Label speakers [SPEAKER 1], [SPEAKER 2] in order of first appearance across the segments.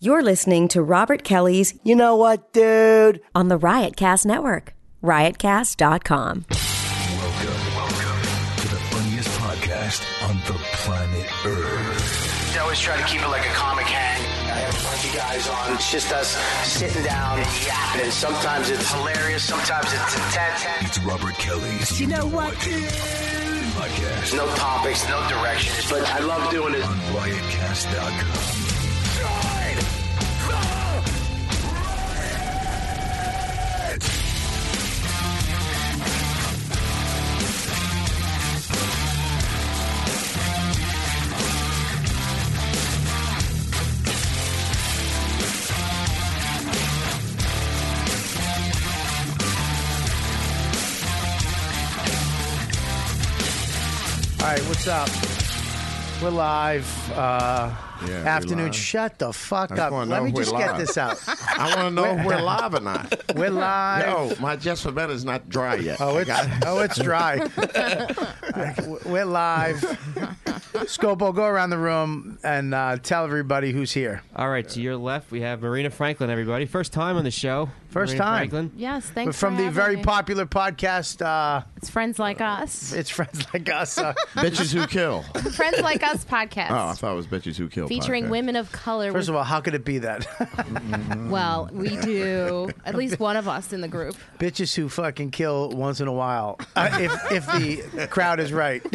[SPEAKER 1] You're listening to Robert Kelly's
[SPEAKER 2] You know what, dude?
[SPEAKER 1] on the Riotcast Network, riotcast.com.
[SPEAKER 3] Welcome, welcome to the funniest podcast on the planet Earth.
[SPEAKER 4] I always try to keep it like a comic hang. I have a bunch of guys on. It's just us sitting down and yapping. And sometimes it's hilarious, sometimes it's intense.
[SPEAKER 3] It's Robert Kelly's You Know What Dude podcast
[SPEAKER 4] No topics, no directions, but I love doing it.
[SPEAKER 3] on riotcast.com.
[SPEAKER 2] All right, what's up? We're live. Uh,
[SPEAKER 5] Yeah, we
[SPEAKER 2] afternoon.
[SPEAKER 5] live.
[SPEAKER 2] Shut the fuck
[SPEAKER 5] I just
[SPEAKER 2] up.
[SPEAKER 5] wanna
[SPEAKER 2] Let
[SPEAKER 5] know
[SPEAKER 2] me
[SPEAKER 5] if we're
[SPEAKER 2] just get
[SPEAKER 5] live.
[SPEAKER 2] this out.
[SPEAKER 5] I want to know if we're live or not.
[SPEAKER 2] We're live.
[SPEAKER 5] No, my just for better is not dry yet.
[SPEAKER 2] Oh, it's, oh, it's dry. We're live. Scopo, go around the room and uh, tell everybody who's here.
[SPEAKER 6] All right, to your left, we have Marina Franklin, everybody. First time on the show.
[SPEAKER 2] First
[SPEAKER 6] Marina
[SPEAKER 2] time.
[SPEAKER 6] Franklin.
[SPEAKER 7] Yes,
[SPEAKER 2] We're
[SPEAKER 7] thanks.
[SPEAKER 2] From
[SPEAKER 7] for
[SPEAKER 2] the
[SPEAKER 7] having
[SPEAKER 2] very
[SPEAKER 7] me.
[SPEAKER 2] popular podcast, uh,
[SPEAKER 7] It's friends like us.
[SPEAKER 2] It's Friends Like Us. Uh,
[SPEAKER 5] Bitches Who Kill. Oh,
[SPEAKER 7] friends like us podcast.
[SPEAKER 5] I thought it was Bitches Who Kill.
[SPEAKER 7] Featuring
[SPEAKER 5] podcast.
[SPEAKER 7] women of color.
[SPEAKER 2] first of all, how could it be that?
[SPEAKER 7] well, we do at least one of us in the group.
[SPEAKER 2] Bitches who fucking kill once in a while, uh, if, if the crowd is right. If-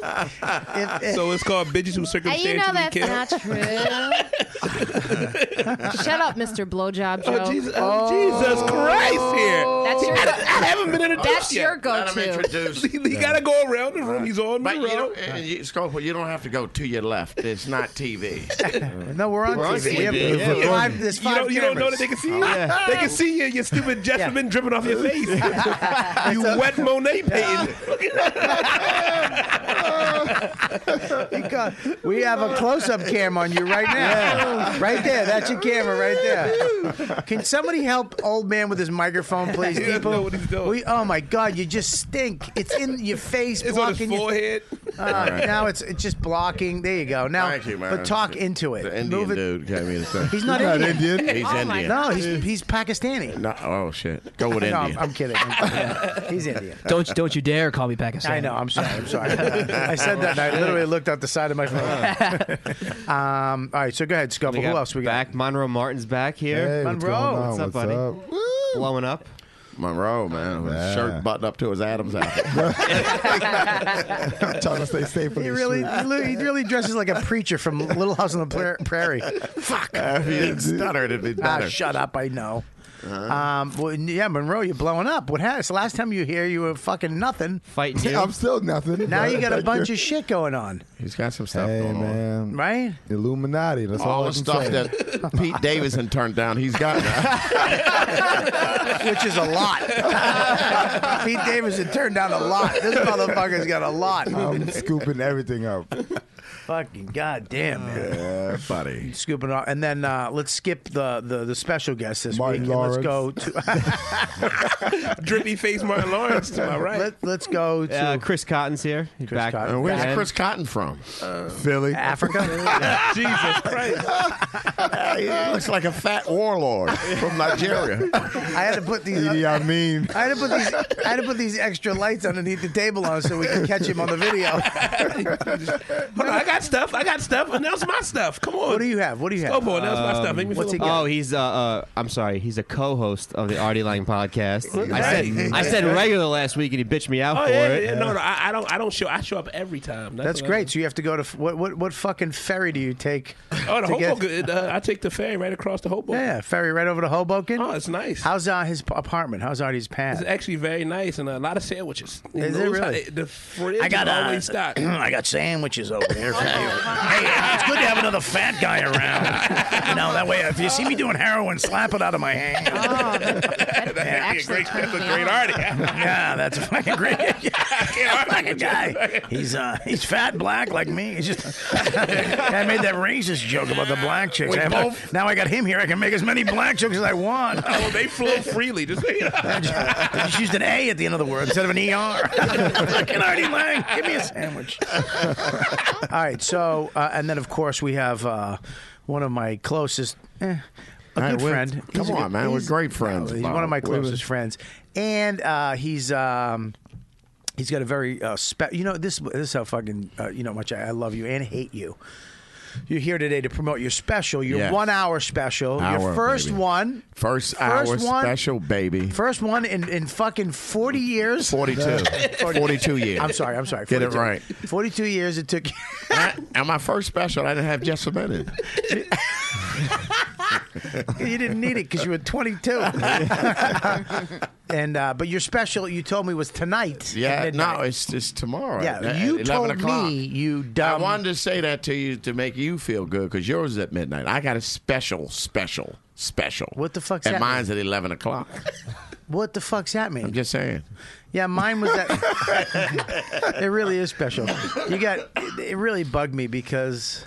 [SPEAKER 2] if-
[SPEAKER 8] So it's called bitches who
[SPEAKER 7] And
[SPEAKER 8] circumstantially
[SPEAKER 7] you know that's
[SPEAKER 8] kill.
[SPEAKER 7] not true. Shut up, Mr. Blowjob Joe.
[SPEAKER 8] oh, Jesus, oh, Jesus Christ! Here,
[SPEAKER 7] That's your-
[SPEAKER 8] I, I haven't been introduced
[SPEAKER 7] That's
[SPEAKER 8] yet.
[SPEAKER 7] your
[SPEAKER 5] Let him
[SPEAKER 7] go-to.
[SPEAKER 5] introduce.
[SPEAKER 8] He, he gotta go around the room. He's on
[SPEAKER 5] But
[SPEAKER 8] the
[SPEAKER 5] you
[SPEAKER 8] road.
[SPEAKER 5] don't, and you, Scopo, you don't have to go to your left. It's not TV.
[SPEAKER 2] no, we're on
[SPEAKER 6] on
[SPEAKER 2] TV.
[SPEAKER 6] TV.
[SPEAKER 2] We have,
[SPEAKER 6] Yeah.
[SPEAKER 2] there's five, there's
[SPEAKER 8] You
[SPEAKER 2] five
[SPEAKER 8] don't, you don't know that
[SPEAKER 2] cameras.
[SPEAKER 8] they can see you. They can see you. Your stupid jets have been dripping off your face. you wet Monet painting.
[SPEAKER 2] God, we have a close-up cam on you right now. Right there. That's your camera right there. Can somebody help old man with his microphone, please?
[SPEAKER 8] He doesn't
[SPEAKER 2] Deepu?
[SPEAKER 8] know what he's doing.
[SPEAKER 2] We, oh my God, you just stink. It's in your face,
[SPEAKER 8] It's on his
[SPEAKER 2] blocking your.
[SPEAKER 8] forehead.
[SPEAKER 2] Uh, Now it's it's just blocking. There you go. Now,
[SPEAKER 5] Thank you, man.
[SPEAKER 2] but talk into it.
[SPEAKER 5] The Indian
[SPEAKER 2] Move it.
[SPEAKER 5] dude gave me the thing.
[SPEAKER 2] He's not Indian.
[SPEAKER 5] He's
[SPEAKER 7] Oh, my
[SPEAKER 5] Indian.
[SPEAKER 2] No, he's he's Pakistani.
[SPEAKER 5] No, oh shit. Go with
[SPEAKER 2] no,
[SPEAKER 5] Indian.
[SPEAKER 2] I'm, I'm kidding. I'm kidding. he's Indian.
[SPEAKER 9] Don't don't you dare call me Pakistani.
[SPEAKER 2] I know. I'm sorry. I'm sorry. I said that, and I literally looked out the side of my
[SPEAKER 5] Uh-huh.
[SPEAKER 2] phone. um, all right. So go ahead, Scuba.
[SPEAKER 6] We
[SPEAKER 2] Who
[SPEAKER 6] got
[SPEAKER 2] else we got?
[SPEAKER 6] back? Monroe Martin's back here.
[SPEAKER 10] Hey, what's
[SPEAKER 2] Monroe.
[SPEAKER 10] going on?
[SPEAKER 6] What's up, buddy? Blowing up.
[SPEAKER 5] Monroe, man, with his
[SPEAKER 10] Yeah.
[SPEAKER 5] shirt buttoned up to his Adam's apple.
[SPEAKER 10] I'm trying to stay safe.
[SPEAKER 2] He really, he li- he really dresses like a preacher from Little House on the Pra- Prairie. Fuck.
[SPEAKER 5] if Uh, he didn't stutter, it'd be
[SPEAKER 2] Ah,
[SPEAKER 5] better.
[SPEAKER 2] shut up. I know.
[SPEAKER 8] Uh-huh.
[SPEAKER 2] Um, well, yeah, Monroe, you're blowing up. What happened? Last time you were here, you were fucking nothing.
[SPEAKER 6] Fighting you.
[SPEAKER 10] I'm still nothing.
[SPEAKER 2] Now
[SPEAKER 10] but
[SPEAKER 2] you got a
[SPEAKER 10] thank
[SPEAKER 2] bunch of shit going on,
[SPEAKER 5] He's got some stuff
[SPEAKER 10] Hey
[SPEAKER 5] going on.
[SPEAKER 10] man,
[SPEAKER 2] right?
[SPEAKER 10] Illuminati. That's all,
[SPEAKER 5] All the stuff that Pete Davidson turned down, he's got now.
[SPEAKER 2] Which is a lot. Pete Davidson turned down a lot. This motherfucker's got a lot.
[SPEAKER 10] I'm
[SPEAKER 5] Um,
[SPEAKER 10] scooping everything up.
[SPEAKER 2] Fucking goddamn, man.
[SPEAKER 5] Yeah, buddy.
[SPEAKER 2] Scooping off, and then uh, let's skip the, the the special guest this
[SPEAKER 10] Martin
[SPEAKER 2] week. and Let's go to
[SPEAKER 8] Drippy face Martin Lawrence to my right.
[SPEAKER 2] let, let's go to
[SPEAKER 6] Uh, Chris Cotton's here. He's back.
[SPEAKER 2] Cotton. Uh,
[SPEAKER 5] And where's
[SPEAKER 6] Again.
[SPEAKER 5] Chris Cotton from?
[SPEAKER 10] Philly.
[SPEAKER 2] Africa.
[SPEAKER 8] Jesus Christ!
[SPEAKER 5] He looks like a fat warlord from Nigeria.
[SPEAKER 2] I had to put these.
[SPEAKER 10] Edie, I mean,
[SPEAKER 2] I had to put these. I had to put these extra lights underneath the table on so we can catch him on the video.
[SPEAKER 8] Hold on, I got stuff. I got stuff. Announce my stuff. Come on.
[SPEAKER 2] What do you have? What do you have?
[SPEAKER 8] Go Oh, boy, announce my stuff. Make me
[SPEAKER 2] what's
[SPEAKER 8] feel
[SPEAKER 2] he
[SPEAKER 6] Oh, he's uh, uh I'm sorry, he's a co-host of the Artie Lang podcast. I
[SPEAKER 8] Hey.
[SPEAKER 6] said I said regular last week and he bitched me out
[SPEAKER 8] Oh
[SPEAKER 6] for
[SPEAKER 8] yeah,
[SPEAKER 6] it.
[SPEAKER 8] yeah, no, no, I, I don't, I don't show. I show up every time.
[SPEAKER 2] That's
[SPEAKER 8] what I do.
[SPEAKER 2] great. So you have to go to f- what? What? What fucking ferry do you take?
[SPEAKER 8] Oh, the
[SPEAKER 2] to get-
[SPEAKER 8] Hoboken. uh, I take the ferry right across the Hoboken.
[SPEAKER 2] Yeah, ferry right over to Hoboken.
[SPEAKER 8] Oh, it's nice.
[SPEAKER 2] How's uh, his p- apartment? How's Artie's pad?
[SPEAKER 8] it's actually very nice and a lot of sandwiches. You
[SPEAKER 2] Is
[SPEAKER 8] know,
[SPEAKER 2] it
[SPEAKER 8] it's
[SPEAKER 2] really?
[SPEAKER 8] hot. The fridge
[SPEAKER 2] I got,
[SPEAKER 8] is
[SPEAKER 2] uh,
[SPEAKER 8] always stocked.
[SPEAKER 2] I got sandwiches over there
[SPEAKER 8] Oh,
[SPEAKER 2] for you. hey, it's good to have another fat guy around. You know, that way if you see me doing heroin, slap it out of my hand.
[SPEAKER 7] Oh, that actually turned me on.
[SPEAKER 8] artist.
[SPEAKER 2] Yeah, that's a fucking great fucking guy. He's uh, he's fat, black like me. He's just I made that racist joke about the black chicks. I have to- now I got him here. I can make as many black jokes as I want.
[SPEAKER 8] Oh, they flow freely. Just
[SPEAKER 2] I just used an A at the end of the word instead of an ER. Fucking Artie Lang, give me a sandwich. All right, so uh, and then of course we have. Uh, one of my closest, eh, a
[SPEAKER 5] Hey,
[SPEAKER 2] good
[SPEAKER 5] we're-
[SPEAKER 2] friend.
[SPEAKER 5] come
[SPEAKER 2] He's a
[SPEAKER 5] on,
[SPEAKER 2] good-
[SPEAKER 5] man, we're
[SPEAKER 2] he's-
[SPEAKER 5] great friends,
[SPEAKER 2] no, he's
[SPEAKER 5] Bob.
[SPEAKER 2] one of my
[SPEAKER 5] We're-
[SPEAKER 2] closest friends, and uh, he's. Um, He's got a very uh, spe- you know this this is how fucking uh, you know how much I, I love you and hate you. You're here today to promote your special, your
[SPEAKER 5] Yes.
[SPEAKER 2] one hour special, your
[SPEAKER 5] Hour,
[SPEAKER 2] first
[SPEAKER 5] baby.
[SPEAKER 2] one,
[SPEAKER 5] First, hour
[SPEAKER 2] First one-
[SPEAKER 5] special, baby.
[SPEAKER 2] first one in in fucking forty years.
[SPEAKER 5] 42. 42 years.
[SPEAKER 2] I'm sorry, I'm sorry.
[SPEAKER 5] Get it
[SPEAKER 2] 42
[SPEAKER 5] right.
[SPEAKER 2] Forty-two years it took.
[SPEAKER 5] I, and my first special, I didn't have just a minute.
[SPEAKER 2] you didn't need it because you were 22. and uh, but your special, you told me was tonight. at
[SPEAKER 5] Yeah, no,
[SPEAKER 2] midnight.
[SPEAKER 5] it's it's tomorrow.
[SPEAKER 2] Yeah,
[SPEAKER 5] at-
[SPEAKER 2] you
[SPEAKER 5] at 11
[SPEAKER 2] told
[SPEAKER 5] o'clock.
[SPEAKER 2] me, you dumb-
[SPEAKER 5] I wanted to say that to you to make you feel good because yours is at midnight. I got a special, special, special.
[SPEAKER 2] What the fuck's
[SPEAKER 5] And
[SPEAKER 2] that
[SPEAKER 5] mine's at eleven o'clock.
[SPEAKER 2] what the fuck's that mean?
[SPEAKER 5] I'm just saying.
[SPEAKER 2] yeah, mine was that. it really is special. You got it. Really bugged me because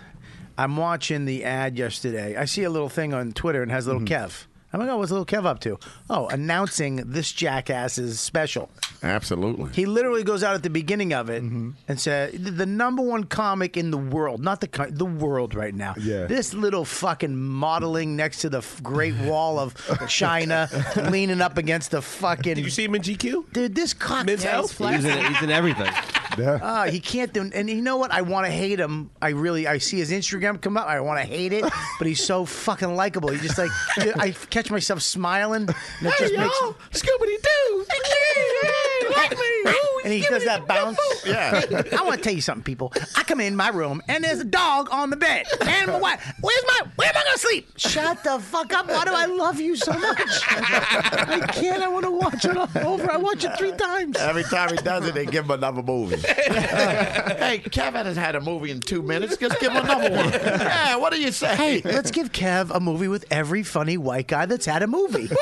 [SPEAKER 2] I'm watching the ad yesterday. I see a little thing on Twitter and has little
[SPEAKER 8] Mm-hmm.
[SPEAKER 2] Kev. I'm like, oh, what's little Kev up to? Oh, announcing this jackass's special.
[SPEAKER 5] Absolutely.
[SPEAKER 2] He literally goes out at the beginning of it
[SPEAKER 8] Mm-hmm.
[SPEAKER 2] and said, "The number one comic in the world, not the co- the world right now.
[SPEAKER 10] Yeah.
[SPEAKER 2] This little fucking modeling next to the f- Great Wall of China, leaning up against the fucking
[SPEAKER 8] Did you see him in GQ?
[SPEAKER 2] dude. This
[SPEAKER 8] Men's
[SPEAKER 2] cocktail.
[SPEAKER 8] Health?
[SPEAKER 6] He's in, he's in everything.
[SPEAKER 2] Uh, he can't do, and you know what? I want to hate him. I really, I see his Instagram come up. I want to hate it, but he's so fucking likable. He just like, I catch myself smiling, and it just makes,
[SPEAKER 5] Scooby Doo.
[SPEAKER 2] and he does that bounce.
[SPEAKER 5] Yeah.
[SPEAKER 2] I want to tell you something, people. I come in my room and there's a dog on the bed and my wife. Where's my? Where am I gonna sleep? Shut the fuck up. Why do I love you so much? I can't. I want to watch it all over. I watch it three times.
[SPEAKER 5] Every time he does it, they give him another movie. hey, Kevin has had a movie in two minutes. Just give him another one. Yeah, what do you say?
[SPEAKER 2] Hey, let's give Kev a movie with every funny white guy that's had a movie.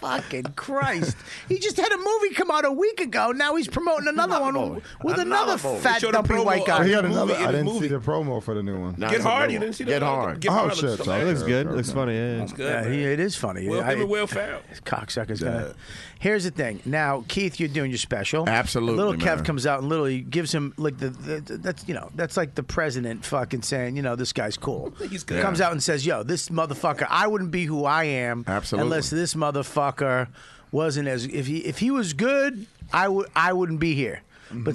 [SPEAKER 2] Fucking Christ. He just had a movie come out a week ago. Now he's promoting another, one
[SPEAKER 5] movie.
[SPEAKER 2] with another,
[SPEAKER 5] Another movie.
[SPEAKER 2] fat,
[SPEAKER 8] Showed a
[SPEAKER 2] dumpy
[SPEAKER 8] promo
[SPEAKER 2] white
[SPEAKER 8] of
[SPEAKER 10] He
[SPEAKER 8] it.
[SPEAKER 2] guy.
[SPEAKER 10] had another.
[SPEAKER 8] Movie in
[SPEAKER 10] I
[SPEAKER 8] the
[SPEAKER 10] didn't
[SPEAKER 8] movie.
[SPEAKER 10] see the promo for the new one.
[SPEAKER 5] No,
[SPEAKER 8] Get
[SPEAKER 5] it's a
[SPEAKER 8] hard.
[SPEAKER 5] good
[SPEAKER 8] You
[SPEAKER 5] one.
[SPEAKER 8] didn't see the
[SPEAKER 5] Get hard.
[SPEAKER 8] Get
[SPEAKER 10] Oh,
[SPEAKER 8] hard.
[SPEAKER 10] shit.
[SPEAKER 8] looks
[SPEAKER 10] Sorry.
[SPEAKER 6] It
[SPEAKER 8] hilarious.
[SPEAKER 6] looks good. It looks funny. Yeah.
[SPEAKER 8] Good,
[SPEAKER 2] Yeah,
[SPEAKER 8] man.
[SPEAKER 2] he, it is funny.
[SPEAKER 8] Well,
[SPEAKER 2] I-
[SPEAKER 8] him and Will Ferrell.
[SPEAKER 2] cocksucker's gonna. Here's the thing. Now, Keith, you're doing your special.
[SPEAKER 5] Absolutely,
[SPEAKER 2] Little Kev
[SPEAKER 5] man.
[SPEAKER 2] comes out and literally gives him like the, the, the- that's you know that's like the president fucking saying you know this guy's cool.
[SPEAKER 8] He's good.
[SPEAKER 2] Comes out and says, "Yo, this motherfucker, I wouldn't be who I am
[SPEAKER 5] Absolutely.
[SPEAKER 2] unless this motherfucker wasn't as if he if he was good, I would I wouldn't be here." But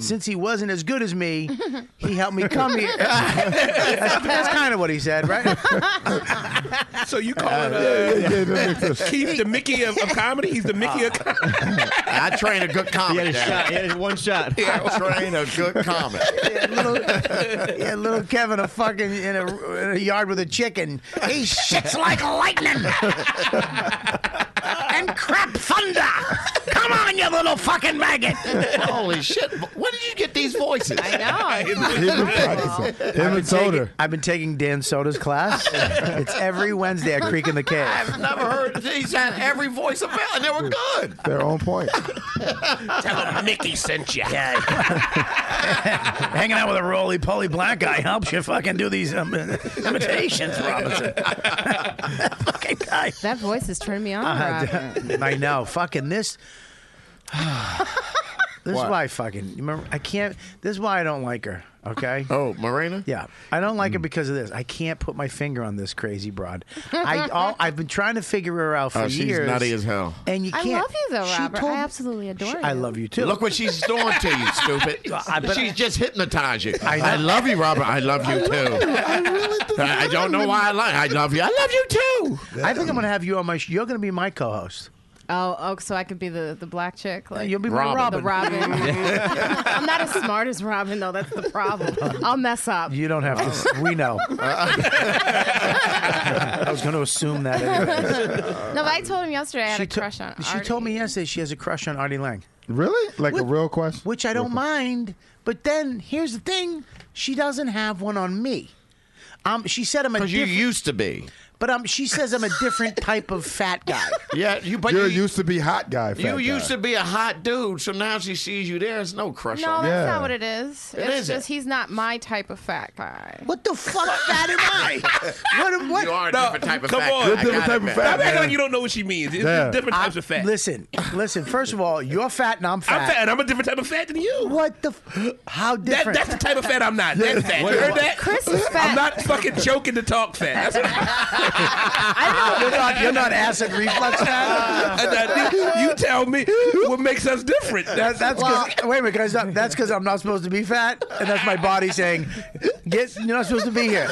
[SPEAKER 8] Mm-hmm.
[SPEAKER 2] since he wasn't as good as me, he helped me come here. that's, that's kind of what he said, right?
[SPEAKER 8] So you call it uh,
[SPEAKER 10] Yeah, that makes us-
[SPEAKER 8] Keith the Mickey of, of comedy? He's the Mickey of comedy.
[SPEAKER 5] I train a good
[SPEAKER 6] He
[SPEAKER 5] comic.
[SPEAKER 6] had a
[SPEAKER 5] Dad.
[SPEAKER 6] shot. He had one shot.
[SPEAKER 5] I train a good comic.
[SPEAKER 2] Yeah, little, yeah, little Kevin a fucking in a, in a yard with a chicken. He shits like lightning and crap thunder. Come on, you little fucking maggot.
[SPEAKER 5] Holy shit! Where did you get these voices?
[SPEAKER 7] I know.
[SPEAKER 10] Him and practicing. Him and Soda.
[SPEAKER 2] I've been taking Dan Soda's class. It's every Wednesday at Creek in the Cave.
[SPEAKER 5] I've never heard. He's had every voice available, and they were good.
[SPEAKER 10] They're on point.
[SPEAKER 2] Hanging out with a roly poly black guy helps you fucking do these um, imitations, Robinson. fucking guy.
[SPEAKER 7] That voice is turning me on. Rob.
[SPEAKER 2] I know. Fucking this. this is
[SPEAKER 5] What?
[SPEAKER 2] why I fucking. you Remember, I can't. This is why I don't like her. Okay.
[SPEAKER 5] Oh, Marina. Mm.
[SPEAKER 2] Yeah, I don't like her because of this. I can't put my finger on this crazy broad. I all, I've been trying to figure her out for
[SPEAKER 5] Oh, she's
[SPEAKER 2] years.
[SPEAKER 5] nutty as hell.
[SPEAKER 2] And you
[SPEAKER 7] I
[SPEAKER 2] can't.
[SPEAKER 7] love you though,
[SPEAKER 2] She
[SPEAKER 7] Robert.
[SPEAKER 2] told-
[SPEAKER 7] I absolutely adore you.
[SPEAKER 2] I love you too.
[SPEAKER 5] Look what she's doing to you, stupid.
[SPEAKER 2] I- but-
[SPEAKER 5] she's just hypnotized you.
[SPEAKER 2] I
[SPEAKER 5] I,
[SPEAKER 2] know.
[SPEAKER 5] love you, Robert. I love you too. I really do. I don't know why Oh, I like. I love you. I love you too.
[SPEAKER 2] I think I'm gonna have you on my. sh- You're gonna be my co-host.
[SPEAKER 7] Oh, oh, so I could be the, the black chick. Like,
[SPEAKER 2] You'll be my
[SPEAKER 5] Robin.
[SPEAKER 7] the
[SPEAKER 2] Robin.
[SPEAKER 7] Robin. I'm not as smart as Robin though. That's the problem. I'll mess up.
[SPEAKER 2] You don't have to.
[SPEAKER 5] Oh.
[SPEAKER 2] s- we know. I was gonna assume that. Anyway.
[SPEAKER 7] No, but I told him yesterday I had a
[SPEAKER 2] to-
[SPEAKER 7] crush on.
[SPEAKER 2] She
[SPEAKER 7] Artie.
[SPEAKER 2] told me yesterday she has a crush on Artie Lang.
[SPEAKER 10] Really? Like a
[SPEAKER 2] What-
[SPEAKER 10] real question?
[SPEAKER 2] which I don't mind. But then here's the thing: she doesn't have one on me. Um, she said I'm a
[SPEAKER 5] Because you
[SPEAKER 2] different.
[SPEAKER 5] used to be.
[SPEAKER 2] But um, she says I'm a different type of fat guy.
[SPEAKER 5] Yeah, you. But
[SPEAKER 10] You're
[SPEAKER 5] you,
[SPEAKER 10] used to be hot guy. Fat
[SPEAKER 5] you used
[SPEAKER 10] guy.
[SPEAKER 5] to be a hot dude, so now she sees you there. It's no crush.
[SPEAKER 7] No,
[SPEAKER 5] on
[SPEAKER 7] that's
[SPEAKER 5] you.
[SPEAKER 7] not what it is.
[SPEAKER 5] It
[SPEAKER 7] it's
[SPEAKER 5] isn't.
[SPEAKER 7] just he's not my type of fat guy.
[SPEAKER 2] What the fuck fat am I? What am what?
[SPEAKER 5] You are a
[SPEAKER 8] No,
[SPEAKER 5] different type of
[SPEAKER 8] come
[SPEAKER 5] fat.
[SPEAKER 8] on.
[SPEAKER 5] guy.
[SPEAKER 8] You're
[SPEAKER 5] I
[SPEAKER 8] different
[SPEAKER 5] got
[SPEAKER 10] type
[SPEAKER 5] it,
[SPEAKER 10] of
[SPEAKER 5] man.
[SPEAKER 10] fat.
[SPEAKER 8] Stop acting
[SPEAKER 10] Yeah.
[SPEAKER 8] like you don't know what she means. It's
[SPEAKER 10] Yeah.
[SPEAKER 8] different
[SPEAKER 2] I-
[SPEAKER 8] types of fat.
[SPEAKER 2] Listen, listen. First of all, you're fat and I'm fat.
[SPEAKER 8] I'm fat. and I'm a different type of fat than you.
[SPEAKER 2] What the? F- how
[SPEAKER 8] That,
[SPEAKER 2] different?
[SPEAKER 8] that's the type of fat I'm not. That fat. You
[SPEAKER 2] Wait,
[SPEAKER 8] heard
[SPEAKER 2] what?
[SPEAKER 8] that?
[SPEAKER 7] Chris is fat.
[SPEAKER 8] I'm not fucking joking to talk fat. That's what
[SPEAKER 2] you're, not, you're not acid reflux fat.
[SPEAKER 8] I, you tell me what makes us different. That's,
[SPEAKER 2] That, that's because wait a minute, guys. that- That's because I'm not supposed to be fat, and that's my body saying, "Get, you're not supposed to be here.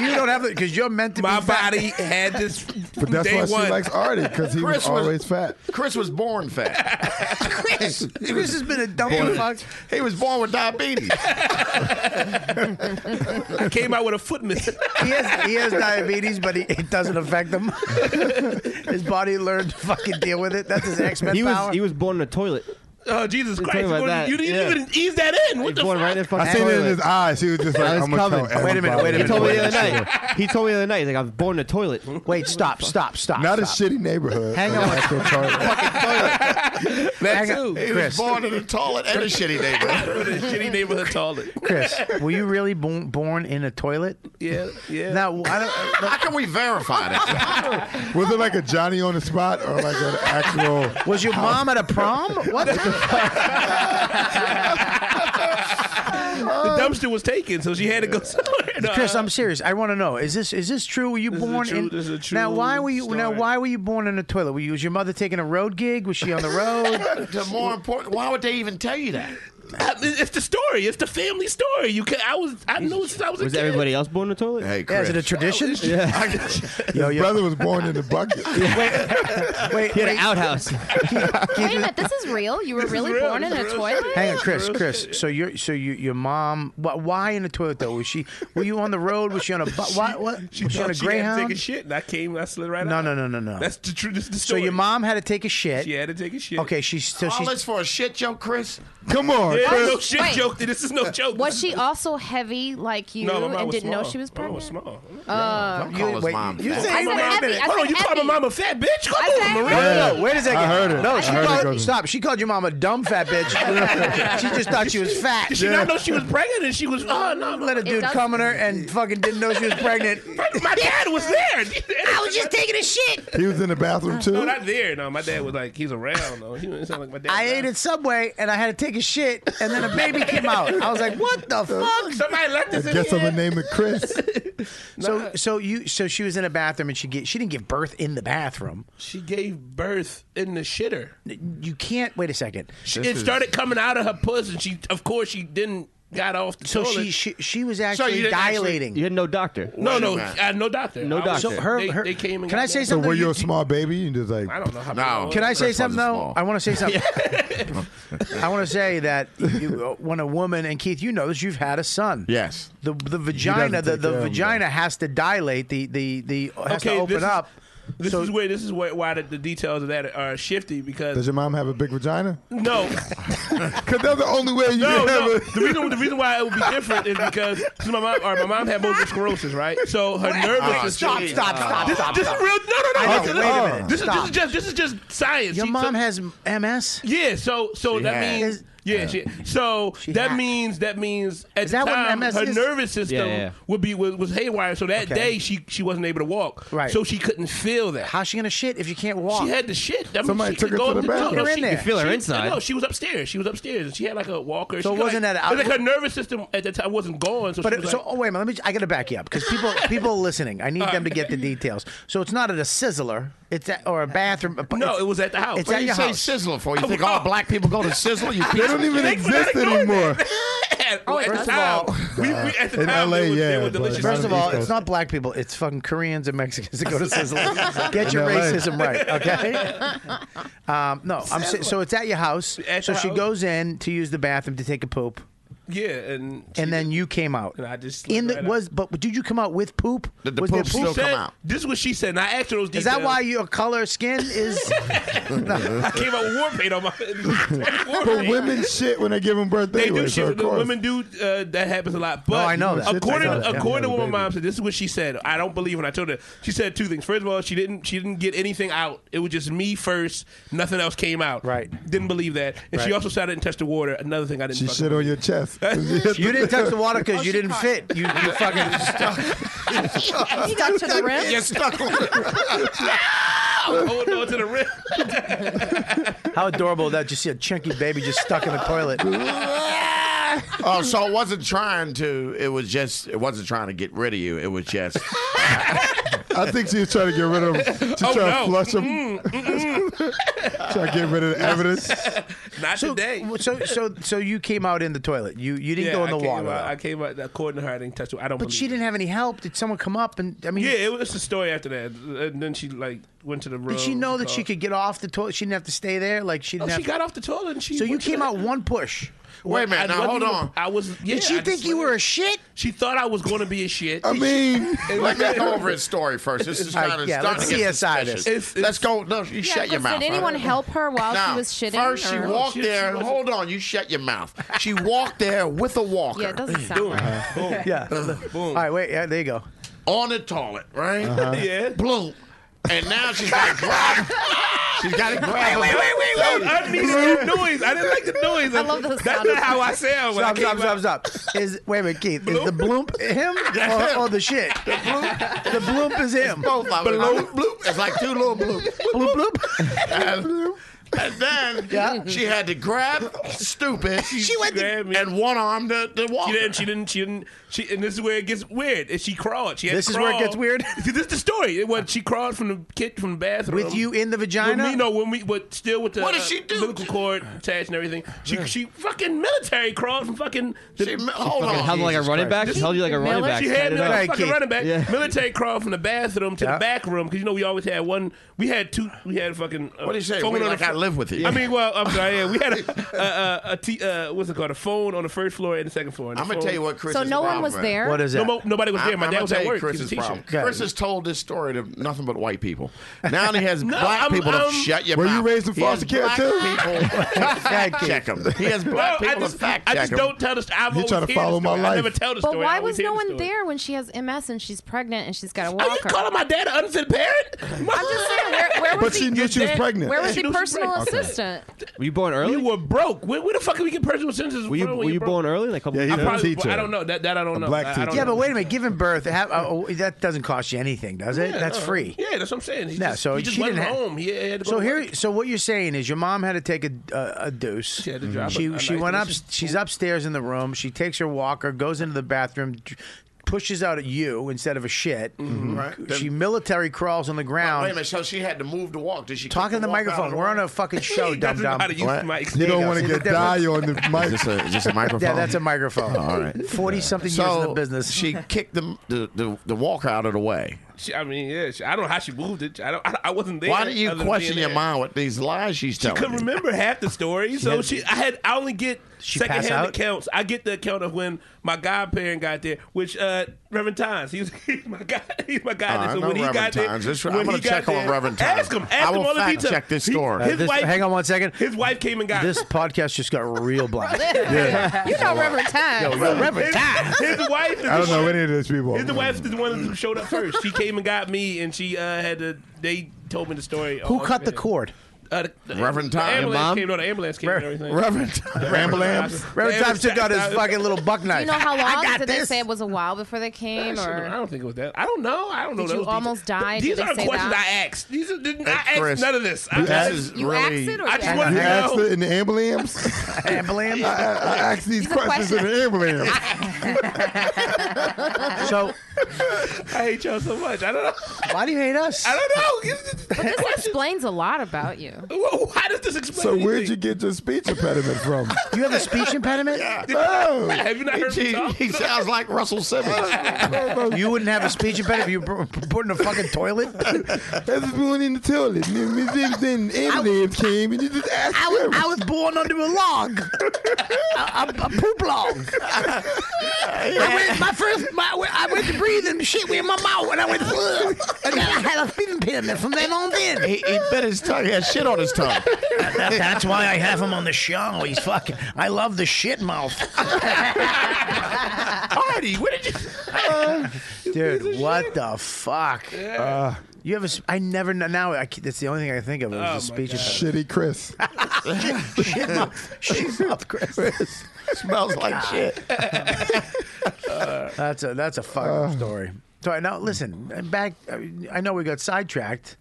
[SPEAKER 2] You don't have to because you're meant to
[SPEAKER 8] my
[SPEAKER 2] be fat."
[SPEAKER 8] body had this
[SPEAKER 10] But that's
[SPEAKER 8] day
[SPEAKER 10] why
[SPEAKER 8] one.
[SPEAKER 10] she likes Artie because he was
[SPEAKER 5] Chris was-
[SPEAKER 10] always fat.
[SPEAKER 5] Chris was born fat.
[SPEAKER 2] Chris, Chris has been a dumb fuck.
[SPEAKER 5] He was born with diabetes.
[SPEAKER 8] I came out with a foot missing.
[SPEAKER 2] He has, he has diabetes, but he, it doesn't affect him. his body learned to fucking deal with it. That's his X Men
[SPEAKER 6] He
[SPEAKER 2] power.
[SPEAKER 6] was he was born in a toilet.
[SPEAKER 8] Oh Jesus
[SPEAKER 6] Talking
[SPEAKER 8] Christ! You,
[SPEAKER 6] about
[SPEAKER 8] wanna-
[SPEAKER 6] that,
[SPEAKER 8] you didn't
[SPEAKER 6] yeah.
[SPEAKER 8] even ease that in. What
[SPEAKER 6] He was
[SPEAKER 8] the
[SPEAKER 6] born
[SPEAKER 8] fuck?
[SPEAKER 6] right in the
[SPEAKER 10] I
[SPEAKER 6] fucking
[SPEAKER 10] seen it in
[SPEAKER 6] toilet.
[SPEAKER 10] his eyes. He was just
[SPEAKER 6] I
[SPEAKER 10] like,
[SPEAKER 6] was
[SPEAKER 10] I'm gonna
[SPEAKER 6] coming.
[SPEAKER 10] tell
[SPEAKER 2] Wait a minute, wait a
[SPEAKER 10] everybody."
[SPEAKER 6] He told me the
[SPEAKER 2] Wait
[SPEAKER 6] other night. He told me the other night. He's like, I was born in a toilet.
[SPEAKER 2] Wait, stop, stop, stop.
[SPEAKER 10] Not a
[SPEAKER 2] stop.
[SPEAKER 10] shitty neighborhood.
[SPEAKER 6] Hang
[SPEAKER 10] An
[SPEAKER 6] on.
[SPEAKER 10] actual toilet.
[SPEAKER 2] Hang on.
[SPEAKER 5] He was
[SPEAKER 2] Chris,
[SPEAKER 5] born in a toilet and a shitty neighborhood.
[SPEAKER 8] In a shitty neighborhood toilet.
[SPEAKER 2] Chris, were you really born, born in a toilet?
[SPEAKER 8] Yeah, yeah.
[SPEAKER 2] Now I don't.
[SPEAKER 5] How can we verify that?
[SPEAKER 10] Was it like a Johnny on the spot or like an actual?
[SPEAKER 2] Was your mom at a prom? What?
[SPEAKER 8] the dumpster was taken, so she had to go somewhere. No,
[SPEAKER 2] Chris,
[SPEAKER 8] I-
[SPEAKER 2] I'm serious. I want to know: is this is this true? Were you
[SPEAKER 8] This is a
[SPEAKER 2] born
[SPEAKER 8] true-
[SPEAKER 2] in?
[SPEAKER 8] this is a
[SPEAKER 2] now,
[SPEAKER 8] true
[SPEAKER 2] why were you? Now,
[SPEAKER 8] story.
[SPEAKER 2] why were you born in a toilet? Were you, was your mother taking a road gig? Was she on the road?
[SPEAKER 5] The more important, why would they even tell you that?
[SPEAKER 8] I- it's the story. It's the family story. You can. I was. I knew since I was a
[SPEAKER 6] Was
[SPEAKER 8] kid.
[SPEAKER 6] everybody else born in a toilet?
[SPEAKER 2] yeah, is it a tradition? Yeah. yo,
[SPEAKER 10] His
[SPEAKER 2] yo,
[SPEAKER 10] brother was born in the bucket.
[SPEAKER 2] wait,
[SPEAKER 6] He had an
[SPEAKER 2] wait.
[SPEAKER 6] outhouse.
[SPEAKER 7] Wait a minute, this is real? You were really
[SPEAKER 8] real,
[SPEAKER 7] born in
[SPEAKER 8] this
[SPEAKER 7] a
[SPEAKER 8] is real.
[SPEAKER 7] toilet?
[SPEAKER 2] Hang on, Chris. Chris, so your so you, your mom? Wh- why in the toilet though? Was she? Were you on the road? Was she on a? bu- why, what?
[SPEAKER 8] She
[SPEAKER 2] was she on
[SPEAKER 8] thought she had to
[SPEAKER 2] a
[SPEAKER 8] take a
[SPEAKER 2] Greyhound?
[SPEAKER 8] shit, and I came. I slid right
[SPEAKER 2] No,
[SPEAKER 8] out.
[SPEAKER 2] no, no, no, no.
[SPEAKER 8] That's the truth. This is the
[SPEAKER 2] So
[SPEAKER 8] story.
[SPEAKER 2] your mom had to take a shit.
[SPEAKER 8] She had to take a shit.
[SPEAKER 2] Okay, she's so
[SPEAKER 5] All
[SPEAKER 2] she's
[SPEAKER 5] this for a shit joke, Chris?
[SPEAKER 10] Come on,
[SPEAKER 8] Yeah,
[SPEAKER 10] Chris.
[SPEAKER 8] no shit
[SPEAKER 7] Wait.
[SPEAKER 8] joke. This is no joke.
[SPEAKER 7] Was she also heavy like you
[SPEAKER 8] No, my mom
[SPEAKER 7] and
[SPEAKER 8] was
[SPEAKER 7] didn't
[SPEAKER 8] small.
[SPEAKER 7] know she was
[SPEAKER 8] My mom
[SPEAKER 7] pregnant? Oh.
[SPEAKER 8] small.
[SPEAKER 5] Don't call his
[SPEAKER 2] wait,
[SPEAKER 5] mom.
[SPEAKER 2] you
[SPEAKER 5] fat.
[SPEAKER 2] say-
[SPEAKER 7] I
[SPEAKER 2] Wait a
[SPEAKER 7] said
[SPEAKER 2] minute.
[SPEAKER 7] heavy. I
[SPEAKER 8] Hold
[SPEAKER 7] said
[SPEAKER 8] on, you call my
[SPEAKER 7] heavy.
[SPEAKER 8] mom a fat bitch? Come
[SPEAKER 7] I said
[SPEAKER 8] on, Maria.
[SPEAKER 7] heavy.
[SPEAKER 2] No, no, wait a second.
[SPEAKER 10] I heard it.
[SPEAKER 2] No,
[SPEAKER 10] I
[SPEAKER 2] she
[SPEAKER 10] heard it
[SPEAKER 2] called,
[SPEAKER 10] goes-
[SPEAKER 2] stop. She called your mom a dumb fat bitch. she just thought she was fat.
[SPEAKER 8] Did she not know she was pregnant? And she was. Oh no,
[SPEAKER 2] Let a dude
[SPEAKER 7] does-
[SPEAKER 2] come on her and fucking didn't know she was pregnant.
[SPEAKER 8] my dad was there. I was just taking a shit.
[SPEAKER 10] He was in the bathroom
[SPEAKER 8] No,
[SPEAKER 10] too.
[SPEAKER 8] not there. No, my dad was like, he's around though. He didn't sound like my dad.
[SPEAKER 2] I ate at Subway and I had to take a shit and then a baby came out. I was like, what the fuck?
[SPEAKER 8] Somebody left this in
[SPEAKER 10] Guess I'm
[SPEAKER 8] here.
[SPEAKER 10] gonna name it Chris.
[SPEAKER 2] So so you so she was in a bathroom and she get, she didn't give birth in the bathroom.
[SPEAKER 8] She gave birth in the shitter.
[SPEAKER 2] You can't wait a second.
[SPEAKER 8] She, it started coming out of her puss, and she, of course, she didn't got off the
[SPEAKER 2] So
[SPEAKER 8] toilet.
[SPEAKER 2] she she, she was actually
[SPEAKER 5] didn't actually-
[SPEAKER 2] dilating.
[SPEAKER 6] You had no doctor.
[SPEAKER 8] no, no, uh, no doctor,
[SPEAKER 6] No
[SPEAKER 8] I was-
[SPEAKER 6] doctor.
[SPEAKER 2] so her,
[SPEAKER 8] They,
[SPEAKER 2] her
[SPEAKER 8] they came. And
[SPEAKER 2] Can
[SPEAKER 8] got
[SPEAKER 2] I say
[SPEAKER 8] me.
[SPEAKER 10] So
[SPEAKER 2] something?
[SPEAKER 10] were
[SPEAKER 2] You-
[SPEAKER 10] you a small bay? and just like
[SPEAKER 8] I don't know how.
[SPEAKER 5] No.
[SPEAKER 8] big it
[SPEAKER 2] Can I
[SPEAKER 8] was.
[SPEAKER 2] say
[SPEAKER 5] Chris
[SPEAKER 2] something
[SPEAKER 5] wasn't
[SPEAKER 2] though?
[SPEAKER 5] small.
[SPEAKER 2] I want to say something. I want to say that you, uh, when a woman and Keith, you know this, you've had a son.
[SPEAKER 5] Yes.
[SPEAKER 2] The the vagina the,
[SPEAKER 10] take
[SPEAKER 2] the
[SPEAKER 10] care of him,
[SPEAKER 2] vagina has to dilate the the the uh, has
[SPEAKER 8] Okay,
[SPEAKER 2] to
[SPEAKER 8] this
[SPEAKER 2] open
[SPEAKER 8] is-
[SPEAKER 2] up.
[SPEAKER 8] This
[SPEAKER 2] So-
[SPEAKER 8] is where this is where, why the, the details of that are shifty
[SPEAKER 10] Does
[SPEAKER 8] because
[SPEAKER 10] your mom have a big vagina?
[SPEAKER 8] no,
[SPEAKER 10] Because that's the only way you
[SPEAKER 8] no,
[SPEAKER 10] can have
[SPEAKER 8] no.
[SPEAKER 10] a.
[SPEAKER 8] The reason the reason why it would be different is because 'cause my mom or my mom had multiple sclerosis, right? So her nervous system.
[SPEAKER 2] Stop! Stop! Stop!
[SPEAKER 8] This,
[SPEAKER 2] stop!
[SPEAKER 8] this is
[SPEAKER 2] stop.
[SPEAKER 8] real. No, no,
[SPEAKER 2] I
[SPEAKER 8] no.
[SPEAKER 2] know,
[SPEAKER 8] This,
[SPEAKER 2] wait a
[SPEAKER 8] is-
[SPEAKER 2] minute,
[SPEAKER 8] This, is- this
[SPEAKER 2] stop.
[SPEAKER 8] is just this is just science.
[SPEAKER 2] Your
[SPEAKER 8] She-
[SPEAKER 2] mom
[SPEAKER 8] so-
[SPEAKER 2] has MS.
[SPEAKER 8] Yeah, so so that
[SPEAKER 5] had-
[SPEAKER 8] means
[SPEAKER 2] Is-
[SPEAKER 8] yeah, she, so
[SPEAKER 2] She
[SPEAKER 8] that
[SPEAKER 2] had-
[SPEAKER 8] means that means at
[SPEAKER 2] Is
[SPEAKER 8] the
[SPEAKER 2] that what
[SPEAKER 8] time
[SPEAKER 2] MS
[SPEAKER 8] her
[SPEAKER 2] is?
[SPEAKER 8] nervous system
[SPEAKER 6] Yeah, yeah.
[SPEAKER 8] would be was, was haywire. So that
[SPEAKER 2] Okay.
[SPEAKER 8] day she she wasn't able to walk,
[SPEAKER 2] Right.
[SPEAKER 8] So she couldn't feel that.
[SPEAKER 2] How's she gonna shit if you can't walk?
[SPEAKER 8] She had the shit. I mean,
[SPEAKER 10] Somebody
[SPEAKER 8] she
[SPEAKER 10] took her
[SPEAKER 8] could go
[SPEAKER 10] to the
[SPEAKER 8] up no,
[SPEAKER 10] bathroom.
[SPEAKER 8] no,
[SPEAKER 2] You're
[SPEAKER 8] she-
[SPEAKER 2] in there.
[SPEAKER 6] You feel her
[SPEAKER 8] she-
[SPEAKER 6] inside.
[SPEAKER 8] No, she was upstairs. She was upstairs, and she had like a walker.
[SPEAKER 2] So
[SPEAKER 8] She
[SPEAKER 2] it
[SPEAKER 8] got,
[SPEAKER 2] wasn't
[SPEAKER 8] like,
[SPEAKER 2] that
[SPEAKER 8] it was
[SPEAKER 2] out-
[SPEAKER 8] like her nervous system at that time wasn't going. So
[SPEAKER 2] But
[SPEAKER 8] she
[SPEAKER 2] it,
[SPEAKER 8] was
[SPEAKER 2] so,
[SPEAKER 8] like,
[SPEAKER 2] oh wait a minute. Let me. I gotta back you up because people, people listening, I need them to get the details. So it's not at a sizzler. It's at, or a bathroom.
[SPEAKER 8] no, it was at the house.
[SPEAKER 2] it's
[SPEAKER 5] What
[SPEAKER 2] at
[SPEAKER 5] do you
[SPEAKER 2] your
[SPEAKER 5] say
[SPEAKER 2] house.
[SPEAKER 5] sizzler for? You think all black people go to sizzler? You Oh,
[SPEAKER 10] They don't even
[SPEAKER 8] Thanks for not
[SPEAKER 10] exist
[SPEAKER 8] ignoring
[SPEAKER 10] anymore.
[SPEAKER 8] that. Well, at the
[SPEAKER 2] First of
[SPEAKER 8] time,
[SPEAKER 2] all-
[SPEAKER 8] we, we, at the
[SPEAKER 10] Uh, In
[SPEAKER 8] time,
[SPEAKER 10] LA,
[SPEAKER 8] they were,
[SPEAKER 10] yeah,
[SPEAKER 8] they were
[SPEAKER 10] but-
[SPEAKER 8] delicious.
[SPEAKER 10] Down
[SPEAKER 2] First
[SPEAKER 10] on
[SPEAKER 2] of
[SPEAKER 10] the
[SPEAKER 2] all,
[SPEAKER 10] East
[SPEAKER 2] it's
[SPEAKER 10] Coast.
[SPEAKER 2] not black people. It's fucking Koreans and Mexicans that go to Sizzler. Get your
[SPEAKER 10] Yeah, right.
[SPEAKER 2] racism right, okay? Um, no, I'm si- so it's at your house.
[SPEAKER 8] At
[SPEAKER 2] so
[SPEAKER 8] the
[SPEAKER 2] she
[SPEAKER 8] house.
[SPEAKER 2] goes in to use the bathroom to take a poop.
[SPEAKER 8] Yeah, and
[SPEAKER 2] and then you came out.
[SPEAKER 8] And I just slid
[SPEAKER 2] in the
[SPEAKER 8] right out.
[SPEAKER 2] was but did you come out with poop?
[SPEAKER 8] The,
[SPEAKER 2] was there
[SPEAKER 8] she said, This is what she said, and I asked her those details.
[SPEAKER 2] Is that why your color skin is?
[SPEAKER 8] I came out with war paint on my. war
[SPEAKER 10] But
[SPEAKER 8] paint.
[SPEAKER 10] women shit when they give them birthday.
[SPEAKER 8] They do
[SPEAKER 10] weight, so
[SPEAKER 8] shit.
[SPEAKER 10] of
[SPEAKER 8] the
[SPEAKER 10] course.
[SPEAKER 8] women do. Uh, that happens a lot. But
[SPEAKER 2] Oh, I know that.
[SPEAKER 8] According,
[SPEAKER 2] I know that, yeah.
[SPEAKER 8] according to
[SPEAKER 2] Yeah,
[SPEAKER 8] what my
[SPEAKER 2] baby.
[SPEAKER 8] mom said, this is what she said. I don't believe when I told her. She said two things. First of all, she didn't. She didn't get anything out. It was just me first. Nothing else came out. Right. Didn't believe that. And she
[SPEAKER 10] Right.
[SPEAKER 8] also said I didn't touch the water. Another thing I didn't.
[SPEAKER 10] She "Oh,
[SPEAKER 8] fucking Oh,
[SPEAKER 10] shit on your chest.
[SPEAKER 2] you didn't touch the water because you didn't fit. You, you fucking
[SPEAKER 7] He got to the rim.
[SPEAKER 8] You're stuck on the Hold on to the rim.
[SPEAKER 2] How adorable that you see a chunky baby just stuck in the toilet.
[SPEAKER 5] Oh, so it wasn't trying to. It was just. It wasn't trying to get rid of you. It was just.
[SPEAKER 10] I think she was trying to get rid of him. She
[SPEAKER 5] Oh,
[SPEAKER 10] tried
[SPEAKER 5] no.
[SPEAKER 10] to flush
[SPEAKER 8] Mm.
[SPEAKER 10] him. trying to get rid of the evidence.
[SPEAKER 8] Not
[SPEAKER 2] so, today. So so so you came out in the toilet. You you didn't
[SPEAKER 8] Yeah,
[SPEAKER 2] go in
[SPEAKER 8] I
[SPEAKER 2] the
[SPEAKER 8] came
[SPEAKER 2] water.
[SPEAKER 8] out- I came out. According to her, I didn't touch the. I don't.
[SPEAKER 2] But
[SPEAKER 8] believe
[SPEAKER 2] she didn't have any help. Did someone come up and I mean?
[SPEAKER 8] yeah, it was a story after that, and then she like went to the room.
[SPEAKER 2] Did she know that
[SPEAKER 8] called-
[SPEAKER 2] she could get off the toilet? She didn't have to stay there. Like she
[SPEAKER 8] Oh,
[SPEAKER 2] didn't.
[SPEAKER 8] she
[SPEAKER 2] have
[SPEAKER 8] got off the toilet and she.
[SPEAKER 2] So you
[SPEAKER 8] went to
[SPEAKER 2] came
[SPEAKER 8] the-
[SPEAKER 2] out one push.
[SPEAKER 8] Well, I wasn't even- I was. Yeah,
[SPEAKER 2] Did she
[SPEAKER 8] I
[SPEAKER 2] think
[SPEAKER 8] just
[SPEAKER 2] you
[SPEAKER 8] went-
[SPEAKER 2] were a shit?
[SPEAKER 8] She thought I was going to be a shit.
[SPEAKER 10] I mean,
[SPEAKER 5] Let me go over his story first. This is
[SPEAKER 8] All right,
[SPEAKER 5] kind of
[SPEAKER 8] yeah,
[SPEAKER 5] starting
[SPEAKER 8] let's
[SPEAKER 5] to get
[SPEAKER 8] CSI this.
[SPEAKER 5] suspicious. let's go. No, you
[SPEAKER 7] Yeah,
[SPEAKER 5] shut your
[SPEAKER 7] 'cause
[SPEAKER 5] mouth.
[SPEAKER 7] Did anyone
[SPEAKER 5] right?
[SPEAKER 7] help her while
[SPEAKER 5] Now,
[SPEAKER 7] she was shitting?
[SPEAKER 5] First, she
[SPEAKER 7] or-
[SPEAKER 5] walked there. hold on, you shut your mouth. She walked there with a walker.
[SPEAKER 7] Yeah, it doesn't sound right.
[SPEAKER 2] Uh-huh. Yeah. All right, wait. Yeah, there you go.
[SPEAKER 5] On the toilet, right?
[SPEAKER 2] Uh-huh.
[SPEAKER 8] Yeah.
[SPEAKER 5] Bloom. And now she's got to grab. She's got to grab.
[SPEAKER 8] Wait, wait, wait, wait! I needed that noise. I didn't like the noise.
[SPEAKER 2] I love those
[SPEAKER 8] That's
[SPEAKER 2] sound
[SPEAKER 8] not how I sound. When I
[SPEAKER 2] Stop,
[SPEAKER 8] came
[SPEAKER 2] stop,
[SPEAKER 8] out.
[SPEAKER 2] stop, stop. Is, wait a minute, Keith. Is the bloomp him or, or the shit? The bloomp, the bloomp is him.
[SPEAKER 5] both of them. Bloop, bloop. It's like two little bloops.
[SPEAKER 2] Bloop, bloop.
[SPEAKER 5] And, and then
[SPEAKER 2] Yeah.
[SPEAKER 5] she had to grab stupid. She went
[SPEAKER 8] grabbed me.
[SPEAKER 5] and one arm the, the walker.
[SPEAKER 8] She didn't. She didn't. She didn't. She and this is where it gets weird. And she crawled. She had
[SPEAKER 2] This
[SPEAKER 8] to
[SPEAKER 2] is where it
[SPEAKER 8] crawl.
[SPEAKER 2] gets weird?
[SPEAKER 8] See, this is the story. It was she crawled from the kid from the bathroom
[SPEAKER 2] With you in the vagina?
[SPEAKER 8] With me, no, when we, but still with the
[SPEAKER 5] What did she do?
[SPEAKER 8] umbilical cord attached and everything. She she fucking military crawled from fucking. The,
[SPEAKER 5] She mi- hold
[SPEAKER 6] Fucking
[SPEAKER 5] on.
[SPEAKER 6] held like a running back. Held you like a running back.
[SPEAKER 8] She had
[SPEAKER 6] tied
[SPEAKER 8] me
[SPEAKER 6] it
[SPEAKER 8] like a
[SPEAKER 6] up.
[SPEAKER 8] fucking running back.
[SPEAKER 6] Yeah.
[SPEAKER 8] Military crawled from the bathroom to the back room because you know we always had one. We had two. We had fucking. Uh,
[SPEAKER 5] What do you say?
[SPEAKER 8] phone
[SPEAKER 5] We
[SPEAKER 8] on the
[SPEAKER 5] like I
[SPEAKER 8] fr-
[SPEAKER 5] live with you.
[SPEAKER 8] I mean, well, I'm sorry. Yeah, we had a, a, a, a t, uh, what's it called? A phone on the first floor and the second floor. And the
[SPEAKER 5] I'm gonna
[SPEAKER 8] phone-
[SPEAKER 5] tell you what Chris.
[SPEAKER 7] So no one was there.
[SPEAKER 2] What is
[SPEAKER 8] No,
[SPEAKER 2] that?
[SPEAKER 8] mo- nobody was there.
[SPEAKER 5] I'm,
[SPEAKER 8] My
[SPEAKER 5] I'm
[SPEAKER 8] dad
[SPEAKER 5] gonna
[SPEAKER 8] was
[SPEAKER 5] tell
[SPEAKER 8] at
[SPEAKER 5] you
[SPEAKER 8] work. He was
[SPEAKER 5] Chris's
[SPEAKER 8] a teacher.
[SPEAKER 5] problem. Chris has told this story to nothing but white people. Now he has
[SPEAKER 8] No,
[SPEAKER 5] black
[SPEAKER 8] I'm-
[SPEAKER 5] people to
[SPEAKER 8] I'm-
[SPEAKER 5] shut your
[SPEAKER 10] Were you
[SPEAKER 5] mouth.
[SPEAKER 10] raised in
[SPEAKER 5] He has
[SPEAKER 10] foster care,
[SPEAKER 5] black
[SPEAKER 10] too?
[SPEAKER 5] People fact check him. He has black
[SPEAKER 8] No, I
[SPEAKER 5] people
[SPEAKER 8] just,
[SPEAKER 5] to fact
[SPEAKER 8] I
[SPEAKER 5] check
[SPEAKER 8] just
[SPEAKER 5] him.
[SPEAKER 8] don't tell the story. I'm
[SPEAKER 10] You
[SPEAKER 8] always
[SPEAKER 10] trying to
[SPEAKER 8] hear the
[SPEAKER 10] follow my
[SPEAKER 8] story. I
[SPEAKER 10] life.
[SPEAKER 8] never tell the
[SPEAKER 7] But
[SPEAKER 8] story. I
[SPEAKER 7] why
[SPEAKER 8] always
[SPEAKER 7] was
[SPEAKER 8] hear
[SPEAKER 7] no
[SPEAKER 8] the
[SPEAKER 7] one
[SPEAKER 8] story.
[SPEAKER 7] there when she has MS and she's pregnant and she's got a
[SPEAKER 8] Are you
[SPEAKER 7] walker?
[SPEAKER 8] calling my dad an unfit parent?
[SPEAKER 7] I'm just saying, where, where was
[SPEAKER 10] But she
[SPEAKER 7] the,
[SPEAKER 10] knew she was pregnant.
[SPEAKER 7] where was
[SPEAKER 8] She
[SPEAKER 7] the
[SPEAKER 8] knew she was
[SPEAKER 7] personal
[SPEAKER 8] pregnant. Okay.
[SPEAKER 7] assistant?
[SPEAKER 6] Were you born
[SPEAKER 8] We
[SPEAKER 6] early?
[SPEAKER 8] were broke. Where, where the fuck did we get personal sentences
[SPEAKER 6] Were you, were you born early? Like a couple
[SPEAKER 10] Yeah, he
[SPEAKER 8] I
[SPEAKER 10] was a
[SPEAKER 8] probably,
[SPEAKER 10] teacher.
[SPEAKER 8] I don't know. That, that I don't know.
[SPEAKER 10] black
[SPEAKER 8] I- I don't
[SPEAKER 10] teacher.
[SPEAKER 2] Yeah,
[SPEAKER 8] know.
[SPEAKER 2] but wait a minute. Giving birth, have, oh, oh, that doesn't cost you anything, does it?
[SPEAKER 8] Yeah,
[SPEAKER 2] That's
[SPEAKER 8] uh,
[SPEAKER 2] free.
[SPEAKER 8] Yeah, that's what I'm saying. He
[SPEAKER 2] No,
[SPEAKER 8] just,
[SPEAKER 2] so
[SPEAKER 8] he just
[SPEAKER 2] she
[SPEAKER 8] wasn't
[SPEAKER 2] didn't have-
[SPEAKER 8] home. He had to go
[SPEAKER 2] So
[SPEAKER 8] to
[SPEAKER 2] here,
[SPEAKER 8] work.
[SPEAKER 2] so what you're saying is your mom had to take a a, a deuce.
[SPEAKER 8] She had to drop
[SPEAKER 2] She
[SPEAKER 8] a- a
[SPEAKER 2] she
[SPEAKER 8] nice
[SPEAKER 2] went up.
[SPEAKER 8] deuce.
[SPEAKER 2] She's upstairs in the room. She takes her walker, goes into the bathroom, d- pushes out at you instead of a shit.
[SPEAKER 8] Mm-hmm.
[SPEAKER 2] She military crawls on the
[SPEAKER 5] Wait
[SPEAKER 2] ground.
[SPEAKER 5] a minute. So she had to move the walk. Did she
[SPEAKER 2] Talking to the microphone. We're on a fucking show,
[SPEAKER 8] He doesn't know
[SPEAKER 2] dum dum.
[SPEAKER 8] how to use
[SPEAKER 5] What?
[SPEAKER 8] mics.
[SPEAKER 10] You don't
[SPEAKER 2] you
[SPEAKER 10] want
[SPEAKER 2] go.
[SPEAKER 10] to
[SPEAKER 2] See
[SPEAKER 10] get
[SPEAKER 2] the difference?
[SPEAKER 10] die on the mic.
[SPEAKER 5] Is this a, is this a microphone?
[SPEAKER 2] Yeah, that's a microphone. All right. Forty something years in the business.
[SPEAKER 5] she kicked the the, the the walker out of the way.
[SPEAKER 8] She, I mean, yeah. She, I don't know how she moved it. I don't. I, I wasn't there.
[SPEAKER 5] Why do you
[SPEAKER 8] other than
[SPEAKER 5] question
[SPEAKER 8] being
[SPEAKER 5] your
[SPEAKER 8] there.
[SPEAKER 5] mom with these lies she's
[SPEAKER 8] She
[SPEAKER 5] telling?
[SPEAKER 8] couldn't
[SPEAKER 5] you?
[SPEAKER 8] remember half the story, so she. I had. I only get
[SPEAKER 2] She pass
[SPEAKER 8] secondhand
[SPEAKER 2] out?
[SPEAKER 8] accounts. I get the account of when my godparent got there, which uh, Reverend Tynes. He was he's my guy. He's my guy.
[SPEAKER 5] Uh, I
[SPEAKER 8] so
[SPEAKER 5] know
[SPEAKER 8] when he
[SPEAKER 5] Reverend
[SPEAKER 8] got
[SPEAKER 5] Tynes.
[SPEAKER 8] there,
[SPEAKER 5] This- I'm
[SPEAKER 8] when
[SPEAKER 5] gonna
[SPEAKER 8] he got
[SPEAKER 5] check on
[SPEAKER 8] there-
[SPEAKER 5] Reverend
[SPEAKER 8] Ask
[SPEAKER 5] Tynes.
[SPEAKER 8] him. Ask
[SPEAKER 5] I
[SPEAKER 8] him
[SPEAKER 5] will
[SPEAKER 8] all the
[SPEAKER 5] fact
[SPEAKER 8] details.
[SPEAKER 5] check this
[SPEAKER 8] He-
[SPEAKER 5] story.
[SPEAKER 8] his
[SPEAKER 2] Uh, this-
[SPEAKER 8] wife,
[SPEAKER 2] hang on one second.
[SPEAKER 8] His wife came and got
[SPEAKER 2] This podcast just got real black.
[SPEAKER 7] You know Reverend Time.
[SPEAKER 2] Reverend Todd.
[SPEAKER 8] His wife. Is
[SPEAKER 10] I don't
[SPEAKER 8] the
[SPEAKER 10] know
[SPEAKER 8] one-
[SPEAKER 10] any of these people.
[SPEAKER 8] His wife is the one who showed up first. She came and got me, and she uh, had to. They told me the story.
[SPEAKER 2] Who
[SPEAKER 8] on-
[SPEAKER 2] cut the cord?
[SPEAKER 8] Uh, the, the-
[SPEAKER 5] Reverend
[SPEAKER 8] the
[SPEAKER 5] Tom. Your
[SPEAKER 8] ambulance
[SPEAKER 6] mom?
[SPEAKER 8] came. No, the ambulance came and everything.
[SPEAKER 5] Reverend.
[SPEAKER 10] Ambulance.
[SPEAKER 2] Reverend Todd took out his fucking little buck
[SPEAKER 7] Do
[SPEAKER 2] knife.
[SPEAKER 7] you know how
[SPEAKER 2] I
[SPEAKER 7] long?
[SPEAKER 2] got
[SPEAKER 7] Did they
[SPEAKER 2] this.
[SPEAKER 7] say it was a while before they
[SPEAKER 8] I
[SPEAKER 7] came?
[SPEAKER 8] shouldn't- I
[SPEAKER 7] Or
[SPEAKER 8] don't think it was that. I don't know. I don't know.
[SPEAKER 7] Did
[SPEAKER 8] those
[SPEAKER 7] you
[SPEAKER 8] details.
[SPEAKER 7] almost
[SPEAKER 8] Th-
[SPEAKER 7] die? Did
[SPEAKER 8] These
[SPEAKER 7] they
[SPEAKER 8] are the
[SPEAKER 7] say
[SPEAKER 8] questions
[SPEAKER 7] that?
[SPEAKER 8] I asked. These are, didn't,
[SPEAKER 5] Hey,
[SPEAKER 8] I asked
[SPEAKER 5] Chris,
[SPEAKER 8] none of this. I
[SPEAKER 10] you
[SPEAKER 8] just,
[SPEAKER 10] asked-
[SPEAKER 7] you asked it, or
[SPEAKER 8] I
[SPEAKER 7] you
[SPEAKER 8] just
[SPEAKER 7] asked it?
[SPEAKER 8] wanna-
[SPEAKER 10] You
[SPEAKER 8] No.
[SPEAKER 10] asked it in the ambulance?
[SPEAKER 2] Ambulance?
[SPEAKER 10] I, I asked these
[SPEAKER 7] These are
[SPEAKER 10] questions in the ambulance.
[SPEAKER 2] so
[SPEAKER 8] I hate y'all so much. I don't know.
[SPEAKER 2] why do you hate us?
[SPEAKER 8] I don't know.
[SPEAKER 7] This explains a lot about you.
[SPEAKER 8] Whoa, How does does this explain?
[SPEAKER 10] So where'd
[SPEAKER 8] anything?
[SPEAKER 10] you get your speech impediment from?
[SPEAKER 2] You have a speech impediment? Oh.
[SPEAKER 10] No.
[SPEAKER 8] Have you not heard me talk?
[SPEAKER 5] He sounds like Russell Simmons.
[SPEAKER 2] You wouldn't have a speech impediment if you were put in a fucking toilet?
[SPEAKER 10] I just went in the toilet. and Miss Dixon and aliens came and you just asked
[SPEAKER 2] I was, I was born under a log, a, a, a poop log. I went my first, my, I went to breathe and shit went in my mouth, and I went, "Ugh." and then I had a speech impediment from then on. Then
[SPEAKER 5] he, he bit his tongue. He had shit on his tongue.
[SPEAKER 1] That- that's why I have him on the show. He's fucking. I love the shit mouth.
[SPEAKER 5] Artie, where did you?
[SPEAKER 2] dude, what the fuck? Uh, you have a, s- I never kn- now. I, c- that's the only thing I can think of
[SPEAKER 5] Oh
[SPEAKER 2] is a speech
[SPEAKER 10] shitty
[SPEAKER 2] impediment.
[SPEAKER 10] Chris.
[SPEAKER 2] Shit mouth, shit mouth, Chris.
[SPEAKER 5] Smells like shit.
[SPEAKER 2] That's a that's a fucked up story. Sorry, now listen. uh, Back, uh, I know we got sidetracked,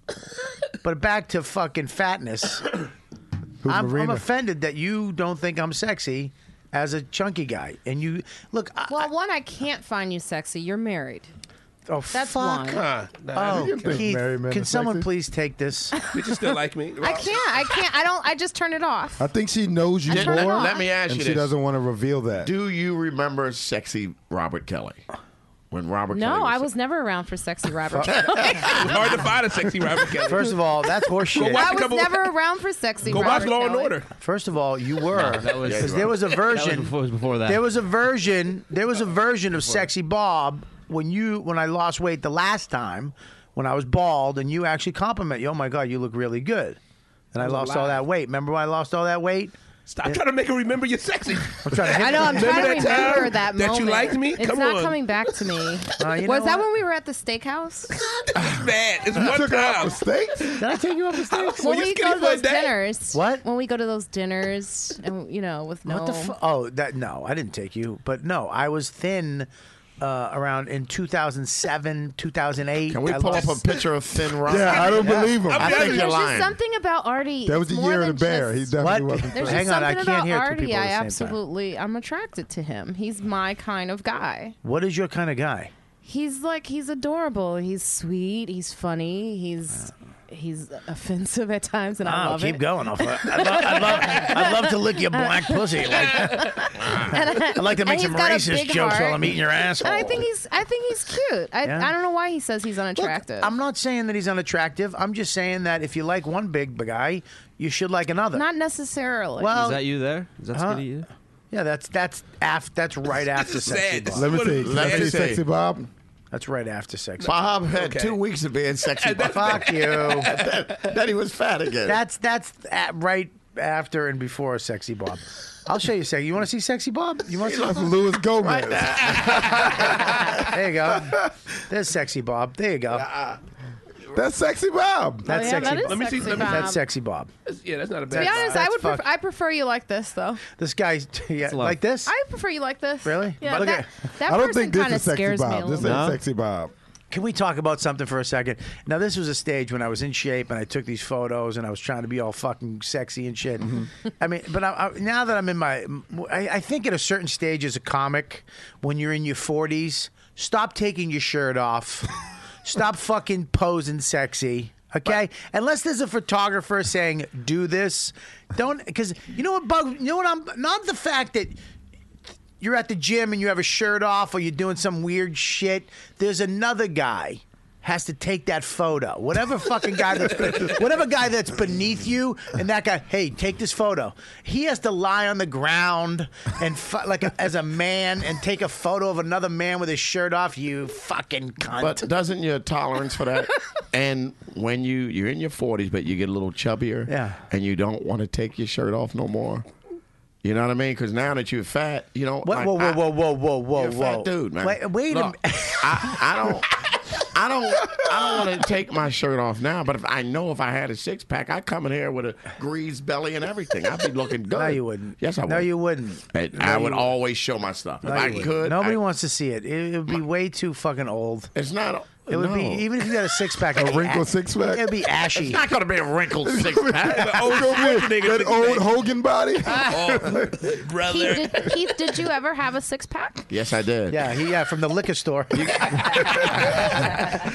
[SPEAKER 2] but back to fucking fatness.
[SPEAKER 10] Who's
[SPEAKER 2] I'm, I'm
[SPEAKER 10] Marina?
[SPEAKER 2] offended that you don't think I'm sexy as a chunky guy, and you look. I,
[SPEAKER 7] Well, one, I can't find you sexy. You're married.
[SPEAKER 2] oh,
[SPEAKER 7] That's
[SPEAKER 2] fuck.
[SPEAKER 7] one.
[SPEAKER 8] Huh, nah,
[SPEAKER 2] Oh,
[SPEAKER 10] You can think
[SPEAKER 2] Keith,
[SPEAKER 10] married men
[SPEAKER 2] can
[SPEAKER 10] are
[SPEAKER 2] someone
[SPEAKER 10] sexy.
[SPEAKER 2] please take this?
[SPEAKER 8] Did you still like me?
[SPEAKER 7] I can't. I can't. I don't. I just turn it off.
[SPEAKER 10] I think she knows you more.
[SPEAKER 7] I don't know.
[SPEAKER 5] Let me ask
[SPEAKER 10] and
[SPEAKER 5] you
[SPEAKER 10] she
[SPEAKER 5] this.
[SPEAKER 10] doesn't want to reveal that.
[SPEAKER 5] Do you remember sexy Robert Kelly? When Robert Kelly
[SPEAKER 7] No, I
[SPEAKER 5] was
[SPEAKER 7] was never around for sexy Robert. Kelly.
[SPEAKER 8] It's hard to find a sexy rapper. Kelly.
[SPEAKER 2] First of all, that's horseshit.
[SPEAKER 8] watch
[SPEAKER 7] I was
[SPEAKER 8] couple-
[SPEAKER 7] never around for sexy
[SPEAKER 8] go watch
[SPEAKER 7] Robert
[SPEAKER 8] Law and
[SPEAKER 7] Kelly.
[SPEAKER 8] Order.
[SPEAKER 2] First of all, you were
[SPEAKER 6] that was-
[SPEAKER 2] 'cause there was a
[SPEAKER 6] That was
[SPEAKER 2] version.
[SPEAKER 6] before, it was before that.
[SPEAKER 2] There was a version. There was a version of Sexy Bob when you when I lost weight the last time when I was bald and you actually compliment you. Oh my God, you look really good. And I lost all that weight. Remember when I lost all that weight?
[SPEAKER 8] Stop trying to make her remember you're sexy.
[SPEAKER 2] I'm trying to hit
[SPEAKER 7] I know. I'm trying to
[SPEAKER 8] Remember that time
[SPEAKER 7] remember that
[SPEAKER 8] that you
[SPEAKER 7] moment.
[SPEAKER 8] liked me?
[SPEAKER 7] It's
[SPEAKER 8] Come
[SPEAKER 7] not
[SPEAKER 8] on.
[SPEAKER 7] coming back to me.
[SPEAKER 1] Uh,
[SPEAKER 2] Oh, you
[SPEAKER 7] was
[SPEAKER 2] know
[SPEAKER 7] that
[SPEAKER 2] what?
[SPEAKER 7] when we were at the steakhouse?
[SPEAKER 8] Bad. It's one
[SPEAKER 10] Took her out
[SPEAKER 8] time.
[SPEAKER 10] for steaks?
[SPEAKER 2] Did I take you up a stage?
[SPEAKER 8] Were
[SPEAKER 7] when
[SPEAKER 8] you
[SPEAKER 7] we
[SPEAKER 8] skinny
[SPEAKER 7] go to
[SPEAKER 8] for a
[SPEAKER 7] those
[SPEAKER 8] day?
[SPEAKER 7] dinners.
[SPEAKER 2] What?
[SPEAKER 7] When we go to those dinners, and you know, with no.
[SPEAKER 2] What the fu- Oh, that no, I didn't take you. But no, I was thin uh, around in 2007, 2008.
[SPEAKER 5] Can we
[SPEAKER 2] I
[SPEAKER 5] pull
[SPEAKER 2] lost-
[SPEAKER 5] up a picture of Thin Robert?
[SPEAKER 10] Yeah, I don't believe him.
[SPEAKER 8] I
[SPEAKER 5] I think
[SPEAKER 7] There's
[SPEAKER 5] you're
[SPEAKER 7] just
[SPEAKER 5] lying.
[SPEAKER 7] something about Artie.
[SPEAKER 10] That was
[SPEAKER 7] it's
[SPEAKER 10] the
[SPEAKER 7] more
[SPEAKER 10] year of the
[SPEAKER 7] than
[SPEAKER 10] bear. He
[SPEAKER 7] just-
[SPEAKER 10] definitely
[SPEAKER 2] What?
[SPEAKER 10] wasn't.
[SPEAKER 7] There's
[SPEAKER 10] fat.
[SPEAKER 2] Hang
[SPEAKER 7] just
[SPEAKER 2] on, I
[SPEAKER 7] something
[SPEAKER 2] can't
[SPEAKER 7] about
[SPEAKER 2] hear two
[SPEAKER 7] Artie.
[SPEAKER 2] people at
[SPEAKER 7] I
[SPEAKER 2] the same time.
[SPEAKER 7] absolutely, I'm attracted to him. He's my kind of guy.
[SPEAKER 2] What is your kind of guy?
[SPEAKER 7] He's like, he's adorable. He's sweet. He's funny. He's he's offensive at times, and I
[SPEAKER 2] Oh,
[SPEAKER 7] love
[SPEAKER 2] keep
[SPEAKER 7] it. Uh,
[SPEAKER 2] going. I'll-
[SPEAKER 1] I'd love, I'd, love, I'd love to lick your black pussy. Like, I'd like to
[SPEAKER 7] and
[SPEAKER 1] make
[SPEAKER 7] he's
[SPEAKER 1] some
[SPEAKER 7] got a
[SPEAKER 1] racist
[SPEAKER 7] big
[SPEAKER 1] jokes while
[SPEAKER 7] heart.
[SPEAKER 1] I'm eating your asshole.
[SPEAKER 7] And I think he's I think he's cute. I,
[SPEAKER 2] Yeah.
[SPEAKER 7] I don't know why he says he's
[SPEAKER 2] Look,
[SPEAKER 7] unattractive.
[SPEAKER 2] I'm not saying that he's unattractive. I'm just saying that if you like one big guy, you should like another.
[SPEAKER 7] not necessarily.
[SPEAKER 6] Is
[SPEAKER 2] well,
[SPEAKER 6] that you there? Is that skinny you?
[SPEAKER 2] yeah, that's that's af- that's right after
[SPEAKER 8] is
[SPEAKER 2] sexy
[SPEAKER 8] sad.
[SPEAKER 2] Bob.
[SPEAKER 10] Let me
[SPEAKER 8] What
[SPEAKER 10] see.
[SPEAKER 8] is-
[SPEAKER 10] Can
[SPEAKER 8] let
[SPEAKER 10] I
[SPEAKER 8] me
[SPEAKER 10] see
[SPEAKER 8] see.
[SPEAKER 10] sexy Bob?
[SPEAKER 2] That's right after sexy.
[SPEAKER 5] Bob had
[SPEAKER 8] Okay.
[SPEAKER 5] two weeks of being sexy.
[SPEAKER 8] And that's-
[SPEAKER 5] Bob.
[SPEAKER 2] Fuck you.
[SPEAKER 5] then he was fat again.
[SPEAKER 2] That's that's at, right after and before sexy Bob. I'll show you sexy. You want to see sexy Bob? You want to see?
[SPEAKER 10] That's Louis Gomez.
[SPEAKER 2] There you go. There's sexy Bob. There you go.
[SPEAKER 10] That's sexy Bob.
[SPEAKER 2] That's
[SPEAKER 7] Oh, yeah,
[SPEAKER 2] sexy.
[SPEAKER 7] that is
[SPEAKER 2] Bob.
[SPEAKER 8] Let me see-
[SPEAKER 7] sexy
[SPEAKER 8] let me-
[SPEAKER 7] Bob.
[SPEAKER 2] That's sexy Bob.
[SPEAKER 8] Yeah, that's not a
[SPEAKER 7] To
[SPEAKER 8] bad.
[SPEAKER 7] be honest, I
[SPEAKER 2] That's
[SPEAKER 7] would
[SPEAKER 2] fuck.
[SPEAKER 7] prefer, I prefer you like this though.
[SPEAKER 2] This guy's yeah,
[SPEAKER 6] love.
[SPEAKER 2] like this.
[SPEAKER 7] I prefer you like this.
[SPEAKER 2] Really?
[SPEAKER 7] Yeah.
[SPEAKER 2] But look
[SPEAKER 7] that that
[SPEAKER 10] I don't
[SPEAKER 7] person
[SPEAKER 10] think this
[SPEAKER 7] kind
[SPEAKER 10] is
[SPEAKER 7] of
[SPEAKER 10] sexy
[SPEAKER 7] scares me a
[SPEAKER 10] Bob. This
[SPEAKER 7] little
[SPEAKER 10] ain't
[SPEAKER 7] bit.
[SPEAKER 6] No?
[SPEAKER 10] sexy Bob.
[SPEAKER 2] Can we talk about something for a second? Now, this was a stage when I was in shape and I took these photos and I was trying to be all fucking sexy and shit.
[SPEAKER 10] Mm-hmm.
[SPEAKER 2] I mean, but I, I, now that I'm in my, I, I think at a certain stage as a comic, when you're in your 40s, stop taking your shirt off, stop fucking posing sexy. Okay, unless there's a photographer saying do this, don't because you know what bug you know what I'm not the fact that you're at the gym and you have a shirt off or you're doing some weird shit. There's another guy has to take that photo. Whatever fucking guy that's whatever guy that's beneath you and that guy, hey, take this photo. He has to lie on the ground and fu- like as a man and take a photo of another man with his shirt off. You fucking cunt.
[SPEAKER 5] But doesn't your tolerance for that? and when you you're in your forties, but you get a little chubbier,
[SPEAKER 2] Yeah.
[SPEAKER 5] and you don't want to take your shirt off no more. You know what I mean? Because now that you're fat, you know.
[SPEAKER 2] Whoa,
[SPEAKER 5] like,
[SPEAKER 2] whoa,
[SPEAKER 5] I-
[SPEAKER 2] whoa, whoa, whoa, whoa, whoa,
[SPEAKER 5] You're a
[SPEAKER 2] whoa.
[SPEAKER 5] fat dude, man.
[SPEAKER 2] Wait, wait a
[SPEAKER 5] Look,
[SPEAKER 2] minute.
[SPEAKER 5] I, I don't. I don't. I don't want to take my shirt off now. But if I know if I had a six pack, I'd come in here with a greased belly and everything. I'd be looking good.
[SPEAKER 2] No, you wouldn't.
[SPEAKER 5] Yes, I would.
[SPEAKER 2] No, you wouldn't.
[SPEAKER 5] I, I would always show my stuff. if
[SPEAKER 2] No,
[SPEAKER 5] I
[SPEAKER 2] you wouldn't.
[SPEAKER 5] could,
[SPEAKER 2] Nobody
[SPEAKER 5] I-
[SPEAKER 2] wants to see it. It would be way too fucking old.
[SPEAKER 5] It's not.
[SPEAKER 2] It would be even if you had a six pack,
[SPEAKER 10] A wrinkled six pack?
[SPEAKER 2] It'd be ashy.
[SPEAKER 10] It's not
[SPEAKER 2] gonna be a wrinkled
[SPEAKER 10] six pack. that old Hogan body.
[SPEAKER 8] Oh, brother.
[SPEAKER 7] Keith did, Keith, did you ever have a six pack?
[SPEAKER 5] Yes, I did.
[SPEAKER 2] Yeah, he, yeah, from the liquor store.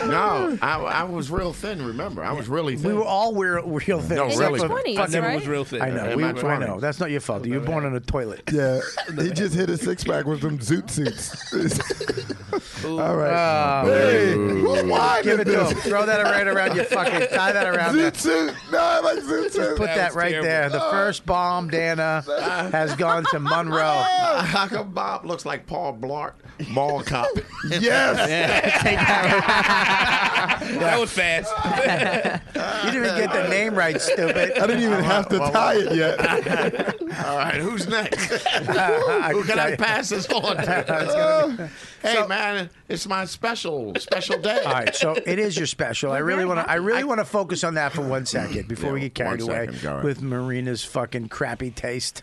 [SPEAKER 5] no, I, I was real thin. Remember, I was really thin.
[SPEAKER 2] We were all real, real thin.
[SPEAKER 5] No,
[SPEAKER 2] except
[SPEAKER 5] really.
[SPEAKER 2] for
[SPEAKER 5] In your 20s,
[SPEAKER 2] fucking-
[SPEAKER 5] right? I never was real thin.
[SPEAKER 2] I know.
[SPEAKER 5] In
[SPEAKER 2] We,
[SPEAKER 5] my
[SPEAKER 2] I
[SPEAKER 5] 20s.
[SPEAKER 2] know. That's not your fault. Oh, You were born in a toilet.
[SPEAKER 10] Yeah, he just hit a six pack with some zoot suits. All right.
[SPEAKER 2] Oh,
[SPEAKER 10] hey,
[SPEAKER 2] man.
[SPEAKER 10] what wine
[SPEAKER 2] Give
[SPEAKER 10] is
[SPEAKER 2] it to
[SPEAKER 10] this?
[SPEAKER 2] him. Throw that right around your fucking. Tie that around.
[SPEAKER 10] Zoot
[SPEAKER 2] there.
[SPEAKER 10] suit. No, I like zoot suit. Oh,
[SPEAKER 2] Just put that, right there. The first bomb, Dana, has gone to Monroe.
[SPEAKER 5] How come Bob looks like Paul Blart, Mall Cop?
[SPEAKER 2] Yes.
[SPEAKER 8] That was fast.
[SPEAKER 2] you didn't even get the name right, stupid.
[SPEAKER 10] I didn't even have to tie it yet.
[SPEAKER 5] All right, who's next? Who
[SPEAKER 2] can
[SPEAKER 5] can
[SPEAKER 2] tell
[SPEAKER 5] I
[SPEAKER 2] you.
[SPEAKER 5] pass this on to? hey, man, it's my special, special day.
[SPEAKER 2] All right, so it is your special. I really
[SPEAKER 5] very
[SPEAKER 2] want to. I
[SPEAKER 5] happy.
[SPEAKER 2] really want to focus on that for one second before
[SPEAKER 5] Yeah,
[SPEAKER 2] we get carried
[SPEAKER 5] one
[SPEAKER 2] away
[SPEAKER 5] second, go ahead.
[SPEAKER 2] with Marina's fucking crappy taste.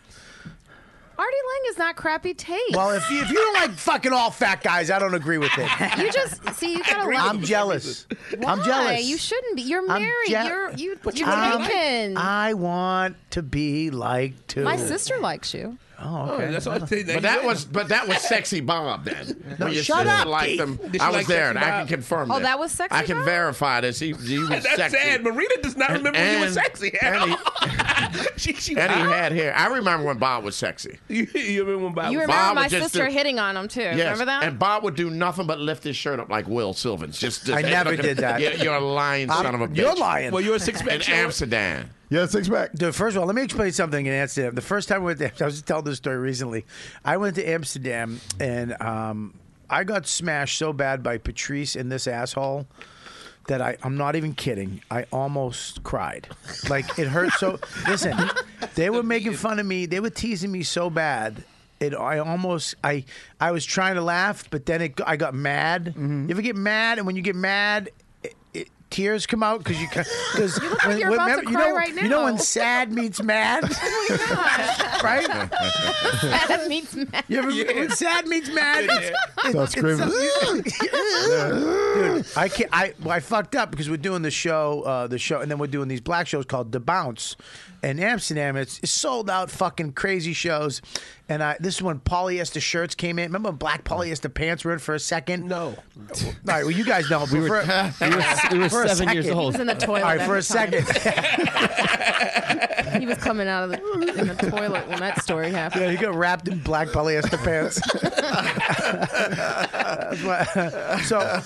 [SPEAKER 7] Artie Lang is not crappy taste.
[SPEAKER 2] Well, if you, if you don't like fucking all fat guys, I don't agree with it.
[SPEAKER 7] you just see, you gotta love.
[SPEAKER 2] I'm jealous. I'm
[SPEAKER 7] Why?
[SPEAKER 2] jealous.
[SPEAKER 7] You shouldn't be. You're
[SPEAKER 2] I'm
[SPEAKER 7] married.
[SPEAKER 2] je-
[SPEAKER 7] you're you.
[SPEAKER 2] But
[SPEAKER 7] You're
[SPEAKER 2] I'm-
[SPEAKER 7] Jamaican.
[SPEAKER 2] I want to be like too.
[SPEAKER 7] My sister likes you.
[SPEAKER 2] Oh,
[SPEAKER 8] Oh,
[SPEAKER 2] okay.
[SPEAKER 8] that's all I say.
[SPEAKER 5] But that was but that was sexy Bob then.
[SPEAKER 2] No,
[SPEAKER 5] When your
[SPEAKER 2] shut
[SPEAKER 5] sister
[SPEAKER 2] up,
[SPEAKER 5] liked
[SPEAKER 2] Keith.
[SPEAKER 5] him.
[SPEAKER 8] Did she
[SPEAKER 5] I was
[SPEAKER 8] like
[SPEAKER 5] there, and
[SPEAKER 8] sexy
[SPEAKER 5] I can
[SPEAKER 8] Bob?
[SPEAKER 5] confirm.
[SPEAKER 7] Oh, that was sexy
[SPEAKER 5] I can
[SPEAKER 7] Bob?
[SPEAKER 5] verify this. He, he was
[SPEAKER 8] That's
[SPEAKER 5] sexy.
[SPEAKER 8] sad. Marina does not remember when you were sexy.
[SPEAKER 5] And he,
[SPEAKER 8] she, she,
[SPEAKER 5] and he had hair. I remember when Bob was sexy.
[SPEAKER 8] you, you remember when Bob
[SPEAKER 7] You
[SPEAKER 8] was
[SPEAKER 7] remember
[SPEAKER 5] uh, Bob
[SPEAKER 7] my
[SPEAKER 5] would just
[SPEAKER 7] sister
[SPEAKER 5] do-
[SPEAKER 7] hitting on him too.
[SPEAKER 5] Yes.
[SPEAKER 7] Remember that?
[SPEAKER 5] And Bob would do nothing but lift his shirt up like Will Sylvans. Just, just
[SPEAKER 2] I never did that.
[SPEAKER 5] You're, you're a lying son of a bitch.
[SPEAKER 2] You're lying.
[SPEAKER 8] Well, you were six
[SPEAKER 5] In
[SPEAKER 8] pack
[SPEAKER 5] Amsterdam.
[SPEAKER 10] Yeah, six pack.
[SPEAKER 2] Dude, first of all, let me explain something in Amsterdam. The first time I went to I was just telling this story recently. I went to Amsterdam and um, I got smashed so bad by Patrice and this asshole that I, I'm not even kidding. I almost cried. Like it hurt so. Listen, they were making fun of me. They were teasing me so bad. It, I almost I I was trying to laugh, but then it, I got mad.
[SPEAKER 10] Mm-hmm.
[SPEAKER 2] You ever get mad, and when you get mad, it, it, tears come out because you because you
[SPEAKER 7] look like you're about to
[SPEAKER 2] you
[SPEAKER 7] cry
[SPEAKER 2] know
[SPEAKER 7] right
[SPEAKER 2] you know
[SPEAKER 7] now.
[SPEAKER 2] when sad meets mad, right?
[SPEAKER 7] that means mad.
[SPEAKER 2] You ever, when sad meets mad. it's-
[SPEAKER 10] Start screaming.
[SPEAKER 2] Dude, I can't. I well, I fucked up because we're doing the show, uh, the show, and then we're doing these black shows called The Bounce in Amsterdam. It's, it's sold out, fucking crazy shows. And I, this is when polyester shirts came in. Remember when black polyester pants were in for a second?
[SPEAKER 8] No.
[SPEAKER 2] All right. Well, you guys know. We were, for,
[SPEAKER 6] we were, we were
[SPEAKER 2] for a
[SPEAKER 6] seven years
[SPEAKER 2] second.
[SPEAKER 7] He was
[SPEAKER 6] old.
[SPEAKER 7] in the toilet.
[SPEAKER 2] all right, for
[SPEAKER 7] every
[SPEAKER 2] a second.
[SPEAKER 7] time. he was coming out of the in the toilet when that story happened.
[SPEAKER 2] yeah, he got wrapped in black polyester pants. so,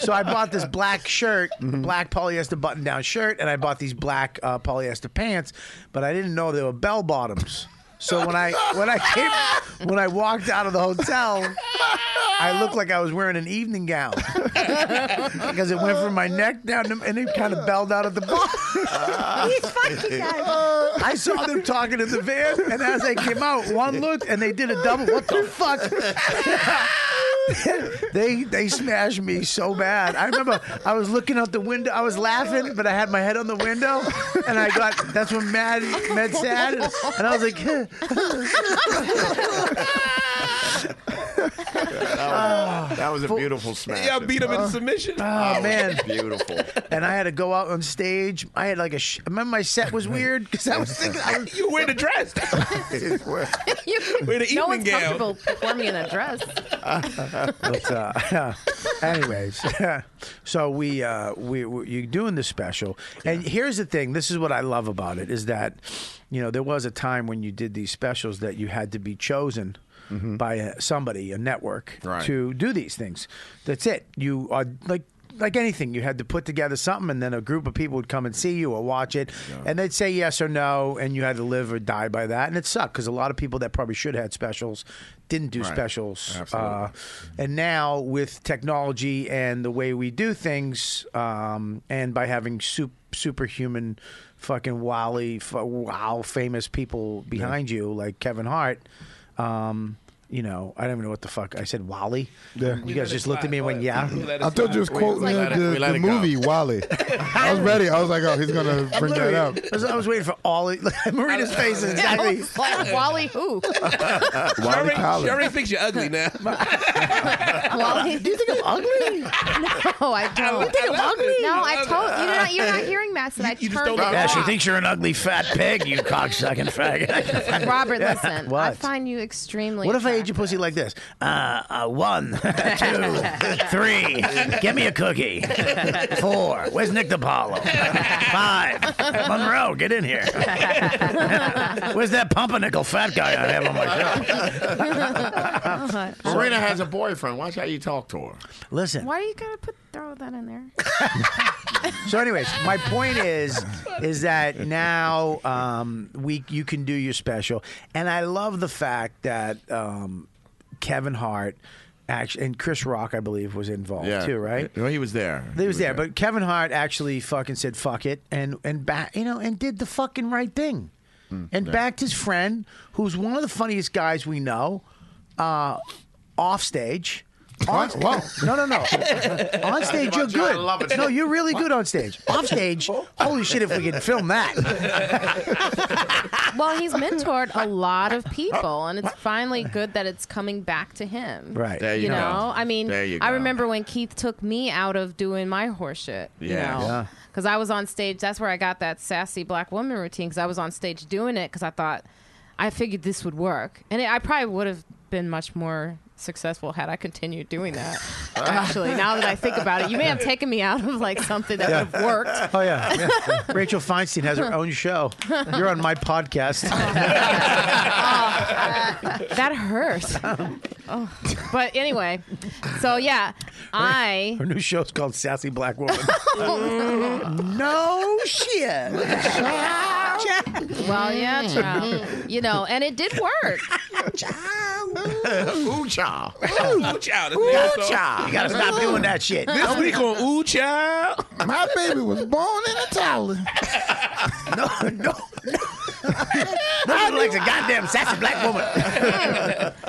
[SPEAKER 2] so I bought this black shirt, black polyester button-down shirt, and I bought these black uh, polyester pants, but I didn't know they were bell bottoms. So when I when I came when I walked out of the hotel, I looked like I was wearing an evening gown because it went from my neck down to, and it kind of belled out at the bottom. He's fucking I saw them talking in the van, and as I came out, one looked and they did a double. What the fuck? they they smashed me so bad. I remember I was looking out the window. I was laughing, but I had my head on the window, and I got that's when mad mad sad, and I was like.
[SPEAKER 5] That was a beautiful smash.
[SPEAKER 8] Yeah, I beat him in submission.
[SPEAKER 2] Oh, man.
[SPEAKER 5] Beautiful.
[SPEAKER 2] And I had to go out on stage. I had like a. Sh- remember my set was weird because I was thinking. I was,
[SPEAKER 8] you wear the dress.
[SPEAKER 7] You-
[SPEAKER 8] Wear the
[SPEAKER 7] no
[SPEAKER 8] evening
[SPEAKER 7] one's
[SPEAKER 8] gown.
[SPEAKER 7] comfortable performing in a dress.
[SPEAKER 2] but, uh, anyways, so we, uh, we we you're doing this special, and here's the thing. This is what I love about it is that, you know, there was a time when you did these specials that you had to be chosen. By a, somebody, a network,
[SPEAKER 5] Right.
[SPEAKER 2] to do these things. That's it. You are like like anything. You had to put together something, and then a group of people would come and see you or watch it, and they'd say yes or no, and you had to live or die by that. And it sucked because a lot of people that probably should have had specials didn't do specials. Uh, and now with technology and the way we do things, um, and by having sup- superhuman, fucking wally, f- wow, famous people behind you like Kevin Hart. Um, you know, I don't even know what the fuck I said. Wally.
[SPEAKER 10] Yeah.
[SPEAKER 2] You guys just looked at me and went, "Yeah."
[SPEAKER 10] I told you it was quoting
[SPEAKER 5] let it-
[SPEAKER 10] the,
[SPEAKER 5] we let
[SPEAKER 10] the
[SPEAKER 5] it go.
[SPEAKER 10] movie Wally. I was ready. I was like, oh, he's gonna bring that
[SPEAKER 2] Literally,
[SPEAKER 10] up.
[SPEAKER 2] I was, I was waiting for all Marina's face is exactly.
[SPEAKER 7] Like Wally who?
[SPEAKER 8] She
[SPEAKER 10] Wally
[SPEAKER 8] already, she
[SPEAKER 10] Collins.
[SPEAKER 8] already thinks you're ugly now.
[SPEAKER 2] I'm- do you think I'm ugly?
[SPEAKER 7] no, I don't.
[SPEAKER 2] You think I'm ugly?
[SPEAKER 7] No, I
[SPEAKER 2] I
[SPEAKER 7] told
[SPEAKER 2] love it.
[SPEAKER 7] you're not. You're not hearing that. So I turned it
[SPEAKER 1] Yeah, she
[SPEAKER 7] off.
[SPEAKER 1] thinks you're an ugly fat pig, you cocksucking faggot.
[SPEAKER 7] Robert, listen. I
[SPEAKER 1] What?
[SPEAKER 7] find you extremely.
[SPEAKER 1] What if I ate your pussy like this? Uh, uh, one, two, three. Get me a cookie. Four. Where's Nick DiPaolo? Five. Monroe, get in here. Where's that pumpernickel fat guy I have on my
[SPEAKER 7] God.
[SPEAKER 5] Marina has a boyfriend. Watch how you talk to her.
[SPEAKER 2] Listen.
[SPEAKER 7] Why do you gotta put throw that in there?
[SPEAKER 2] So, anyways, my point is, is that now um, we you can do your special, and I love the fact that um, Kevin Hart, actually, and Chris Rock, I believe, was involved
[SPEAKER 5] Yeah.
[SPEAKER 2] too, right?
[SPEAKER 5] No, he was there.
[SPEAKER 2] He was there, but Kevin Hart actually fucking said "fuck it" and and back, you know, and did the fucking right thing, and backed his friend, who's one of the funniest guys we know, uh, off stage. On,
[SPEAKER 5] Whoa.
[SPEAKER 2] No, no, no. On stage,
[SPEAKER 5] Talking
[SPEAKER 2] you're
[SPEAKER 5] about John
[SPEAKER 2] good.
[SPEAKER 5] Lovitz.
[SPEAKER 2] No, you're really good on stage. Off stage, holy shit! If we can film that,
[SPEAKER 7] well, he's mentored a lot of people, and it's finally good that it's coming back to him.
[SPEAKER 2] Oh. Right. There
[SPEAKER 7] you,
[SPEAKER 2] you
[SPEAKER 7] know,
[SPEAKER 2] go.
[SPEAKER 7] I mean,
[SPEAKER 2] There you
[SPEAKER 7] I
[SPEAKER 2] go.
[SPEAKER 7] remember when Keith took me out of doing my horseshit. You
[SPEAKER 2] Yeah. Yeah.
[SPEAKER 7] know, because I was on stage. That's where I got that sassy black woman routine. Because I was on stage doing it because I thought I figured this would work, and it, I probably would have been much more successful had I continued doing that. Actually, now that I think about it, you may have taken me out of like something that would have worked.
[SPEAKER 2] Oh yeah. Yeah. Rachel Feinstein has her own show. You're on my podcast.
[SPEAKER 7] that hurts. Oh. But anyway, so yeah, I.
[SPEAKER 2] Her new show's called Sassy Black Woman.
[SPEAKER 7] No
[SPEAKER 2] shit.
[SPEAKER 7] well, yeah,
[SPEAKER 5] Mm.
[SPEAKER 7] child. You know, and it did work.
[SPEAKER 5] Ooh, child.
[SPEAKER 8] Ooh, child.
[SPEAKER 5] Ooh, child.
[SPEAKER 1] You gotta stop doing that shit.
[SPEAKER 8] This week on Ooh, child.
[SPEAKER 10] My baby was born in a toddler.
[SPEAKER 1] No, no, no. Nobody likes a goddamn sassy black woman.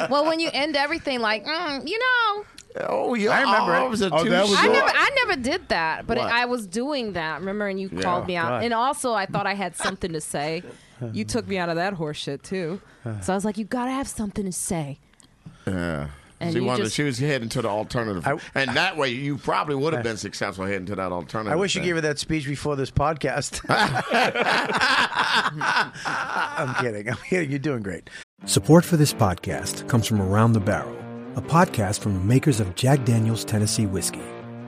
[SPEAKER 7] Well, when you end everything like, mm, you know,
[SPEAKER 5] Oh, yeah.
[SPEAKER 1] I remember
[SPEAKER 5] oh,
[SPEAKER 1] it.
[SPEAKER 5] I was a
[SPEAKER 1] Oh, that
[SPEAKER 5] two-
[SPEAKER 1] was
[SPEAKER 7] I
[SPEAKER 1] Sure.
[SPEAKER 7] never, I never did that, but
[SPEAKER 5] What?
[SPEAKER 7] I was doing that. Remember, and you
[SPEAKER 5] Yeah.
[SPEAKER 7] called me out,
[SPEAKER 5] God.
[SPEAKER 7] and also I thought I had something to say. You took me out of that horseshit too, so I was like, you gotta have something to say.
[SPEAKER 5] Yeah.
[SPEAKER 7] And
[SPEAKER 5] she
[SPEAKER 7] you
[SPEAKER 5] wanted.
[SPEAKER 7] just-
[SPEAKER 5] she was heading to the alternative, and that way you probably would have been successful heading to that alternative.
[SPEAKER 2] I wish you
[SPEAKER 5] thing.
[SPEAKER 2] gave her that speech before this podcast. I'm kidding. I'm kidding. You're doing great.
[SPEAKER 3] Support for this podcast comes from Around the Barrel, a podcast from the makers of Jack Daniels Tennessee Whiskey.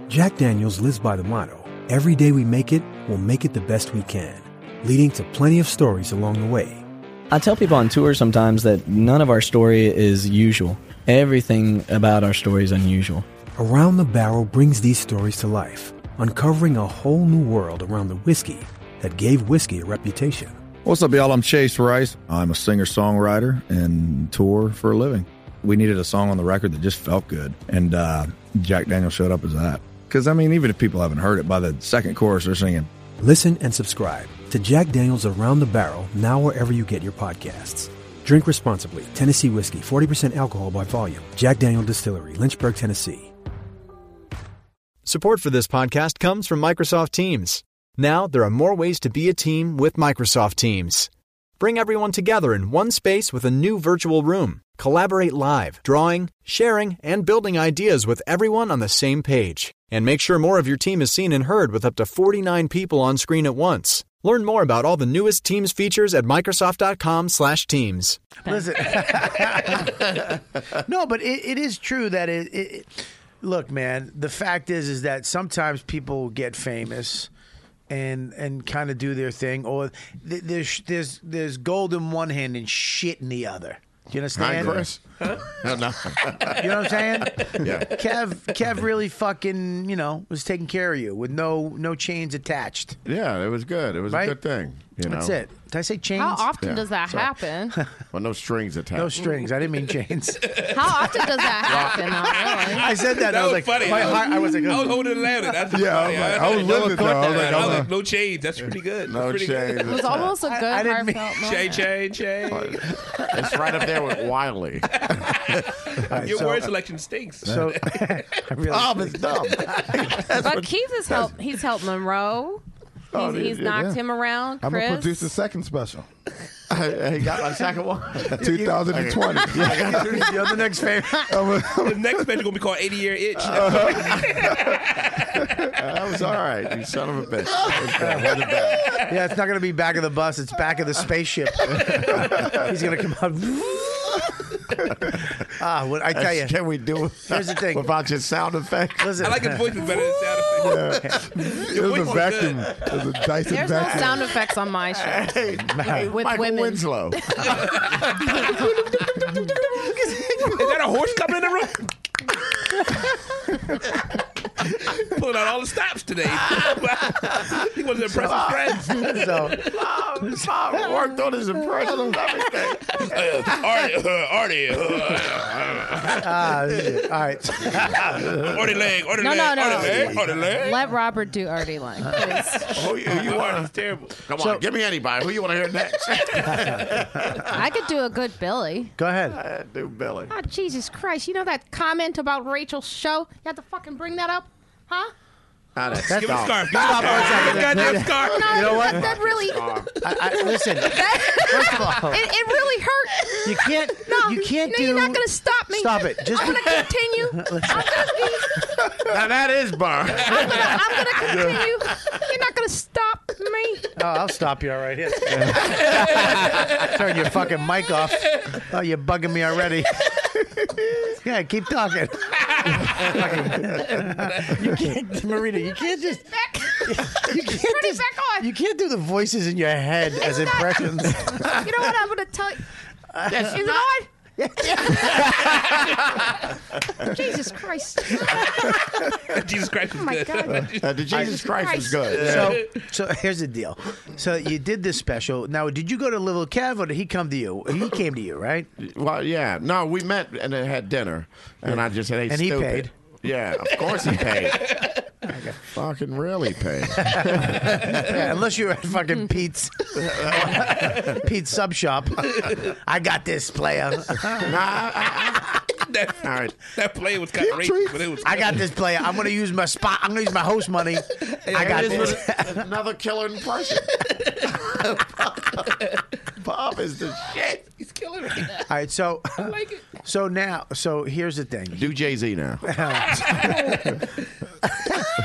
[SPEAKER 3] Jack Daniels lives by the motto every day we make it, we'll make it the best we can, leading to plenty of stories along the way.
[SPEAKER 11] I tell people on tour sometimes that none of our story is usual. Everything about our story is unusual.
[SPEAKER 3] Around the Barrel brings these stories to life, uncovering a whole new world around the whiskey that gave whiskey a reputation.
[SPEAKER 12] What's up, y'all? I'm Chase Rice. I'm a singer songwriter and tour for a living. We needed a song on the record that just felt good, and uh, Jack Daniel showed up as that. Because, I mean, even if people haven't heard it, by the second chorus, they're singing.
[SPEAKER 3] Listen and subscribe to Jack Daniels Around the Barrel now wherever you get your podcasts. Drink responsibly. Tennessee whiskey, 40% alcohol by volume. Jack Daniel Distillery, Lynchburg, Tennessee.
[SPEAKER 13] Support for this podcast comes from Microsoft Teams. Now, there are more ways to be a team with Microsoft Teams. Bring everyone together in one space with a new virtual room. Collaborate live, drawing, sharing, and building ideas with everyone on the same page. And make sure more of your team is seen and heard with up to 49 people on screen at once. Learn more about all the newest Teams features at microsoft.com/teams.
[SPEAKER 2] Listen. no, but it, it is true that it, it, it- Look, man. The fact is, is that sometimes people get famous. And and kind of do their thing, or th- there's there's there's gold in one hand and shit in the other. Do you
[SPEAKER 5] Hi,
[SPEAKER 2] understand?
[SPEAKER 5] Chris. No, no.
[SPEAKER 2] You know what I'm saying?
[SPEAKER 5] Yeah.
[SPEAKER 2] Kev, Kev really fucking, you know, was taking care of you with no no chains attached.
[SPEAKER 5] Yeah, it was good. It was
[SPEAKER 2] Right?
[SPEAKER 5] a good thing. You know?
[SPEAKER 2] That's it. Did I say chains?
[SPEAKER 7] How often
[SPEAKER 5] Yeah.
[SPEAKER 7] does that
[SPEAKER 5] Sorry.
[SPEAKER 7] happen?
[SPEAKER 5] Well, no strings attached.
[SPEAKER 2] No strings. I didn't mean chains.
[SPEAKER 7] How often does that happen? Not really.
[SPEAKER 2] I said that. and I was, like,
[SPEAKER 8] funny.
[SPEAKER 2] my heart. I was like, oh.
[SPEAKER 8] I was holding it louder. That's
[SPEAKER 2] Yeah, I
[SPEAKER 8] funny.
[SPEAKER 2] was like- I was living it, though. I was like, I'm a-
[SPEAKER 8] no change. That's pretty good. That's
[SPEAKER 5] No
[SPEAKER 8] pretty
[SPEAKER 5] change.
[SPEAKER 8] Good.
[SPEAKER 5] It was almost
[SPEAKER 7] a good I- I didn't mean- heartfelt
[SPEAKER 8] Shay,
[SPEAKER 7] moment.
[SPEAKER 8] Shay, Shay.
[SPEAKER 5] It's right up there with Wiley.
[SPEAKER 2] right,
[SPEAKER 8] Your
[SPEAKER 2] so-
[SPEAKER 8] word selection stinks.
[SPEAKER 2] So I really
[SPEAKER 5] Bob is dumb.
[SPEAKER 7] but Keith has helped. He's helped Monroe.
[SPEAKER 10] Oh,
[SPEAKER 7] he's,
[SPEAKER 10] yeah,
[SPEAKER 7] he's
[SPEAKER 10] yeah,
[SPEAKER 7] knocked
[SPEAKER 10] yeah.
[SPEAKER 7] him around.
[SPEAKER 10] I'm
[SPEAKER 7] Chris,
[SPEAKER 10] gonna produce a second special.
[SPEAKER 5] I got my second one.
[SPEAKER 10] 2020.
[SPEAKER 2] You're the next favorite.
[SPEAKER 8] the next special gonna be called 80 Year Itch.
[SPEAKER 2] Uh-huh.
[SPEAKER 5] that was all right, you son of a bitch.
[SPEAKER 2] yeah, it's not going to be back of the bus. It's back of the spaceship. He's going to come out. ah, what I tell you.
[SPEAKER 5] Can we do it?
[SPEAKER 2] Here's the thing.
[SPEAKER 5] Without your sound effects.
[SPEAKER 2] Listen.
[SPEAKER 8] I like his voice is better than sound effects.
[SPEAKER 10] It
[SPEAKER 8] Your
[SPEAKER 10] was a
[SPEAKER 8] voice
[SPEAKER 10] vacuum.
[SPEAKER 8] good.
[SPEAKER 10] It was a Dyson
[SPEAKER 7] there's no
[SPEAKER 10] vacuum.
[SPEAKER 7] sound effects on my show. with
[SPEAKER 5] Michael
[SPEAKER 7] women.
[SPEAKER 5] Winslow.
[SPEAKER 8] Is that a horse coming in the room? Pulling out all the stops today. he wants to impress
[SPEAKER 1] uh,
[SPEAKER 8] his friends.
[SPEAKER 2] So,
[SPEAKER 5] Bob worked on his impression of everything.
[SPEAKER 8] Uh, Artie, uh, Artie, uh,
[SPEAKER 2] ah, shit. all right.
[SPEAKER 8] Artie leg, Artie
[SPEAKER 7] No,
[SPEAKER 8] leg,
[SPEAKER 7] no,
[SPEAKER 8] Artie leg, Artie
[SPEAKER 7] no.
[SPEAKER 8] leg.
[SPEAKER 7] Let Robert do Artie Lang.
[SPEAKER 5] Who Oh, you, who you want?
[SPEAKER 8] terrible.
[SPEAKER 5] Come on, give me anybody. Who you want to hear next?
[SPEAKER 7] I could do a good Billy.
[SPEAKER 2] Go ahead.
[SPEAKER 5] do Billy.
[SPEAKER 7] Oh, Jesus Christ. You know that comment about Rachel's show? You had to fucking bring that up? Huh?
[SPEAKER 5] Not it.
[SPEAKER 8] Give him a scarf. Give him a
[SPEAKER 2] Stop
[SPEAKER 8] scarf.
[SPEAKER 2] for a second.
[SPEAKER 8] Goddamn scarf.
[SPEAKER 7] No,
[SPEAKER 2] You know what?
[SPEAKER 7] That, that really,
[SPEAKER 2] I, I, listen,
[SPEAKER 7] that,
[SPEAKER 2] first of all,
[SPEAKER 7] it, it really hurt.
[SPEAKER 2] you can't.
[SPEAKER 7] No,
[SPEAKER 2] you can't
[SPEAKER 7] no,
[SPEAKER 2] do.
[SPEAKER 7] you're not going to stop me.
[SPEAKER 2] Stop it. Just
[SPEAKER 7] I'm going to continue. I'm going to be.
[SPEAKER 5] Now that is bar.
[SPEAKER 7] I'm gonna, I'm gonna continue. You're not gonna stop me.
[SPEAKER 2] Oh, I'll stop you. All right, here. Turn your fucking mic off.
[SPEAKER 10] Uh,
[SPEAKER 2] Oh, you're bugging me already. Yeah, keep talking. you can't, Marita. You can't just. You can't
[SPEAKER 7] Turn it
[SPEAKER 2] just.
[SPEAKER 7] back on.
[SPEAKER 2] You can't do the voices in your head as impressions.
[SPEAKER 7] You know what? I'm gonna tell you.
[SPEAKER 5] That's
[SPEAKER 7] Is it on? Jesus Christ.
[SPEAKER 8] Jesus Christ is
[SPEAKER 7] Oh, my
[SPEAKER 8] good.
[SPEAKER 7] God.
[SPEAKER 5] Uh, the Jesus Christ was good.
[SPEAKER 7] Christ.
[SPEAKER 2] So, so here's the deal. So you did this special. Now, did you go to Little Kev or did he come to you? He came to you, right?
[SPEAKER 5] Well, yeah. No, we met and then had dinner, and I just said, "Hey,
[SPEAKER 2] And he
[SPEAKER 5] stupid."
[SPEAKER 2] paid.
[SPEAKER 5] Yeah, of course he paid. Fucking really paid.
[SPEAKER 2] Yeah, unless you were at fucking Pete's Pete's sub shop. I got this player.
[SPEAKER 8] That,
[SPEAKER 5] All right.
[SPEAKER 8] that play was kind of racist, but it was.
[SPEAKER 2] I got this player. I'm gonna use my spot. I'm gonna use my host money. I got
[SPEAKER 5] This
[SPEAKER 2] this.
[SPEAKER 5] was another killer impression. Bob is the shit.
[SPEAKER 8] He's killing me.
[SPEAKER 2] All right, so
[SPEAKER 8] I like it.
[SPEAKER 2] so now so here's the thing.
[SPEAKER 5] Do Jay Z now.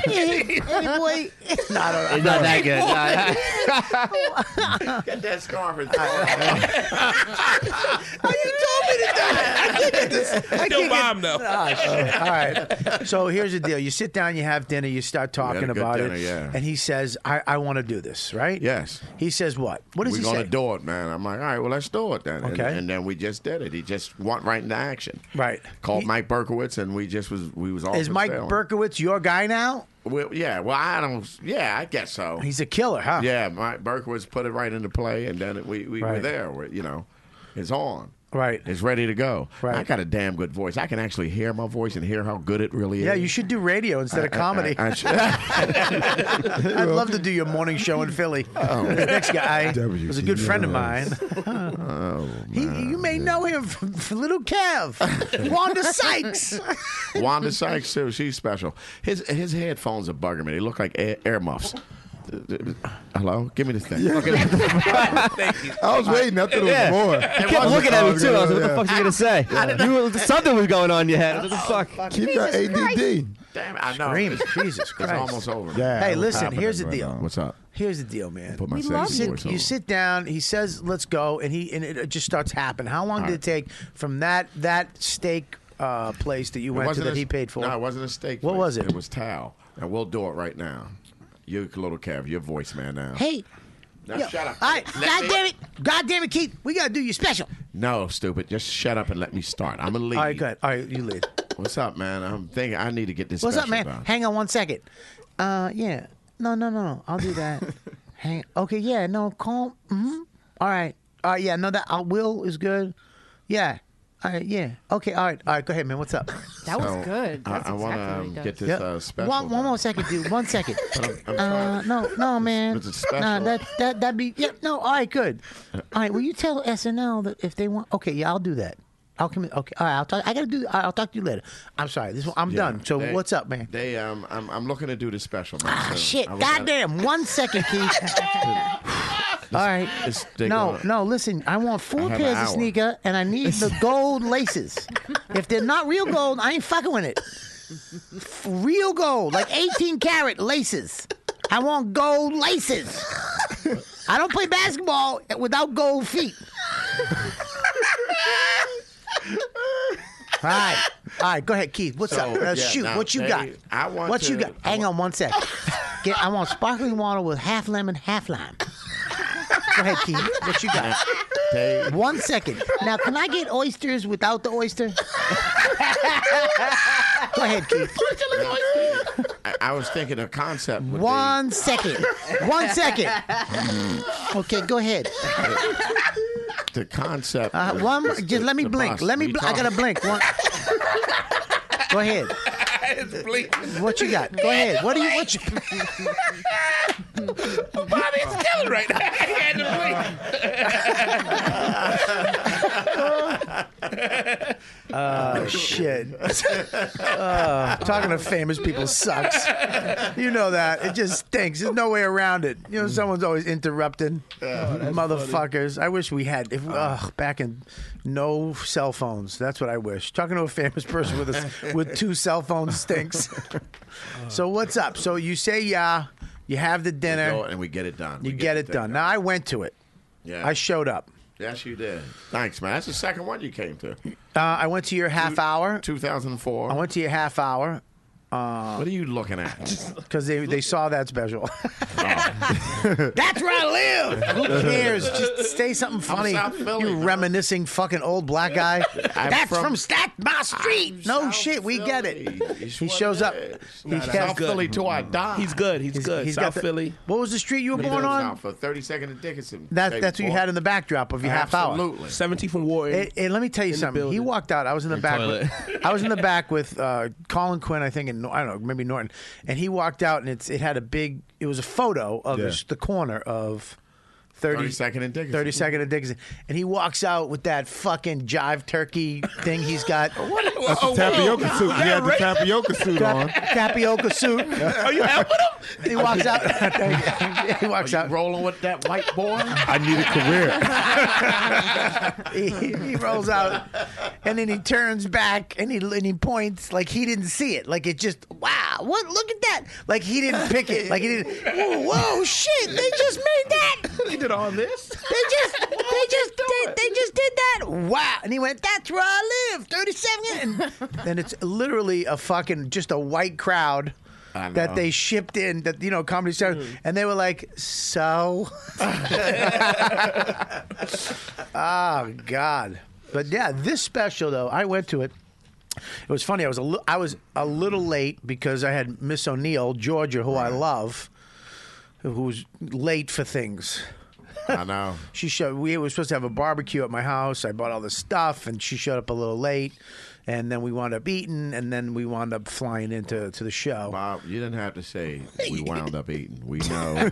[SPEAKER 2] Anyway, no, I don't-
[SPEAKER 6] It's not that good. No,
[SPEAKER 5] Get that scarf. and-
[SPEAKER 8] I Still bomb though.
[SPEAKER 5] Ah,
[SPEAKER 2] All right. So here's the deal. You sit down, you have dinner, you start
[SPEAKER 5] had
[SPEAKER 2] talking
[SPEAKER 5] a good
[SPEAKER 2] about
[SPEAKER 5] dinner,
[SPEAKER 2] it.
[SPEAKER 5] yeah.
[SPEAKER 2] And he says, I, I want to do this, right?
[SPEAKER 5] Yes.
[SPEAKER 2] He says what? What does
[SPEAKER 5] We're
[SPEAKER 2] he
[SPEAKER 5] gonna
[SPEAKER 2] say?
[SPEAKER 5] do it, man. I'm like, all right, well, let's do it then. And-
[SPEAKER 2] Okay.
[SPEAKER 5] And, then we just did it. He just went right into action.
[SPEAKER 2] Right.
[SPEAKER 5] Called
[SPEAKER 2] He-
[SPEAKER 5] Mike Berkowitz, and we just was we was all
[SPEAKER 2] Is
[SPEAKER 5] for
[SPEAKER 2] Mike
[SPEAKER 5] sale.
[SPEAKER 2] Berkowitz your guy now?
[SPEAKER 5] Well, yeah. Well, I don't. Yeah, I guess so.
[SPEAKER 2] He's a killer, huh?
[SPEAKER 5] yeah, Mike Berkowitz put it right into play, and then it, we we were
[SPEAKER 2] Right.
[SPEAKER 5] there. we you know, it's on.
[SPEAKER 2] Right.
[SPEAKER 5] It's ready to go.
[SPEAKER 2] Right.
[SPEAKER 5] I got a damn good voice. I can actually hear my voice and hear how good it really is.
[SPEAKER 2] Yeah, you should do radio instead of comedy.
[SPEAKER 5] I,
[SPEAKER 2] I,
[SPEAKER 5] I should-
[SPEAKER 2] would love to do your morning show in Philly. This next guy was a good friend of mine.
[SPEAKER 5] oh,
[SPEAKER 2] He,
[SPEAKER 5] man.
[SPEAKER 2] you may know him from, from Little Kev, Wanda Sykes.
[SPEAKER 5] Wanda Sykes too. She's special. His his headphones are bugging me. They look like air, air muffs. Hello, give me this thing. Look at it.
[SPEAKER 8] Thank you.
[SPEAKER 10] I was waiting. I thought it was
[SPEAKER 6] Yeah.
[SPEAKER 10] more.
[SPEAKER 6] I kept looking at me too. I was like, "What the fuck's
[SPEAKER 10] Yeah.
[SPEAKER 6] he gonna say?" You were, something was going on in your head. What the fuck?
[SPEAKER 10] Keep your ADD.
[SPEAKER 5] Damn, it, I know.
[SPEAKER 2] Screaming, Jesus
[SPEAKER 5] It's
[SPEAKER 2] Christ.
[SPEAKER 5] almost over.
[SPEAKER 10] Yeah,
[SPEAKER 2] Hey,
[SPEAKER 10] what's
[SPEAKER 2] listen,
[SPEAKER 10] happening
[SPEAKER 2] here's the
[SPEAKER 10] right
[SPEAKER 2] deal.
[SPEAKER 10] now?
[SPEAKER 5] What's up?
[SPEAKER 2] Here's the deal, man.
[SPEAKER 5] Put my
[SPEAKER 7] We
[SPEAKER 5] sexy
[SPEAKER 7] love
[SPEAKER 2] Sit-
[SPEAKER 5] voice on.
[SPEAKER 2] you sit down. He says, "Let's go," and he and it just starts happening. How long did it take from that that steak uh, place that you
[SPEAKER 5] It
[SPEAKER 2] went to
[SPEAKER 5] wasn't
[SPEAKER 2] that
[SPEAKER 5] a-
[SPEAKER 2] he paid for?
[SPEAKER 5] No, it wasn't a steak.
[SPEAKER 2] What
[SPEAKER 5] place.
[SPEAKER 2] was it?
[SPEAKER 5] It was towel. And we'll do it right now. You little Kev, your voice man now.
[SPEAKER 2] Hey,
[SPEAKER 5] now,
[SPEAKER 2] yo,
[SPEAKER 5] shut up.
[SPEAKER 2] All right,
[SPEAKER 5] Let
[SPEAKER 2] God
[SPEAKER 5] me-
[SPEAKER 2] damn it, God damn it, Keith, we gotta do you special.
[SPEAKER 5] No, stupid. Just shut up and let me start. I'm gonna leave.
[SPEAKER 2] All right, good. All right, you lead.
[SPEAKER 5] What's up, man? I'm thinking I need to get this.
[SPEAKER 2] What's up,
[SPEAKER 5] special
[SPEAKER 2] man?
[SPEAKER 5] done.
[SPEAKER 2] Hang on one second. Uh, yeah. No, no, no. I'll do that. Hang. Okay, yeah. No, calm. Mm-hmm. All right. All right. Yeah. No, that I will is good. Yeah. All right. Yeah. Okay. All right. All right. Go ahead, man. What's up?
[SPEAKER 7] That was
[SPEAKER 5] So,
[SPEAKER 7] good.
[SPEAKER 5] I,
[SPEAKER 7] That's
[SPEAKER 5] I
[SPEAKER 7] exactly
[SPEAKER 5] wanna
[SPEAKER 7] what he
[SPEAKER 5] um,
[SPEAKER 7] does.
[SPEAKER 5] get this
[SPEAKER 2] Yeah.
[SPEAKER 5] uh, special.
[SPEAKER 2] one, one
[SPEAKER 5] done.
[SPEAKER 2] more second, dude. One second.
[SPEAKER 5] But I'm- I'm
[SPEAKER 2] Uh,
[SPEAKER 5] trying-
[SPEAKER 2] no, no, man.
[SPEAKER 5] it's a special.
[SPEAKER 2] Nah, that that that'd be yeah. No, all right, good. All right, will you tell SNL that if they want? Okay, yeah, I'll do that. I'll come. in- Okay, all right. I'll talk. I gotta do. I'll talk to you later. I'm sorry. This one, I'm
[SPEAKER 5] Yeah,
[SPEAKER 2] done. So
[SPEAKER 5] they-
[SPEAKER 2] what's up, man?
[SPEAKER 5] They um, I'm, I'm looking to do the special. Man,
[SPEAKER 2] Ah,
[SPEAKER 5] soon.
[SPEAKER 2] shit.
[SPEAKER 5] I was gonna-
[SPEAKER 2] Goddamn. One second, Keith. All right.
[SPEAKER 5] It's- they
[SPEAKER 2] No,
[SPEAKER 5] gonna-
[SPEAKER 2] no. Listen, I want
[SPEAKER 5] I
[SPEAKER 2] four
[SPEAKER 5] have an
[SPEAKER 2] pairs of
[SPEAKER 5] hour.
[SPEAKER 2] sneaker, and I need the gold laces. If they're not real gold, I ain't fucking with it. F- Real gold, like 18 karat laces. I want gold laces. I don't play basketball without gold feet. All right, all right. Go ahead, Keith. What's
[SPEAKER 5] So,
[SPEAKER 2] up? Uh,
[SPEAKER 5] yeah,
[SPEAKER 2] shoot,
[SPEAKER 5] no,
[SPEAKER 2] what you
[SPEAKER 5] they-
[SPEAKER 2] got?
[SPEAKER 5] I want
[SPEAKER 2] what you
[SPEAKER 5] to-
[SPEAKER 2] got? Hang on one sec. Get, I want sparkling water with half lemon, half lime. Go ahead, Keith. What you got?
[SPEAKER 5] They-
[SPEAKER 2] One second. Now, can I get oysters without the oyster? Go ahead, Keith.
[SPEAKER 5] I, I was thinking a concept. Would
[SPEAKER 2] One second. One second. Okay, go ahead.
[SPEAKER 5] be the concept.
[SPEAKER 2] Uh,
[SPEAKER 5] was-
[SPEAKER 2] one.
[SPEAKER 5] was the-
[SPEAKER 2] Just let me
[SPEAKER 5] the
[SPEAKER 2] blink.
[SPEAKER 5] process.
[SPEAKER 2] Let me.
[SPEAKER 5] We
[SPEAKER 2] Bl- I gotta
[SPEAKER 5] talked-
[SPEAKER 2] blink. One. Go ahead.
[SPEAKER 8] it's bleeding.
[SPEAKER 2] What you got? Go ahead. What do you? What you?
[SPEAKER 8] Bobby's killing right now. He had to
[SPEAKER 2] Oh shit! Uh, talking to famous people sucks. You know that it just stinks. There's no way around it. You know someone's always interrupting.
[SPEAKER 5] Oh,
[SPEAKER 2] Motherfuckers! I wish we had. If, ugh, back in no cell phones. That's what I wish. Talking to a famous person with a, with two cell phones stinks. so what's up? So you say yeah. You have the dinner.
[SPEAKER 5] go and we get it done.
[SPEAKER 2] You
[SPEAKER 5] We
[SPEAKER 2] get,
[SPEAKER 5] the
[SPEAKER 2] it
[SPEAKER 5] thing
[SPEAKER 2] done. Now I went to it.
[SPEAKER 5] Yeah.
[SPEAKER 2] I showed up.
[SPEAKER 5] Yes, you did. Thanks, man. That's the second one you came to.
[SPEAKER 2] Uh, I went to your half hour.
[SPEAKER 5] 2004.
[SPEAKER 2] I went to your half hour. Uh,
[SPEAKER 5] what are you looking at?
[SPEAKER 2] Because they, they saw that special.
[SPEAKER 5] Oh.
[SPEAKER 2] That's where I live. Who cares? Just say something funny.
[SPEAKER 5] South Philly,
[SPEAKER 2] you reminiscing fucking old black guy.
[SPEAKER 5] I'm
[SPEAKER 2] That's
[SPEAKER 5] from-
[SPEAKER 2] from, Staten my street. no shit, we get it. He shows up. He
[SPEAKER 5] Nah, nah,
[SPEAKER 2] has-
[SPEAKER 5] South Philly till I die.
[SPEAKER 8] He's good. He's, good.
[SPEAKER 2] he's got
[SPEAKER 8] South
[SPEAKER 2] the-
[SPEAKER 8] Philly.
[SPEAKER 2] What was the street you were born on?
[SPEAKER 5] for 32nd and Dickinson.
[SPEAKER 2] That,
[SPEAKER 5] baby
[SPEAKER 2] that's what you
[SPEAKER 5] boy.
[SPEAKER 2] had in the backdrop of your half hour.
[SPEAKER 5] Absolutely.
[SPEAKER 8] 17th from Warren.
[SPEAKER 2] And, and let me tell you
[SPEAKER 8] In the
[SPEAKER 2] something. He
[SPEAKER 8] building.
[SPEAKER 2] walked out. I was in the
[SPEAKER 8] Your
[SPEAKER 2] back.
[SPEAKER 8] toilet.
[SPEAKER 2] With, I was in the back with uh, Colin Quinn, I think, and I don't know, maybe Norton. And he walked out, and it's it had a big. It was a photo of
[SPEAKER 5] Yeah.
[SPEAKER 2] the corner of. 30,
[SPEAKER 5] 32nd and Dickinson.
[SPEAKER 2] 32nd and Dickinson. And he walks out with that fucking jive turkey thing he's got.
[SPEAKER 10] That's the tapioca suit. He had the tapioca suit on.
[SPEAKER 2] tapioca suit. Are
[SPEAKER 8] you out
[SPEAKER 2] with him? He walks out. he walks out.
[SPEAKER 5] Rolling with that white boy.
[SPEAKER 10] I need a career.
[SPEAKER 2] he, he rolls out and then he turns back and he and he points like he didn't see it like it just wow what look at that like he didn't pick it like he didn't whoa, whoa shit they just made that
[SPEAKER 5] they did all this they
[SPEAKER 2] just they just did, they just did that wow and he went that's where I live 37 and then it's literally a fucking just a white crowd
[SPEAKER 5] I know.
[SPEAKER 2] that they shipped in that you know comedy show and they were like so Oh God! But yeah, this special though, I went to it. It was funny. I was a li- I was a little late because I had Miss O'Neill, Georgia, who I love, who's late for things.
[SPEAKER 5] I know.
[SPEAKER 2] She showed. We were supposed to have a barbecue at my house. I bought all this stuff, and she showed up a little late. And then we wound up eating, and then we wound up flying into to the show.
[SPEAKER 5] Bob, you didn't have to say we wound up eating. We know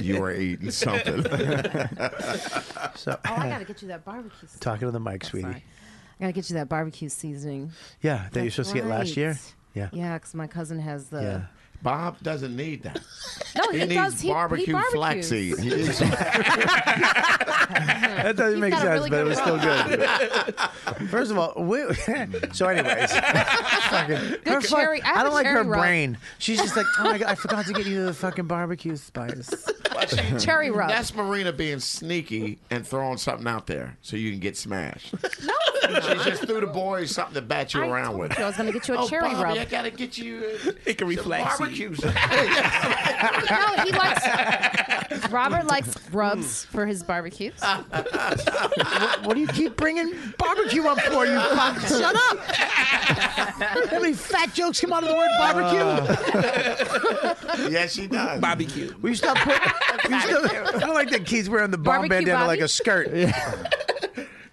[SPEAKER 5] you were eating something.
[SPEAKER 2] So,
[SPEAKER 7] Oh, I gotta get Oh, you that barbecue. seasoning.
[SPEAKER 2] talking to the mic, sweetie.
[SPEAKER 7] I gotta get you that barbecue seasoning.
[SPEAKER 2] Yeah, that you're
[SPEAKER 7] That's
[SPEAKER 2] supposed to get last year.
[SPEAKER 7] right.
[SPEAKER 2] Yeah.
[SPEAKER 7] Yeah, because my cousin has the.
[SPEAKER 2] Yeah.
[SPEAKER 5] Bob doesn't need that.
[SPEAKER 7] No,
[SPEAKER 5] he,
[SPEAKER 7] he
[SPEAKER 5] needs
[SPEAKER 7] does. He- he
[SPEAKER 5] barbecue
[SPEAKER 7] barbecues.
[SPEAKER 5] flaxseed. He needs-
[SPEAKER 2] That doesn't make
[SPEAKER 7] got a
[SPEAKER 2] sense,
[SPEAKER 7] really
[SPEAKER 2] but it
[SPEAKER 7] good
[SPEAKER 2] was still
[SPEAKER 7] rub.
[SPEAKER 2] good. First of all, we, so anyways, fucking, her fuck-
[SPEAKER 7] cherry- I have
[SPEAKER 2] I
[SPEAKER 7] a
[SPEAKER 2] don't like her
[SPEAKER 7] cherry rub.
[SPEAKER 2] brain. She's just like, oh my god, I forgot to get you the fucking barbecue spice.
[SPEAKER 7] Cherry rub.
[SPEAKER 5] That's Marina being sneaky and throwing something out there so you can get smashed.
[SPEAKER 7] No,
[SPEAKER 5] She just threw the boys something to bat you
[SPEAKER 7] I
[SPEAKER 5] around
[SPEAKER 7] told
[SPEAKER 5] with.
[SPEAKER 7] you I was gonna get you a
[SPEAKER 5] oh,
[SPEAKER 7] cherry
[SPEAKER 5] Bobby,
[SPEAKER 7] rub.
[SPEAKER 5] I gotta get you uh,
[SPEAKER 8] Hickory
[SPEAKER 5] some
[SPEAKER 8] flaxseed.
[SPEAKER 5] barbecues.
[SPEAKER 7] no, he likes. Robert likes rubs for his barbecues.
[SPEAKER 2] what, what do you keep bringing barbecue up for? You fuck, shut up. How many fat jokes come out of the word barbecue?
[SPEAKER 5] Uh, yes, she does.
[SPEAKER 8] Barbecue.
[SPEAKER 2] we used to put. We used to, I don't like that Keith's wearing the bomb
[SPEAKER 8] Barbecue
[SPEAKER 2] bandana
[SPEAKER 8] Bobby?
[SPEAKER 2] like a skirt.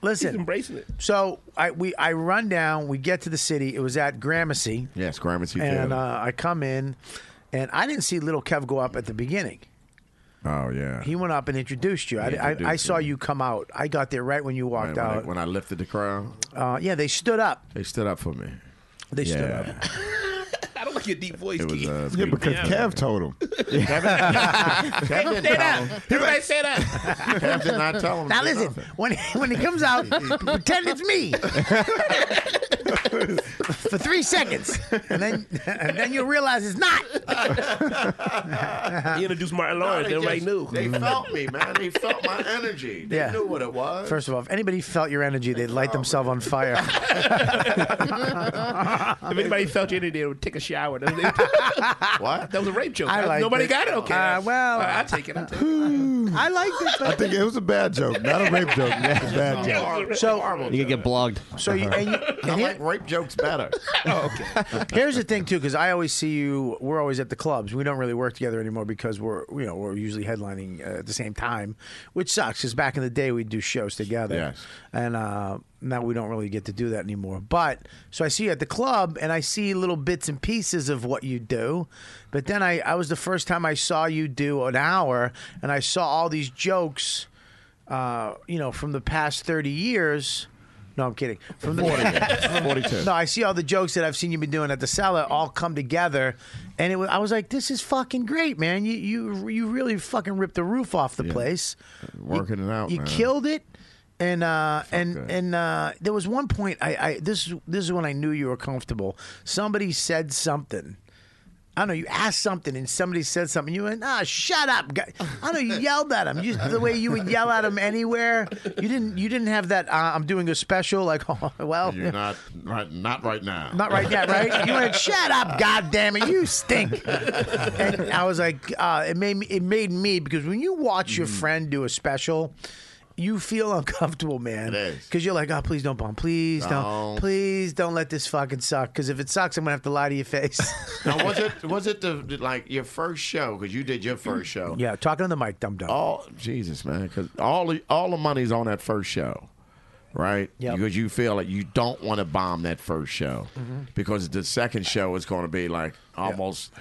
[SPEAKER 2] Listen,
[SPEAKER 8] He's embracing it.
[SPEAKER 2] So I we I run down. We get to the city. It was at Gramercy.
[SPEAKER 5] Yes, Gramercy
[SPEAKER 2] And
[SPEAKER 5] Theater.
[SPEAKER 2] uh, I come in, and I didn't see Little Kev go up at the beginning.
[SPEAKER 10] Oh yeah.
[SPEAKER 2] He went up and introduced you. I,
[SPEAKER 5] He
[SPEAKER 2] I, I
[SPEAKER 5] introduced
[SPEAKER 2] saw you come out. I got there right when you walked
[SPEAKER 5] when, I,
[SPEAKER 2] out.
[SPEAKER 5] when I lifted the crown,
[SPEAKER 2] uh, yeah, they stood up.
[SPEAKER 5] they stood up for me.
[SPEAKER 2] They stood
[SPEAKER 5] up.
[SPEAKER 8] I don't like your deep voice.
[SPEAKER 5] It was uh,
[SPEAKER 10] Yeah, because
[SPEAKER 8] Yeah.
[SPEAKER 10] Kev told him.
[SPEAKER 8] Everybody say that. Everybody say that.
[SPEAKER 5] Kev did not tell him.
[SPEAKER 2] Now listen, when when he comes out, pretend it's me for three seconds, and then and then you'll realize it's not.
[SPEAKER 8] he introduced Martin Lawrence.
[SPEAKER 5] they
[SPEAKER 8] Everybody
[SPEAKER 5] just-
[SPEAKER 8] knew.
[SPEAKER 5] They felt me, man. They felt my energy. They
[SPEAKER 2] Yeah.
[SPEAKER 5] knew what it was. Oh,
[SPEAKER 2] First of all, if anybody felt your energy, they'd light themselves on fire.
[SPEAKER 8] if anybody felt you, they would take a shower. That was,
[SPEAKER 5] what?
[SPEAKER 8] That was a rape joke.
[SPEAKER 2] I like
[SPEAKER 8] Nobody
[SPEAKER 2] it.
[SPEAKER 8] got it. Okay.
[SPEAKER 2] Uh, well,
[SPEAKER 8] I, I take it. I take it.
[SPEAKER 2] I liked it.
[SPEAKER 10] I think it was a bad joke, not a rape joke. It was a bad joke.
[SPEAKER 2] So-
[SPEAKER 6] You could get blogged.
[SPEAKER 2] So you, and you, and
[SPEAKER 5] I
[SPEAKER 2] here-
[SPEAKER 5] like rape jokes better.
[SPEAKER 2] Oh, Here's the thing too, because I always see you. We're always at the clubs. We don't really work together anymore because we're you know we're usually headlining uh, at the same time, which sucks. Because back in the day we'd do shows together,
[SPEAKER 5] Yes.
[SPEAKER 2] and uh, now we don't really get to do that anymore. But so I see you at the club, and I see little bits and pieces of what you do. But then I, I was the first time I saw you do an hour, and I saw all these jokes, uh, you know, from the past thirty years. No, I'm kidding. From the
[SPEAKER 5] 42.
[SPEAKER 2] no, I see all the jokes that I've seen you been doing at the cellar all come together, and it was, I was like, this is fucking great, man. You you you really fucking ripped the roof off the place.
[SPEAKER 5] Working it out.
[SPEAKER 2] You
[SPEAKER 5] man.
[SPEAKER 2] killed it. And uh, and
[SPEAKER 5] that.
[SPEAKER 2] and uh, there was one point I, I this is- this is when I knew you were comfortable. Somebody said something. I don't know. You asked something, and somebody said something. You went, "Ah, shut up!" guy." I don't know. You yelled at him. You, the way you would yell at him anywhere. You didn't. You didn't have that. Uh, I'm doing a special. Like, oh, well,
[SPEAKER 5] You're not right. Not right now.
[SPEAKER 2] not right now, right? You went, shut up, goddamn it, you stink. And I was like, uh, it made me, it made me because when you watch
[SPEAKER 5] Mm-hmm.
[SPEAKER 2] your friend do a special, you feel uncomfortable, man. Because you're like, oh, please don't bomb, please don't,
[SPEAKER 5] Don't.
[SPEAKER 2] please don't let this fucking suck. Because if it sucks, I'm gonna have to lie to your face.
[SPEAKER 5] now was it was it the like your first show because you did your first show?
[SPEAKER 2] yeah, talking to the mic, dum dum.
[SPEAKER 5] All Jesus, man, because all the, all the money's on that first show, right?
[SPEAKER 2] Yep.
[SPEAKER 5] Because you feel like you don't want to bomb that first show
[SPEAKER 2] Mhm.
[SPEAKER 5] because the second show is going to be like almost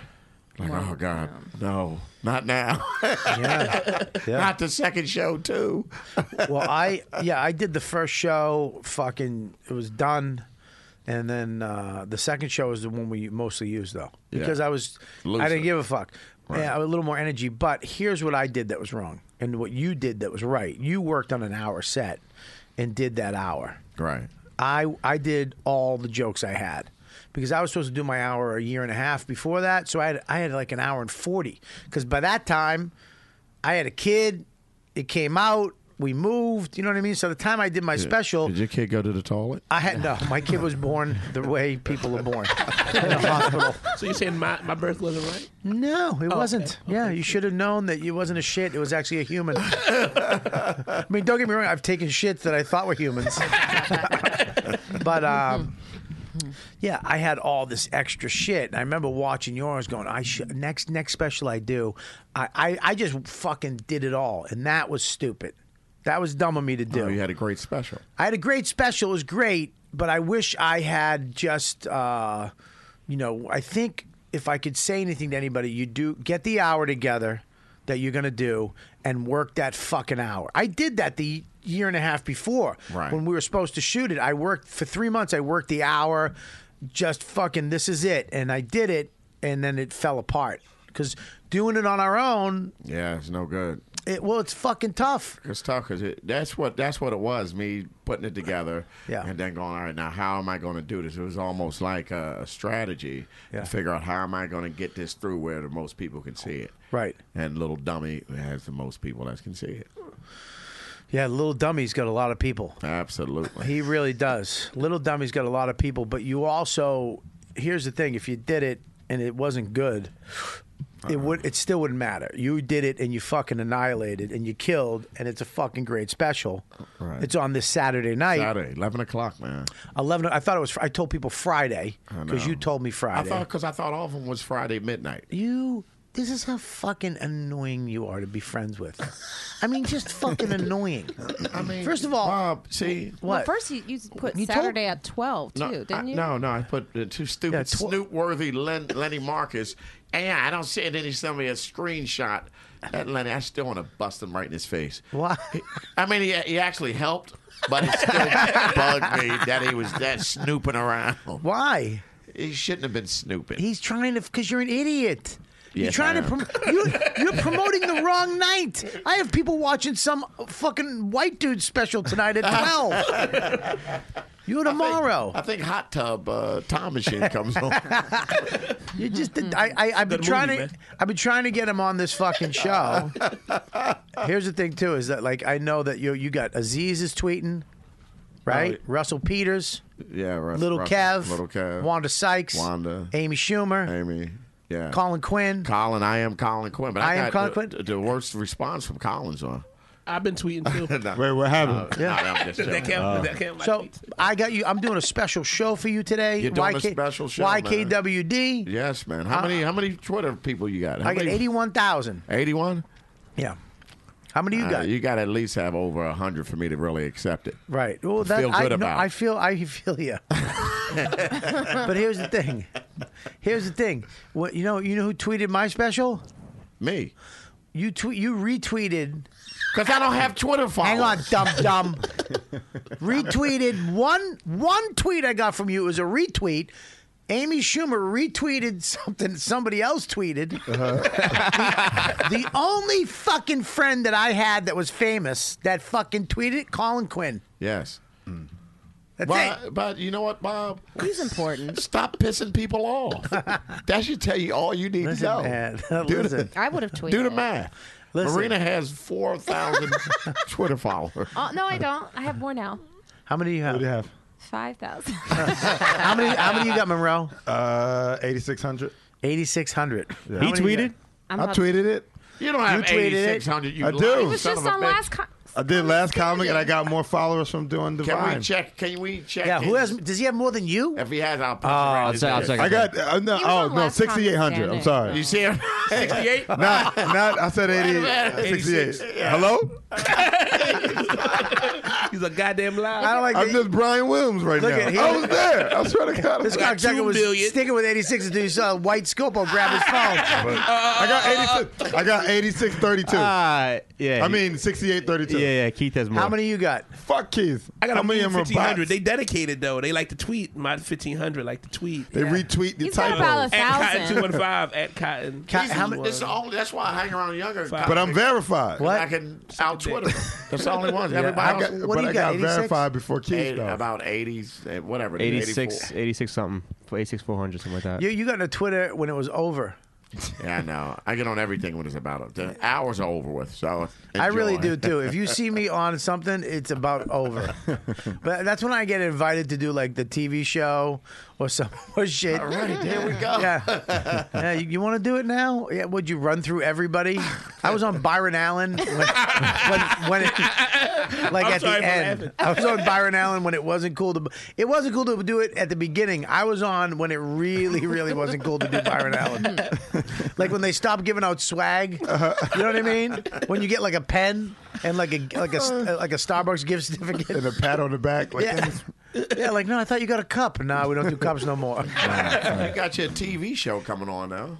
[SPEAKER 5] like oh god, no, not now,
[SPEAKER 2] Yeah.
[SPEAKER 5] not the second show too.
[SPEAKER 2] well, I yeah, I did the first show. Fucking, it was done, and then uh, the second show was the one we mostly used though,
[SPEAKER 5] Yeah.
[SPEAKER 2] because I was I
[SPEAKER 5] Looser.
[SPEAKER 2] didn't give a fuck. Yeah, I had a little more energy. But here's what I did that was wrong, and what you did that was right. You worked on an hour set, and did that hour.
[SPEAKER 5] Right.
[SPEAKER 2] I I did all the jokes I had because I was supposed to do my hour a year and a half before that, so I had I had like an hour and forty because by that time I had a kid. It came out. We moved. You know what I mean. So the time I did my special,
[SPEAKER 5] Did your kid go to the toilet?
[SPEAKER 2] I had no. My kid was born the way people are born in a hospital.
[SPEAKER 8] So you're saying my, my birth wasn't right?
[SPEAKER 2] No, it wasn't. Yeah, you should have known that it wasn't a shit. It was actually a human. I mean, don't get me wrong. I've taken shits that I thought were humans, but um, yeah, I had all this extra shit. And I remember watching yours, going, "I sh- next next special I do, I, I I just fucking did it all, and that was stupid. That was dumb of me to do.
[SPEAKER 5] Oh, you had a great special.
[SPEAKER 2] I had a great special. It was great, but I wish I had just, uh, you know, I think if I could say anything to anybody, you do get the hour together that you're going to do and work that fucking hour. I did that the year and a half before
[SPEAKER 5] Right.
[SPEAKER 2] when we were supposed to shoot it. I worked for three months, I worked the hour, just fucking, this is it. And I did it, and then it fell apart. Because doing it on our own,
[SPEAKER 5] Yeah, it's no good.
[SPEAKER 2] it, well, it's fucking tough.
[SPEAKER 5] It's tough because it, that's what that's what it was. Me putting it together,
[SPEAKER 2] Yeah.
[SPEAKER 5] and then going, all right, now how am I going to do this? It was almost like a, a strategy
[SPEAKER 2] Yeah.
[SPEAKER 5] to figure out how am I going to get this through where the most people can see it.
[SPEAKER 2] Right.
[SPEAKER 5] And little dummy has the most people that can see it.
[SPEAKER 2] Yeah, Little Dummy's got a lot of people.
[SPEAKER 5] Absolutely.
[SPEAKER 2] He really does. Little Dummy's got a lot of people, but you also here's the thing: if you did it and it wasn't good,
[SPEAKER 5] Uh-huh.
[SPEAKER 2] it would it still wouldn't matter. You did it and you fucking annihilated and you killed, and it's a fucking great special.
[SPEAKER 5] Right.
[SPEAKER 2] It's on this Saturday night,
[SPEAKER 5] Saturday, eleven o'clock, man.
[SPEAKER 2] eleven. I thought it was. I told people Friday
[SPEAKER 5] I
[SPEAKER 2] because
[SPEAKER 5] know.
[SPEAKER 2] you told me Friday.
[SPEAKER 5] I thought because I thought all of them was Friday midnight.
[SPEAKER 2] you This is how fucking annoying you are to be friends with. I mean, just fucking annoying. I mean, first of all,
[SPEAKER 5] see
[SPEAKER 7] Well, first you, you put
[SPEAKER 2] You told-
[SPEAKER 7] Saturday at twelve too,
[SPEAKER 5] I,
[SPEAKER 7] didn't you?
[SPEAKER 5] No, no, I put uh, two stupid, snoot-worthy Len, Lenny Marcus. And I don't see it. Then he sent me a screenshot. That Lenny, I still want to bust him right in his face.
[SPEAKER 2] Why?
[SPEAKER 5] I mean, he, he actually helped, but it still bugged me that he was that snooping around.
[SPEAKER 2] Why?
[SPEAKER 5] He shouldn't have been snooping.
[SPEAKER 2] He's trying to because you're an idiot. You're
[SPEAKER 5] Yes,
[SPEAKER 2] trying
[SPEAKER 5] I
[SPEAKER 2] to
[SPEAKER 5] am.
[SPEAKER 2] prom- you're, you're promoting the wrong night. I have people watching some fucking white dude special tonight at twelve. you tomorrow.
[SPEAKER 5] I think Hot Tub uh, Time Machine comes on.
[SPEAKER 2] you just I, I I've been
[SPEAKER 5] Good
[SPEAKER 2] trying
[SPEAKER 5] movie,
[SPEAKER 2] to I've been trying to get him on this fucking show. Here's the thing too is that like I know that you you got Aziz is tweeting, right? Russell Peters,
[SPEAKER 5] Oh, Yeah, Russ,
[SPEAKER 2] Little
[SPEAKER 5] Russell,
[SPEAKER 2] Kev,
[SPEAKER 5] Little Kev,
[SPEAKER 2] Wanda Sykes,
[SPEAKER 5] Wanda,
[SPEAKER 2] Amy Schumer,
[SPEAKER 5] Amy, yeah,
[SPEAKER 2] Colin Quinn,
[SPEAKER 5] Colin. I am Colin Quinn, but
[SPEAKER 2] I
[SPEAKER 5] I,
[SPEAKER 2] am
[SPEAKER 5] got
[SPEAKER 2] Colin
[SPEAKER 5] the, Quinn. The worst response from Colin's on.
[SPEAKER 8] I've been tweeting too.
[SPEAKER 5] Wait, what happened?
[SPEAKER 2] Oh, Yeah.
[SPEAKER 8] Did that count?
[SPEAKER 5] Uh,
[SPEAKER 8] Did that count?
[SPEAKER 2] So I got you. I'm doing a special show for you today.
[SPEAKER 5] You're doing a
[SPEAKER 2] YK
[SPEAKER 5] special show, man.
[SPEAKER 2] YKWd.
[SPEAKER 5] yes, man. How
[SPEAKER 2] Uh,
[SPEAKER 5] many? How many Twitter people you got? How
[SPEAKER 2] I got
[SPEAKER 5] many-
[SPEAKER 2] eighty-one thousand.
[SPEAKER 5] 81?
[SPEAKER 2] Yeah. How many you
[SPEAKER 5] Uh,
[SPEAKER 2] got?
[SPEAKER 5] you got to at least have over hundred for me to really accept it.
[SPEAKER 2] Right. Well,
[SPEAKER 5] To
[SPEAKER 2] that
[SPEAKER 5] feel
[SPEAKER 2] I,
[SPEAKER 5] good
[SPEAKER 2] no,
[SPEAKER 5] about.
[SPEAKER 2] I feel I feel you. but here's the thing. Here's the thing. What you know? You know who tweeted my special?
[SPEAKER 5] Me.
[SPEAKER 2] You tweet. You retweeted.
[SPEAKER 5] Because I don't have Twitter followers.
[SPEAKER 2] Hang on, dumb dumb. retweeted one one tweet I got from you. It was a retweet. Amy Schumer retweeted something somebody else tweeted.
[SPEAKER 5] Uh-huh.
[SPEAKER 2] the, the only fucking friend that I had that was famous that fucking tweeted Colin Quinn.
[SPEAKER 5] Yes.
[SPEAKER 2] That's
[SPEAKER 5] but,
[SPEAKER 2] it.
[SPEAKER 5] but you know what, Bob?
[SPEAKER 7] He's important.
[SPEAKER 5] Stop pissing people off. that should tell you all you need
[SPEAKER 2] Listen,
[SPEAKER 5] to know.
[SPEAKER 2] man.
[SPEAKER 5] Do the,
[SPEAKER 2] Listen.
[SPEAKER 7] I would have tweeted.
[SPEAKER 5] do the math.
[SPEAKER 2] Listen.
[SPEAKER 5] Marina has 4,000 Twitter followers.
[SPEAKER 7] Oh, no, I don't. I have more now.
[SPEAKER 2] How many do you have?
[SPEAKER 10] do you have?
[SPEAKER 7] Five thousand.
[SPEAKER 2] How many? How many you got, Monroe?
[SPEAKER 10] Uh, eighty six hundred.
[SPEAKER 2] Eighty six hundred.
[SPEAKER 10] He
[SPEAKER 2] tweeted?
[SPEAKER 10] I
[SPEAKER 7] I'm not-
[SPEAKER 10] tweeted it.
[SPEAKER 5] You don't have
[SPEAKER 10] tweeted it.
[SPEAKER 5] 8,600, you
[SPEAKER 10] I do.
[SPEAKER 5] lying
[SPEAKER 7] It was
[SPEAKER 5] Son
[SPEAKER 7] just
[SPEAKER 5] of a
[SPEAKER 7] on
[SPEAKER 5] bitch.
[SPEAKER 7] last. Con-
[SPEAKER 10] I did last comic, and I got more followers from doing
[SPEAKER 5] Can
[SPEAKER 10] Divine.
[SPEAKER 5] we check? Can we check?
[SPEAKER 2] Yeah, who
[SPEAKER 5] his-
[SPEAKER 2] has? Does he have more than you?
[SPEAKER 5] If he has, I'll punch
[SPEAKER 10] Oh,
[SPEAKER 5] him right
[SPEAKER 10] I'll
[SPEAKER 5] in his
[SPEAKER 10] say- I'll
[SPEAKER 5] face.
[SPEAKER 10] say- I got- uh, no, He was oh, on no, last Comic 6,800. I'm Standing. sorry.
[SPEAKER 5] You see him? 68?
[SPEAKER 10] Not, not. I said
[SPEAKER 5] Wait a
[SPEAKER 10] 88,
[SPEAKER 5] minute.
[SPEAKER 10] 68. Hello,
[SPEAKER 8] He's a goddamn liar.
[SPEAKER 2] I don't like
[SPEAKER 10] I'm
[SPEAKER 2] that-
[SPEAKER 10] just Brian Williams right
[SPEAKER 2] Look
[SPEAKER 10] now.
[SPEAKER 2] at- he-
[SPEAKER 10] I was there. I swear to God,
[SPEAKER 2] This
[SPEAKER 10] I
[SPEAKER 2] cocksucker was sticking with 86 until you saw a white Scopo grab his phone.
[SPEAKER 10] I got 86. Uh, I got 86, 32.
[SPEAKER 6] Uh, yeah.
[SPEAKER 10] I mean, 68, 32.
[SPEAKER 6] yeah, yeah. Keith has more.
[SPEAKER 2] How many you got?
[SPEAKER 10] Fuck Keith.
[SPEAKER 8] I got
[SPEAKER 10] How
[SPEAKER 8] a
[SPEAKER 10] many
[SPEAKER 8] mean
[SPEAKER 10] of them are
[SPEAKER 8] fifteen hundred.
[SPEAKER 10] bots?
[SPEAKER 8] They dedicated though. They like to tweet. My fifteen hundred like to tweet.
[SPEAKER 10] They retweet the
[SPEAKER 7] He's got about a
[SPEAKER 10] typos.
[SPEAKER 8] At Cotton
[SPEAKER 7] thousand.
[SPEAKER 8] two one five at Cotton.
[SPEAKER 2] Ca-
[SPEAKER 8] Jesus
[SPEAKER 2] how many-
[SPEAKER 5] This is the
[SPEAKER 8] word.
[SPEAKER 5] only, that's why I hang around younger.
[SPEAKER 8] Five.
[SPEAKER 10] But I'm verified.
[SPEAKER 2] What?
[SPEAKER 5] I can out Twitter. That's the only one.
[SPEAKER 10] Yeah, I
[SPEAKER 5] Everybody
[SPEAKER 10] got,
[SPEAKER 5] else,
[SPEAKER 2] what
[SPEAKER 10] but
[SPEAKER 2] do you
[SPEAKER 10] I
[SPEAKER 2] got,
[SPEAKER 10] got
[SPEAKER 2] 86?
[SPEAKER 10] verified before
[SPEAKER 5] eight-
[SPEAKER 10] Keith, though.
[SPEAKER 5] about 80s, eh, whatever.
[SPEAKER 6] 86, 86 something. 86, 400, something like that.
[SPEAKER 2] You, you got on Twitter when it was over.
[SPEAKER 5] 84. Yeah, I know. I get on everything when it's about it. The hours are over with, so.
[SPEAKER 2] I really
[SPEAKER 5] enjoy.
[SPEAKER 2] do too. If you see me on something, it's about over. but that's when I get invited to do like the TV show or some or shit.
[SPEAKER 5] All right, there we go.
[SPEAKER 2] Yeah. yeah you want to do it now? Yeah. Would you run through everybody? I was on Byron Allen when, when, when it, like
[SPEAKER 8] I'm
[SPEAKER 2] at
[SPEAKER 8] sorry
[SPEAKER 2] the
[SPEAKER 8] for
[SPEAKER 2] end.
[SPEAKER 8] laughing.
[SPEAKER 2] I was on Byron Allen when it wasn't cool to. It wasn't cool to do it at the beginning. I was on when it really, really wasn't cool to do Byron Allen. like when they stopped giving out swag. You know what I mean? When you get like a pen and like a like a like a Starbucks gift certificate.
[SPEAKER 10] And a pat on the back. Like,
[SPEAKER 2] Yeah. Yeah, like no, I thought you got a cup. No, we don't do cups no more.
[SPEAKER 5] You got your TV show coming on now.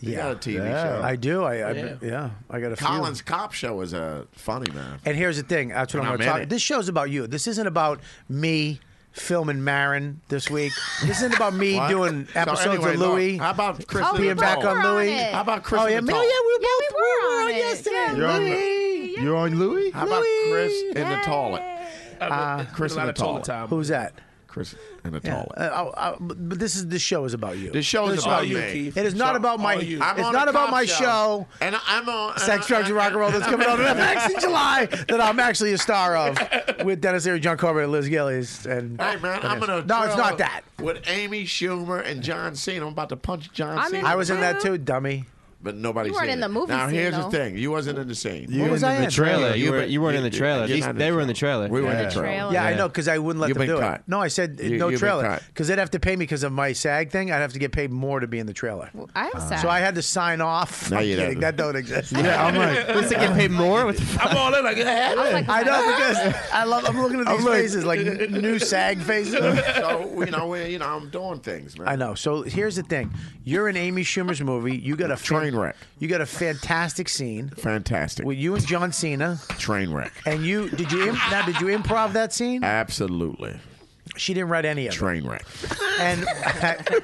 [SPEAKER 5] You
[SPEAKER 2] Yeah.
[SPEAKER 5] got a TV show.
[SPEAKER 2] I do. I, I yeah.
[SPEAKER 8] Yeah.
[SPEAKER 2] I got a few.
[SPEAKER 5] Colin's cop show is a funny man.
[SPEAKER 2] And here's the thing. That's what
[SPEAKER 5] And
[SPEAKER 2] I'm
[SPEAKER 5] I'm
[SPEAKER 2] going to
[SPEAKER 5] in
[SPEAKER 2] talk.
[SPEAKER 5] it.
[SPEAKER 2] This show's about you. This isn't about me filming Marin this week. This isn't about me
[SPEAKER 5] What?
[SPEAKER 2] doing
[SPEAKER 5] So
[SPEAKER 2] episodes
[SPEAKER 5] anyway,
[SPEAKER 2] of
[SPEAKER 5] look,
[SPEAKER 2] Louis.
[SPEAKER 5] how about Chris
[SPEAKER 7] Oh, we
[SPEAKER 2] being
[SPEAKER 7] both
[SPEAKER 2] back
[SPEAKER 7] were
[SPEAKER 2] on
[SPEAKER 7] on
[SPEAKER 2] Louis?
[SPEAKER 7] it.
[SPEAKER 5] How about Chris
[SPEAKER 2] oh yeah,
[SPEAKER 5] Natal?
[SPEAKER 2] yeah, we were
[SPEAKER 7] Yeah,
[SPEAKER 2] both
[SPEAKER 7] we were
[SPEAKER 2] we
[SPEAKER 7] on
[SPEAKER 2] on
[SPEAKER 7] it.
[SPEAKER 2] yesterday.
[SPEAKER 7] Yeah,
[SPEAKER 10] You're on,
[SPEAKER 2] Louis.
[SPEAKER 10] you're on Louis?
[SPEAKER 5] How about Chris and the
[SPEAKER 8] Uh,
[SPEAKER 5] Chris
[SPEAKER 8] a lot of
[SPEAKER 5] Natal.
[SPEAKER 8] toilet time.
[SPEAKER 2] Who's that?
[SPEAKER 5] Chris and the
[SPEAKER 2] Yeah. Uh, I, I, but but this is this show is about you.
[SPEAKER 5] This show is
[SPEAKER 2] This
[SPEAKER 5] about
[SPEAKER 8] you,
[SPEAKER 5] me.
[SPEAKER 8] Keith.
[SPEAKER 2] It is not
[SPEAKER 8] So,
[SPEAKER 2] about Oh, my.
[SPEAKER 8] all you.
[SPEAKER 5] I'm
[SPEAKER 2] It's
[SPEAKER 5] on
[SPEAKER 2] not
[SPEAKER 5] a
[SPEAKER 2] about
[SPEAKER 5] cop
[SPEAKER 2] my
[SPEAKER 5] show,
[SPEAKER 2] show.
[SPEAKER 5] And I'm on and
[SPEAKER 2] Sex,
[SPEAKER 5] I-
[SPEAKER 2] drugs, and rock and roll that's coming out on FX in July that I'm actually a star of with Dennis Leary, John Corbett, and Liz Gillies. And
[SPEAKER 5] Hey man, I'm gonna.
[SPEAKER 2] No, it's
[SPEAKER 5] drill
[SPEAKER 2] not that.
[SPEAKER 5] With Amy Schumer and John Cena, I'm about to punch John
[SPEAKER 7] I'm
[SPEAKER 5] Cena.
[SPEAKER 7] in
[SPEAKER 2] I was in that too, dummy.
[SPEAKER 5] but nobody's
[SPEAKER 7] You weren't
[SPEAKER 5] seen
[SPEAKER 7] in the
[SPEAKER 5] it.
[SPEAKER 7] movie
[SPEAKER 5] Now
[SPEAKER 7] scene,
[SPEAKER 5] here's
[SPEAKER 7] though.
[SPEAKER 5] the thing: you wasn't in the scene.
[SPEAKER 6] You were in the trailer. You were- you weren't in the trailer. At
[SPEAKER 5] You're
[SPEAKER 6] least
[SPEAKER 5] not
[SPEAKER 6] they were in the trailer.
[SPEAKER 5] We were in
[SPEAKER 6] Yeah.
[SPEAKER 5] the trailer.
[SPEAKER 2] Yeah, I know because I wouldn't let
[SPEAKER 5] You've
[SPEAKER 2] them
[SPEAKER 5] been
[SPEAKER 2] do
[SPEAKER 5] cut.
[SPEAKER 2] it. No, I said
[SPEAKER 5] You-
[SPEAKER 2] no
[SPEAKER 5] you've been
[SPEAKER 2] trailer
[SPEAKER 5] cut.
[SPEAKER 2] because they'd have to pay me because of my SAG thing. I'd have to get paid more to be in the trailer.
[SPEAKER 7] I have SAG.
[SPEAKER 2] Uh, so I had to sign off.
[SPEAKER 5] No,
[SPEAKER 2] I'm
[SPEAKER 5] you
[SPEAKER 2] kidding.
[SPEAKER 5] don't.
[SPEAKER 2] That don't exist.
[SPEAKER 5] Yeah, I'm like- What's it, get paid
[SPEAKER 6] more?
[SPEAKER 8] I'm all in. Like,
[SPEAKER 2] I,
[SPEAKER 8] was like,
[SPEAKER 2] know because I love. I'm looking at these faces like new SAG faces.
[SPEAKER 5] so you know, we, you know, I'm doing things, man.
[SPEAKER 2] I know. So here's the thing: you're in Amy Schumer's movie. You got a train
[SPEAKER 5] wreck.
[SPEAKER 2] You got a fantastic scene
[SPEAKER 5] Fantastic
[SPEAKER 2] with you and John Cena.
[SPEAKER 5] train wreck.
[SPEAKER 2] And you did you im- now did you improv that scene?
[SPEAKER 5] Absolutely.
[SPEAKER 2] She didn't write any of it.
[SPEAKER 5] Train wreck.
[SPEAKER 2] And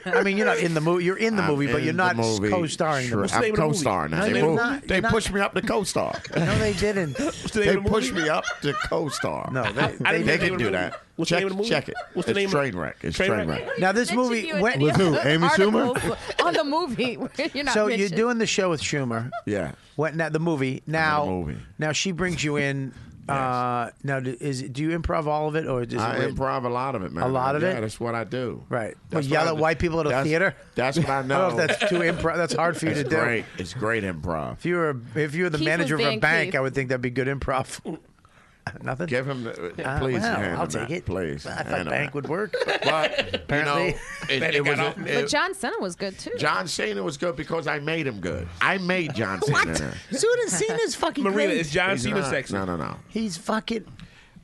[SPEAKER 2] I mean, you're not in the movie. You're in the
[SPEAKER 5] I'm
[SPEAKER 2] movie, but
[SPEAKER 5] in
[SPEAKER 2] you're not
[SPEAKER 5] the movie.
[SPEAKER 2] co-starring.
[SPEAKER 5] Sure.
[SPEAKER 2] The movie.
[SPEAKER 5] I'm co-starring now.
[SPEAKER 2] No,
[SPEAKER 5] they
[SPEAKER 2] you're
[SPEAKER 5] moved-
[SPEAKER 2] not.
[SPEAKER 5] they
[SPEAKER 2] You're not-
[SPEAKER 5] pushed me up to co-star.
[SPEAKER 2] No, they didn't.
[SPEAKER 5] they pushed me up to co-star. No,
[SPEAKER 2] they- I didn't
[SPEAKER 5] they,
[SPEAKER 2] know the
[SPEAKER 5] can
[SPEAKER 2] name of
[SPEAKER 5] do
[SPEAKER 2] the
[SPEAKER 5] that.
[SPEAKER 2] movie. What's the
[SPEAKER 5] check,
[SPEAKER 2] name of the movie?
[SPEAKER 5] check it.
[SPEAKER 8] What's the
[SPEAKER 5] it's
[SPEAKER 8] name of the-
[SPEAKER 5] train wreck. It's
[SPEAKER 8] Train
[SPEAKER 5] train,
[SPEAKER 8] wreck?
[SPEAKER 5] wreck.
[SPEAKER 2] Now this movie went
[SPEAKER 5] With who? Amy Schumer?
[SPEAKER 7] on the movie. You're not
[SPEAKER 2] so
[SPEAKER 7] mentioned.
[SPEAKER 2] you're doing the show with Schumer.
[SPEAKER 5] Yeah.
[SPEAKER 2] What now? The movie now.
[SPEAKER 5] The movie.
[SPEAKER 2] Now she brings you in. Uh, now do, is it- do you improv all of it or is
[SPEAKER 5] I
[SPEAKER 2] it with-
[SPEAKER 5] improv a lot of it, man.
[SPEAKER 2] A lot of
[SPEAKER 5] yeah,
[SPEAKER 2] it?
[SPEAKER 5] That's what I do.
[SPEAKER 2] Right.
[SPEAKER 5] That's what
[SPEAKER 2] Well, yell
[SPEAKER 5] I
[SPEAKER 2] at
[SPEAKER 5] do.
[SPEAKER 2] white people at a
[SPEAKER 5] That's-
[SPEAKER 2] theater?
[SPEAKER 5] That's what I know.
[SPEAKER 2] I don't know if that's too improv. That's hard for you
[SPEAKER 5] It's
[SPEAKER 2] to do.
[SPEAKER 5] great. It's great improv.
[SPEAKER 2] If you were if you were the
[SPEAKER 7] Keith was
[SPEAKER 2] manager of a
[SPEAKER 7] being
[SPEAKER 2] bank,
[SPEAKER 7] Keith.
[SPEAKER 2] I would think that'd be good improv. Nothing.
[SPEAKER 5] Give him, the,
[SPEAKER 2] Uh,
[SPEAKER 5] please.
[SPEAKER 2] well,
[SPEAKER 5] hand
[SPEAKER 2] I'll
[SPEAKER 5] him
[SPEAKER 2] take
[SPEAKER 5] that.
[SPEAKER 2] it.
[SPEAKER 5] Please.
[SPEAKER 2] I
[SPEAKER 5] hand
[SPEAKER 2] thought
[SPEAKER 5] him
[SPEAKER 2] bank
[SPEAKER 5] that.
[SPEAKER 2] would work.
[SPEAKER 5] But
[SPEAKER 2] Apparently.
[SPEAKER 5] you know, it,
[SPEAKER 8] Then it
[SPEAKER 5] it was.
[SPEAKER 8] got off.
[SPEAKER 5] a-
[SPEAKER 7] but
[SPEAKER 5] it-
[SPEAKER 7] John Cena was good too.
[SPEAKER 5] John Cena was good because I made him good. I made John Cena. there.
[SPEAKER 2] Soon as Cena's fucking
[SPEAKER 8] Marina,
[SPEAKER 2] great.
[SPEAKER 8] is John
[SPEAKER 5] He's
[SPEAKER 8] Cena
[SPEAKER 5] not.
[SPEAKER 8] sexy?
[SPEAKER 5] No, no, no.
[SPEAKER 2] He's fucking.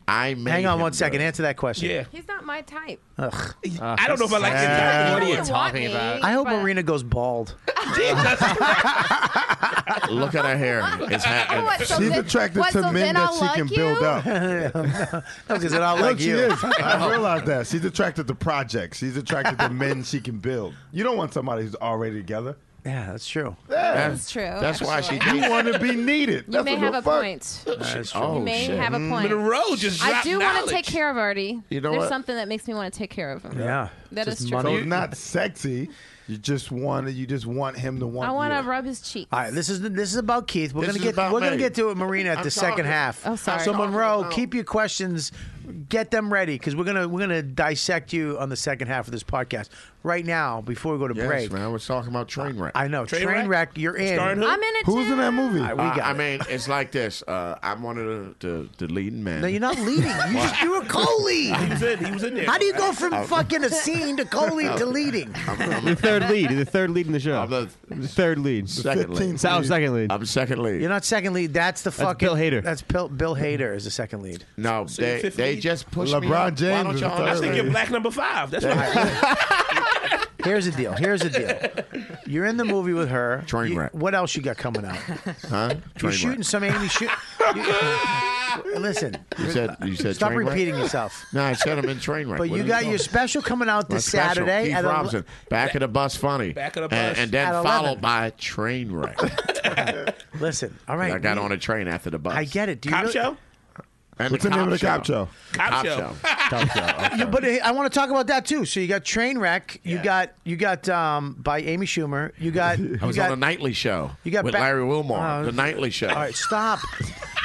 [SPEAKER 5] I made
[SPEAKER 2] Hang on
[SPEAKER 5] him
[SPEAKER 2] one second.
[SPEAKER 5] good.
[SPEAKER 2] Answer that question.
[SPEAKER 5] Yeah.
[SPEAKER 7] He's not my type.
[SPEAKER 2] Ugh.
[SPEAKER 8] I don't know if I like
[SPEAKER 2] sad.
[SPEAKER 8] it.
[SPEAKER 2] What
[SPEAKER 7] are you Wouldn't want talking me, about?
[SPEAKER 2] I hope
[SPEAKER 7] but-
[SPEAKER 2] Marina goes bald.
[SPEAKER 5] Look at her hair. It's happening.
[SPEAKER 7] What, so then- what, so then I'll like you?
[SPEAKER 10] up.
[SPEAKER 2] No, because it all
[SPEAKER 10] Look,
[SPEAKER 2] like
[SPEAKER 10] she
[SPEAKER 2] you.
[SPEAKER 10] is. I realize that. She's attracted to projects. She's attracted to men she can build. You don't want somebody who's already together.
[SPEAKER 2] Yeah, that's true.
[SPEAKER 7] That's true,
[SPEAKER 5] That's why she.
[SPEAKER 10] You want to be needed.
[SPEAKER 7] You
[SPEAKER 10] That's
[SPEAKER 7] may
[SPEAKER 10] what
[SPEAKER 7] have
[SPEAKER 10] the
[SPEAKER 7] a
[SPEAKER 10] fuck- Oh,
[SPEAKER 7] point.
[SPEAKER 5] That's
[SPEAKER 7] You may have a point.
[SPEAKER 8] Monroe just
[SPEAKER 7] I
[SPEAKER 8] dropped
[SPEAKER 7] do want
[SPEAKER 8] knowledge.
[SPEAKER 7] to take care of Artie.
[SPEAKER 10] You know
[SPEAKER 7] There's
[SPEAKER 10] what?
[SPEAKER 7] something that makes me want to take care of him. that is
[SPEAKER 10] Just
[SPEAKER 7] true.
[SPEAKER 10] money. So it's not sexy. You just want to. You just want him to want.
[SPEAKER 7] I want
[SPEAKER 10] you.
[SPEAKER 7] to rub his cheek.
[SPEAKER 2] All right, this is this is about Keith. We're
[SPEAKER 10] This
[SPEAKER 2] gonna
[SPEAKER 10] is
[SPEAKER 2] get
[SPEAKER 10] about
[SPEAKER 2] we're gonna
[SPEAKER 10] me.
[SPEAKER 2] get to it, Marina, at
[SPEAKER 5] I'm
[SPEAKER 2] the second
[SPEAKER 5] talking.
[SPEAKER 2] half.
[SPEAKER 7] Oh, sorry.
[SPEAKER 2] So
[SPEAKER 5] I'm talking
[SPEAKER 2] Monroe,
[SPEAKER 5] about-
[SPEAKER 2] keep your questions, get them ready because we're gonna we're gonna dissect you on the second half of this podcast. Right now, before we go to
[SPEAKER 5] Yes,
[SPEAKER 2] break,
[SPEAKER 5] man. I was talking about train wreck.
[SPEAKER 2] I know train,
[SPEAKER 8] Train
[SPEAKER 2] wreck.
[SPEAKER 8] wreck?
[SPEAKER 2] You're in.
[SPEAKER 8] Starring who?
[SPEAKER 7] I'm in it
[SPEAKER 10] Who's
[SPEAKER 7] too.
[SPEAKER 10] in that movie?
[SPEAKER 2] All right, we
[SPEAKER 5] Uh,
[SPEAKER 2] got
[SPEAKER 5] I
[SPEAKER 2] it.
[SPEAKER 5] mean, it's like this. Uh, I'm one of the, the, the leading men.
[SPEAKER 2] No, you're not leading. You just you were
[SPEAKER 8] He
[SPEAKER 2] co-lead.
[SPEAKER 8] was in. He was in there.
[SPEAKER 2] How do you go from
[SPEAKER 5] I'm-
[SPEAKER 2] fucking a scene to co-lead to leading?
[SPEAKER 5] I'm, I'm
[SPEAKER 6] The third lead. The third lead in the show.
[SPEAKER 5] I'm the
[SPEAKER 6] The third lead.
[SPEAKER 5] second lead.
[SPEAKER 6] So I'm second lead.
[SPEAKER 5] I'm second lead.
[SPEAKER 2] You're not second lead. That's the fucking
[SPEAKER 6] Bill Hader.
[SPEAKER 2] That's Bill, Bill Hader is the second lead.
[SPEAKER 5] No,
[SPEAKER 8] you're
[SPEAKER 5] they,
[SPEAKER 8] fifth
[SPEAKER 5] they
[SPEAKER 8] lead?
[SPEAKER 5] just pushed me.
[SPEAKER 10] LeBron
[SPEAKER 5] up. Why
[SPEAKER 10] James
[SPEAKER 5] don't
[SPEAKER 10] is
[SPEAKER 5] y'all
[SPEAKER 10] the
[SPEAKER 8] I
[SPEAKER 10] third
[SPEAKER 8] think
[SPEAKER 5] understand?
[SPEAKER 8] you're black number five. That's right.
[SPEAKER 2] Here's the deal. Here's the deal. You're in the movie with her.
[SPEAKER 5] Train
[SPEAKER 2] You-
[SPEAKER 5] wreck.
[SPEAKER 2] What else you got coming out?
[SPEAKER 5] Huh? Train
[SPEAKER 2] You're shooting
[SPEAKER 5] wreck.
[SPEAKER 2] some Amy. Shoot. Listen,
[SPEAKER 5] You said you said
[SPEAKER 2] stop
[SPEAKER 5] train wreck?
[SPEAKER 2] repeating yourself.
[SPEAKER 5] No, I said I'm in train wreck.
[SPEAKER 2] But
[SPEAKER 5] What
[SPEAKER 2] you
[SPEAKER 5] are
[SPEAKER 2] got
[SPEAKER 5] talking
[SPEAKER 2] your
[SPEAKER 5] about?
[SPEAKER 2] special coming out
[SPEAKER 5] My
[SPEAKER 2] this
[SPEAKER 5] special,
[SPEAKER 2] Saturday.
[SPEAKER 5] Keith
[SPEAKER 2] at el-
[SPEAKER 5] Robinson, back of the bus, funny.
[SPEAKER 8] Back of the
[SPEAKER 5] And,
[SPEAKER 8] bus.
[SPEAKER 5] and then
[SPEAKER 2] At 11.
[SPEAKER 5] followed by train wreck.
[SPEAKER 2] Listen, all right.
[SPEAKER 5] I got
[SPEAKER 2] we-
[SPEAKER 5] on a train after the bus.
[SPEAKER 2] I get it. Do you
[SPEAKER 8] Cop
[SPEAKER 2] really-
[SPEAKER 8] show.
[SPEAKER 5] And
[SPEAKER 10] What's the name of the cop show?
[SPEAKER 8] Cop, show.
[SPEAKER 2] You- but I I want to talk about that too. So you got Trainwreck. You got you got um, by Amy Schumer. You got. You
[SPEAKER 5] I was
[SPEAKER 2] got,
[SPEAKER 5] on a nightly show
[SPEAKER 2] you got
[SPEAKER 5] with
[SPEAKER 2] back-
[SPEAKER 5] Larry Wilmore.
[SPEAKER 2] Oh.
[SPEAKER 5] the nightly show.
[SPEAKER 2] All right, stop,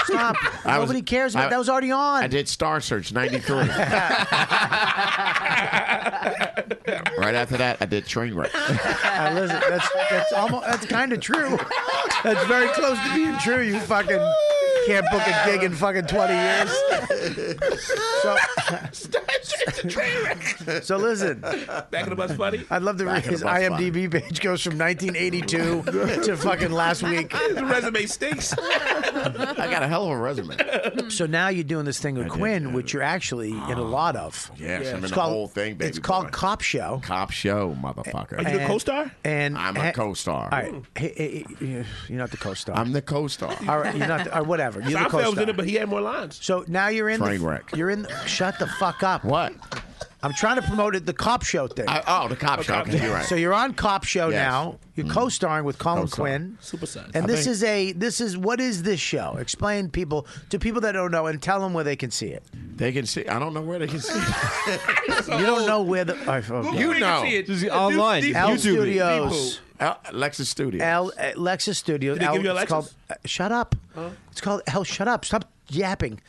[SPEAKER 2] stop.
[SPEAKER 5] I was-
[SPEAKER 2] Nobody cares about
[SPEAKER 5] I-
[SPEAKER 2] that. Was already on.
[SPEAKER 5] I did Star Search '93. right after that, I did Trainwreck.
[SPEAKER 2] Uh, listen, that's that's almost that's kind of true. That's very close to being true. You fucking can't book a gig in fucking twenty years. So, so listen,
[SPEAKER 8] Back of the bus, buddy.
[SPEAKER 2] I'd love to read
[SPEAKER 5] Back of the
[SPEAKER 2] his
[SPEAKER 5] bus
[SPEAKER 2] IMDb page goes from 1982 to fucking last week.
[SPEAKER 8] the resume stinks.
[SPEAKER 5] I got a hell of a resume.
[SPEAKER 2] Hmm. So now you're doing this thing with Quinn, which you're actually in a lot of.
[SPEAKER 5] Yes, I'm in
[SPEAKER 2] It's
[SPEAKER 5] the
[SPEAKER 2] called-
[SPEAKER 5] whole thing, baby.
[SPEAKER 2] It's called
[SPEAKER 5] boy.
[SPEAKER 2] Cop Show.
[SPEAKER 5] Cop Show, motherfucker.
[SPEAKER 8] Are you a
[SPEAKER 2] And-
[SPEAKER 8] co-star?
[SPEAKER 2] And
[SPEAKER 5] I'm a co-star.
[SPEAKER 2] All right, hey, hey, hey, you're not the co-star.
[SPEAKER 5] I'm the co-star.
[SPEAKER 2] All right, you're not. The, all right, whatever. You're the
[SPEAKER 8] Seinfeld
[SPEAKER 2] co-star.
[SPEAKER 8] was in it, but he had more lines.
[SPEAKER 2] So now you're in
[SPEAKER 5] Train
[SPEAKER 2] the,
[SPEAKER 5] wreck.
[SPEAKER 2] You're in. The, shut the fuck up.
[SPEAKER 5] What?
[SPEAKER 2] I'm trying to promote it. The cop show thing.
[SPEAKER 5] I, oh, the cop show.
[SPEAKER 8] cop
[SPEAKER 5] Okay,
[SPEAKER 8] show.
[SPEAKER 5] you're right.
[SPEAKER 2] So you're on cop show
[SPEAKER 5] Yes. Mm.
[SPEAKER 2] now. You're co-starring with Colin
[SPEAKER 5] Co-star.
[SPEAKER 2] Quinn.
[SPEAKER 8] Super size.
[SPEAKER 2] And
[SPEAKER 5] I
[SPEAKER 2] this
[SPEAKER 5] think-
[SPEAKER 2] is a this is what is this show? Explain people to people that don't know and tell them where they can see it.
[SPEAKER 5] they can see. I don't know where they can see.
[SPEAKER 2] You don't know where the oh, okay.
[SPEAKER 5] You know.
[SPEAKER 6] Just online.
[SPEAKER 2] L
[SPEAKER 6] YouTube.
[SPEAKER 2] Studios,
[SPEAKER 5] Al- Lexus Studio.
[SPEAKER 2] L uh, Lexus Studios.
[SPEAKER 8] they
[SPEAKER 2] L,
[SPEAKER 8] give you a
[SPEAKER 2] it's
[SPEAKER 8] Lexus?
[SPEAKER 2] called uh, Shut Up. It's called L. Shut Up. Stop yapping.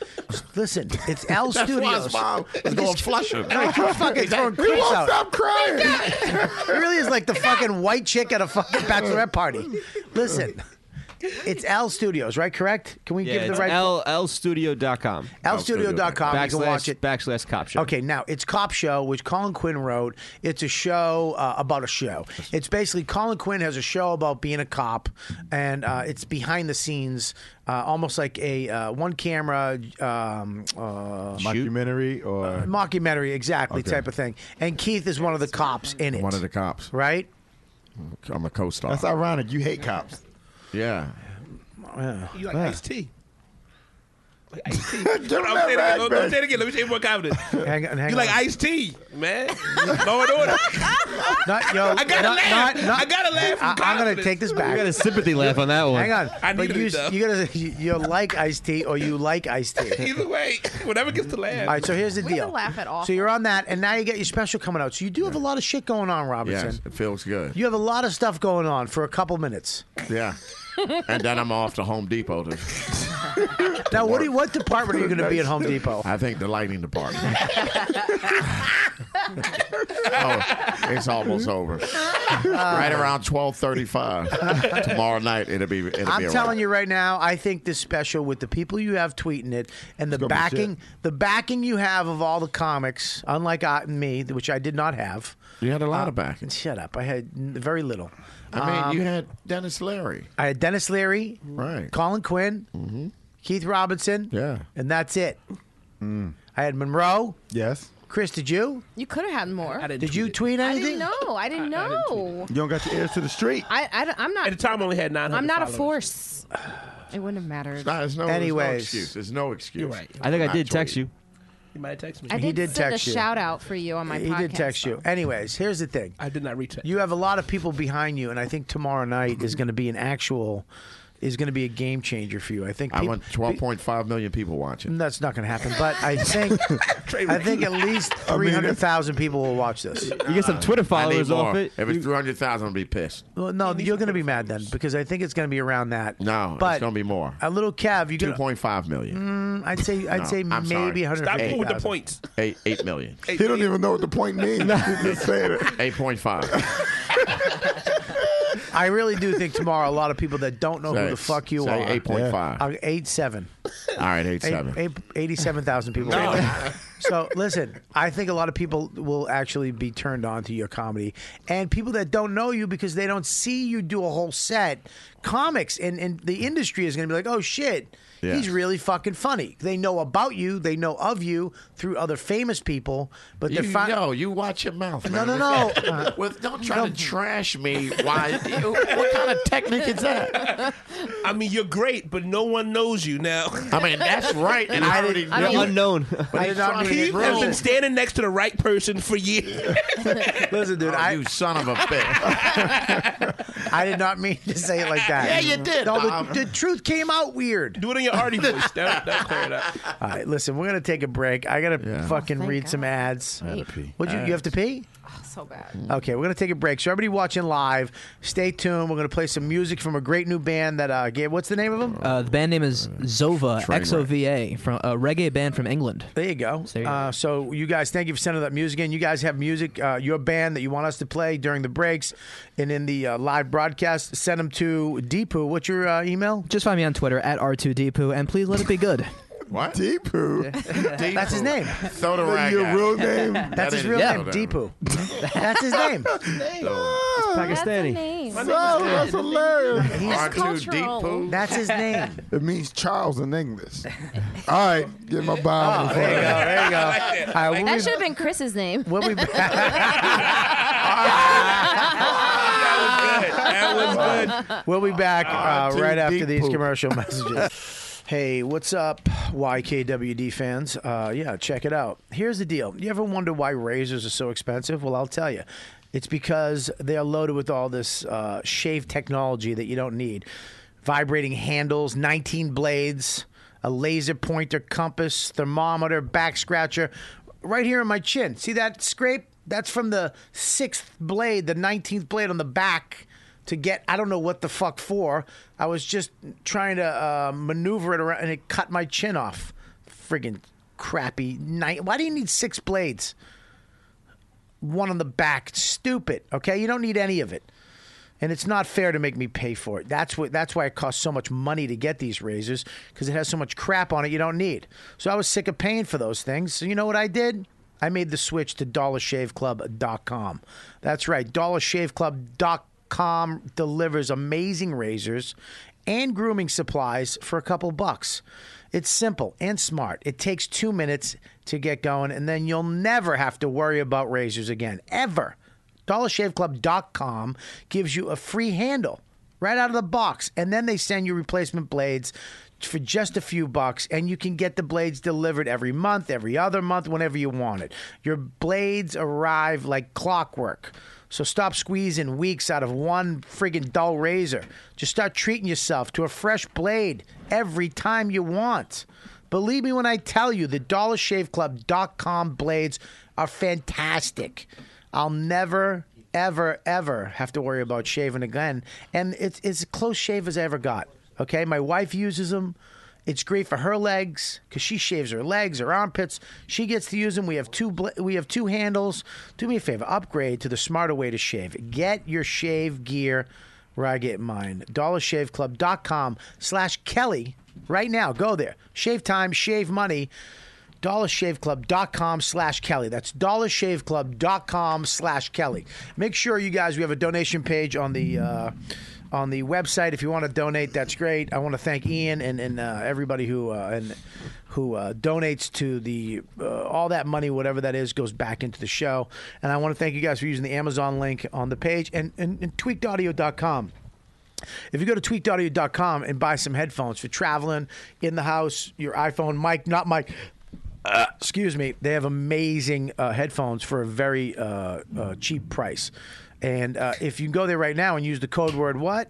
[SPEAKER 2] Listen, it's L
[SPEAKER 5] That's
[SPEAKER 2] Studios.
[SPEAKER 5] why his mom is going flushing.
[SPEAKER 2] No, you're fucking throwing
[SPEAKER 5] We
[SPEAKER 2] creeps
[SPEAKER 5] won't
[SPEAKER 2] out.
[SPEAKER 5] stop crying.
[SPEAKER 2] It really is like the fucking white chick at a fucking bachelorette party. Listen, it's L Studios, right? Correct? Can we
[SPEAKER 6] Yeah,
[SPEAKER 2] give
[SPEAKER 6] it's
[SPEAKER 2] the right?
[SPEAKER 6] L, lstudio.com.
[SPEAKER 2] lstudio.com. You
[SPEAKER 6] Backslash,
[SPEAKER 2] can watch it.
[SPEAKER 6] Backslash cop show.
[SPEAKER 2] Okay, now it's Cop Show, which Colin Quinn wrote. It's a show uh, about a show. It's basically Colin Quinn has a show about being a cop, and uh, it's behind the scenes, uh, almost like a uh, one camera um, uh,
[SPEAKER 10] Documentary or
[SPEAKER 2] mockumentary, exactly
[SPEAKER 10] Okay.
[SPEAKER 2] type of thing. And Keith is one of the cops in it.
[SPEAKER 5] One of the cops.
[SPEAKER 2] Right?
[SPEAKER 5] I'm a co-star.
[SPEAKER 10] That's ironic. You hate cops.
[SPEAKER 5] Yeah.
[SPEAKER 8] You like
[SPEAKER 5] Yeah.
[SPEAKER 8] iced tea. Like iced tea.
[SPEAKER 10] Don't
[SPEAKER 8] I'm
[SPEAKER 10] let
[SPEAKER 8] saying it
[SPEAKER 10] that
[SPEAKER 8] again. Don't-
[SPEAKER 10] man-
[SPEAKER 8] don't say it again. Let me say it more confident.
[SPEAKER 2] Hang on, hang
[SPEAKER 8] you like
[SPEAKER 2] on.
[SPEAKER 8] iced tea, man. Law and order.
[SPEAKER 2] Not, yo,
[SPEAKER 8] I gotta
[SPEAKER 2] not-
[SPEAKER 8] laugh.
[SPEAKER 2] not- not-
[SPEAKER 8] I gotta laugh.
[SPEAKER 2] I,
[SPEAKER 8] from
[SPEAKER 2] am gonna
[SPEAKER 8] confidence.
[SPEAKER 2] take this back.
[SPEAKER 6] You got a sympathy laugh on that one.
[SPEAKER 2] Hang on.
[SPEAKER 8] I
[SPEAKER 2] but
[SPEAKER 8] needed
[SPEAKER 2] you,
[SPEAKER 8] it, though.
[SPEAKER 2] you gotta you, you like iced tea or you like iced tea.
[SPEAKER 8] Either way, whatever gets to laugh.
[SPEAKER 2] All right, so here's the
[SPEAKER 7] We
[SPEAKER 2] deal.
[SPEAKER 7] can laugh at all.
[SPEAKER 2] So you're on that, and now you get your special coming out. So you do have a lot of shit going on, Robertson.
[SPEAKER 5] Yes, it feels good.
[SPEAKER 2] You have a lot of stuff going on for a couple minutes.
[SPEAKER 5] Yeah. and then I'm off to Home Depot. To,
[SPEAKER 2] now, what do you, what department are you going to be at Home Depot?
[SPEAKER 5] I think the lighting department. oh, it's almost over.
[SPEAKER 2] Uh.
[SPEAKER 5] right around 12:35 tomorrow night. It'll be. It'll
[SPEAKER 2] I'm
[SPEAKER 5] be
[SPEAKER 2] telling you right now, I think this special with the people you have tweeting it and the
[SPEAKER 5] gonna be
[SPEAKER 2] backing, the backing you have of all the comics, unlike I, me, which I did not have.
[SPEAKER 5] You had a lot
[SPEAKER 2] Uh,
[SPEAKER 5] of backing.
[SPEAKER 2] Shut up! I had n- very little.
[SPEAKER 5] I mean, you
[SPEAKER 2] Um,
[SPEAKER 5] had Dennis Leary.
[SPEAKER 2] I had Dennis Leary,
[SPEAKER 5] Right. Mm-hmm.
[SPEAKER 2] Colin Quinn, Keith Robinson,
[SPEAKER 5] Yeah. Mm.
[SPEAKER 2] and that's it. I had Monroe.
[SPEAKER 10] Yes.
[SPEAKER 2] Chris, did you?
[SPEAKER 7] You could have had more. I
[SPEAKER 2] Did you tweet
[SPEAKER 7] I
[SPEAKER 2] anything?
[SPEAKER 7] didn't know. I didn't know.
[SPEAKER 10] You don't got your ears to the street.
[SPEAKER 7] I, I, am not.
[SPEAKER 8] At the time, I only had 900
[SPEAKER 7] I'm not a force.
[SPEAKER 8] followers.
[SPEAKER 7] It wouldn't have mattered.
[SPEAKER 5] Nah, there's no, there's no
[SPEAKER 2] Anyways.
[SPEAKER 5] excuse. There's no excuse.
[SPEAKER 8] You're right.
[SPEAKER 6] I think I
[SPEAKER 5] Not
[SPEAKER 6] did text
[SPEAKER 5] tweet.
[SPEAKER 6] you.
[SPEAKER 8] You might have texted me.
[SPEAKER 7] I did,
[SPEAKER 2] He did
[SPEAKER 7] send
[SPEAKER 2] text
[SPEAKER 7] a
[SPEAKER 2] you.
[SPEAKER 7] shout out for you on my
[SPEAKER 2] he
[SPEAKER 7] podcast.
[SPEAKER 2] did text you. Anyways, here's the thing.
[SPEAKER 8] I did not reach it.
[SPEAKER 2] You have a lot of people behind you, and I think tomorrow night is going to be an actual, is going to be a game changer for you. I think.
[SPEAKER 5] I
[SPEAKER 2] peop- Mm,
[SPEAKER 5] want 12.5 million people watching.
[SPEAKER 2] That's not going to happen, but I think I think at least three hundred thousand people will watch this.
[SPEAKER 6] You get some Twitter
[SPEAKER 5] I need
[SPEAKER 6] followers off
[SPEAKER 5] more.
[SPEAKER 6] it.
[SPEAKER 5] If it's 300,000, I'll be pissed.
[SPEAKER 2] Well, no, you're going to be mad then because I think it's going to be around that.
[SPEAKER 5] No,
[SPEAKER 2] But-
[SPEAKER 5] it's going to be more.
[SPEAKER 2] A little Cav, you
[SPEAKER 5] Two
[SPEAKER 2] going
[SPEAKER 5] point five million.
[SPEAKER 2] Mm, I'd say I'd
[SPEAKER 5] No,
[SPEAKER 2] say
[SPEAKER 5] I'm sorry.
[SPEAKER 2] maybe one hundred
[SPEAKER 5] Stop
[SPEAKER 2] fifty
[SPEAKER 5] with the
[SPEAKER 2] thousand.
[SPEAKER 8] points.
[SPEAKER 5] Eight eight million.
[SPEAKER 10] He don't even know what the point means. He's just saying it.
[SPEAKER 5] Eight point five.
[SPEAKER 2] I really do think tomorrow a lot of people that don't know who
[SPEAKER 5] Say-
[SPEAKER 2] the fuck you
[SPEAKER 5] say
[SPEAKER 2] are.
[SPEAKER 5] 8.5.
[SPEAKER 2] Uh, Eight seven.
[SPEAKER 5] All right, eight
[SPEAKER 2] Eight-
[SPEAKER 5] seven.
[SPEAKER 2] eight- 87,000 people. So listen, I think a lot of people will actually be turned on to your comedy, and people that don't know you because they don't see you do a whole set, comics, and, and the industry is going to be like, oh shit,
[SPEAKER 5] Yeah.
[SPEAKER 2] he's really fucking funny. They know about you, they know of you through other famous people, but
[SPEAKER 5] You
[SPEAKER 2] they're fi-
[SPEAKER 5] know, you watch your mouth.
[SPEAKER 2] No,
[SPEAKER 5] Man.
[SPEAKER 2] no, Uh,
[SPEAKER 5] With-
[SPEAKER 2] no.
[SPEAKER 5] With don't try to trash me. Why? you- what kind of technique is that?
[SPEAKER 8] I mean, you're great, but no one knows you now.
[SPEAKER 5] I mean, that's right, and I already
[SPEAKER 6] You're
[SPEAKER 5] know it.
[SPEAKER 6] unknown.
[SPEAKER 5] But
[SPEAKER 2] I
[SPEAKER 5] it's
[SPEAKER 2] did not
[SPEAKER 5] trying to
[SPEAKER 2] mean
[SPEAKER 8] Keith has
[SPEAKER 5] grow.
[SPEAKER 8] been standing next to the right person for years.
[SPEAKER 2] listen, dude,
[SPEAKER 5] Oh,
[SPEAKER 2] I,
[SPEAKER 5] you son of a bitch.
[SPEAKER 2] I did not mean to say it like that.
[SPEAKER 5] Yeah, you did,
[SPEAKER 2] No,
[SPEAKER 5] Bob.
[SPEAKER 2] the, the truth came out weird.
[SPEAKER 8] Do it in your arty voice. That, that'll clear it up.
[SPEAKER 2] All right, listen, we're gonna take a break. I gotta fucking
[SPEAKER 7] Oh, thank
[SPEAKER 2] read
[SPEAKER 7] God.
[SPEAKER 2] some ads.
[SPEAKER 7] gotta
[SPEAKER 5] pee.
[SPEAKER 2] Would you? You have to pee?
[SPEAKER 7] So bad.
[SPEAKER 2] Okay, we're going to take a break. So, everybody watching live, stay tuned. We're going to play some music from a great new band that, uh, Gabe, what's the name of them?
[SPEAKER 9] Uh, the band name is Zova,
[SPEAKER 5] Trainwreck.
[SPEAKER 9] XOVA, from a reggae band from England.
[SPEAKER 2] there you go.
[SPEAKER 9] you go.
[SPEAKER 2] Uh, so, you guys, thank you for sending that music in. You guys have music, uh, your band that you want us to play during the breaks and in the uh, live broadcast. Send them to Deepu. What's your uh, email?
[SPEAKER 9] Just find me on Twitter at R2Deepu and please let it be good.
[SPEAKER 5] What?
[SPEAKER 10] Deepu.
[SPEAKER 2] That's his name.
[SPEAKER 5] Throw the rag
[SPEAKER 10] Your
[SPEAKER 5] at
[SPEAKER 10] real
[SPEAKER 5] it.
[SPEAKER 10] name?
[SPEAKER 2] That's his
[SPEAKER 5] ain't
[SPEAKER 2] real
[SPEAKER 5] his
[SPEAKER 2] name,
[SPEAKER 5] name.
[SPEAKER 2] Deepu. That's his name.
[SPEAKER 9] Pakistani.
[SPEAKER 10] Oh, that's hilarious.
[SPEAKER 5] R2
[SPEAKER 7] cultural.
[SPEAKER 5] Deepu.
[SPEAKER 2] That's his name.
[SPEAKER 10] It means Charles in English. All right, get my bomb.
[SPEAKER 2] Oh, There you go. There you go. All right, we'll
[SPEAKER 7] That
[SPEAKER 2] be-
[SPEAKER 7] should have been Chris's name.
[SPEAKER 2] we'll be back.
[SPEAKER 8] That was good.
[SPEAKER 2] We'll be back uh,
[SPEAKER 10] too
[SPEAKER 2] right after
[SPEAKER 10] Ah, deep
[SPEAKER 2] these
[SPEAKER 10] poop.
[SPEAKER 2] commercial messages. hey, what's up, YKWD fans? Uh, yeah, check it out. Here's the deal. You ever wonder why razors are so expensive? Well, I'll tell you. It's because they are loaded with all this uh, shave technology that you don't need. Vibrating handles, 19 blades, a laser pointer, compass, thermometer, back scratcher, right here on my chin. See that scrape? That's from the sixth blade, the 19th blade on the back to get I don't know what the fuck for. I was just trying to uh, maneuver it around, and it cut my chin off. Friggin' crappy night. Why do you need six blades? One on the back. Stupid. Okay, you don't need any of it. And it's not fair to make me pay for it. That's what. That's why it costs so much money to get these razors because it has so much crap on it you don't need. So I was sick of paying for those things. So you know what I did? I made the switch to DollarShaveClub.com. That's right, DollarShaveClub.com delivers amazing razors and grooming supplies for a couple bucks. It's simple and smart. It takes two minutes to get going, and then you'll never have to worry about razors again, ever. DollarShaveClub.com gives you a free handle right out of the box, and then they send you replacement blades for just a few bucks, and you can get the blades delivered every month, every other month, whenever you want it. Your blades arrive like clockwork. So stop squeezing weeks out of one friggin' dull razor. Just start treating yourself to a fresh blade every time you want. Believe me when I tell you, the DollarShaveClub.com blades are fantastic. I'll never, ever, ever have to worry about shaving again. And it's it's as close shave as I ever got. Okay, my wife uses them. It's great for her legs because she shaves her legs, her armpits. She gets to use them. We have two bla- we have two handles. Do me a favor, upgrade to the smarter way to shave. Get your shave gear where I get mine. DollarShaveClub.com slash Kelly right now. Go there. Shave time, shave money. DollarShaveClub.com slash Kelly. That's DollarShaveClub.com slash Kelly. Make sure you guys, we have a donation page on the. Uh, on the website, if you want to donate, that's great. I want to thank Ian and, and uh, everybody who uh, and who uh, donates to the uh, all that money, whatever that is, goes back into the show. And I want to thank you guys for using the Amazon link on the page and and, and tweakedaudio.com. If you go to tweakedaudio.com and buy some headphones for traveling in the house, your iPhone mic, not mic. Uh, excuse me. They have amazing uh, headphones for a very uh, uh, cheap price. And uh, if you go there right now and use the code word what?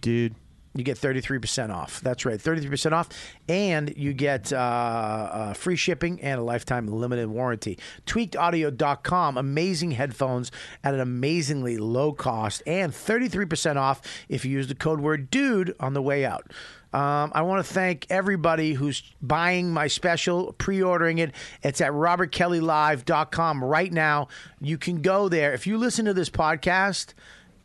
[SPEAKER 2] dude. You get 33% off. That's right, 33% off. And you get uh, uh, free shipping and a lifetime limited warranty. TweakedAudio.com, amazing headphones at an amazingly low cost, and 33% off if you use the code word DUDE on the way out. Um, I want to thank everybody who's buying my special, pre ordering it. It's at robertkellylive.com right now. You can go there. If you listen to this podcast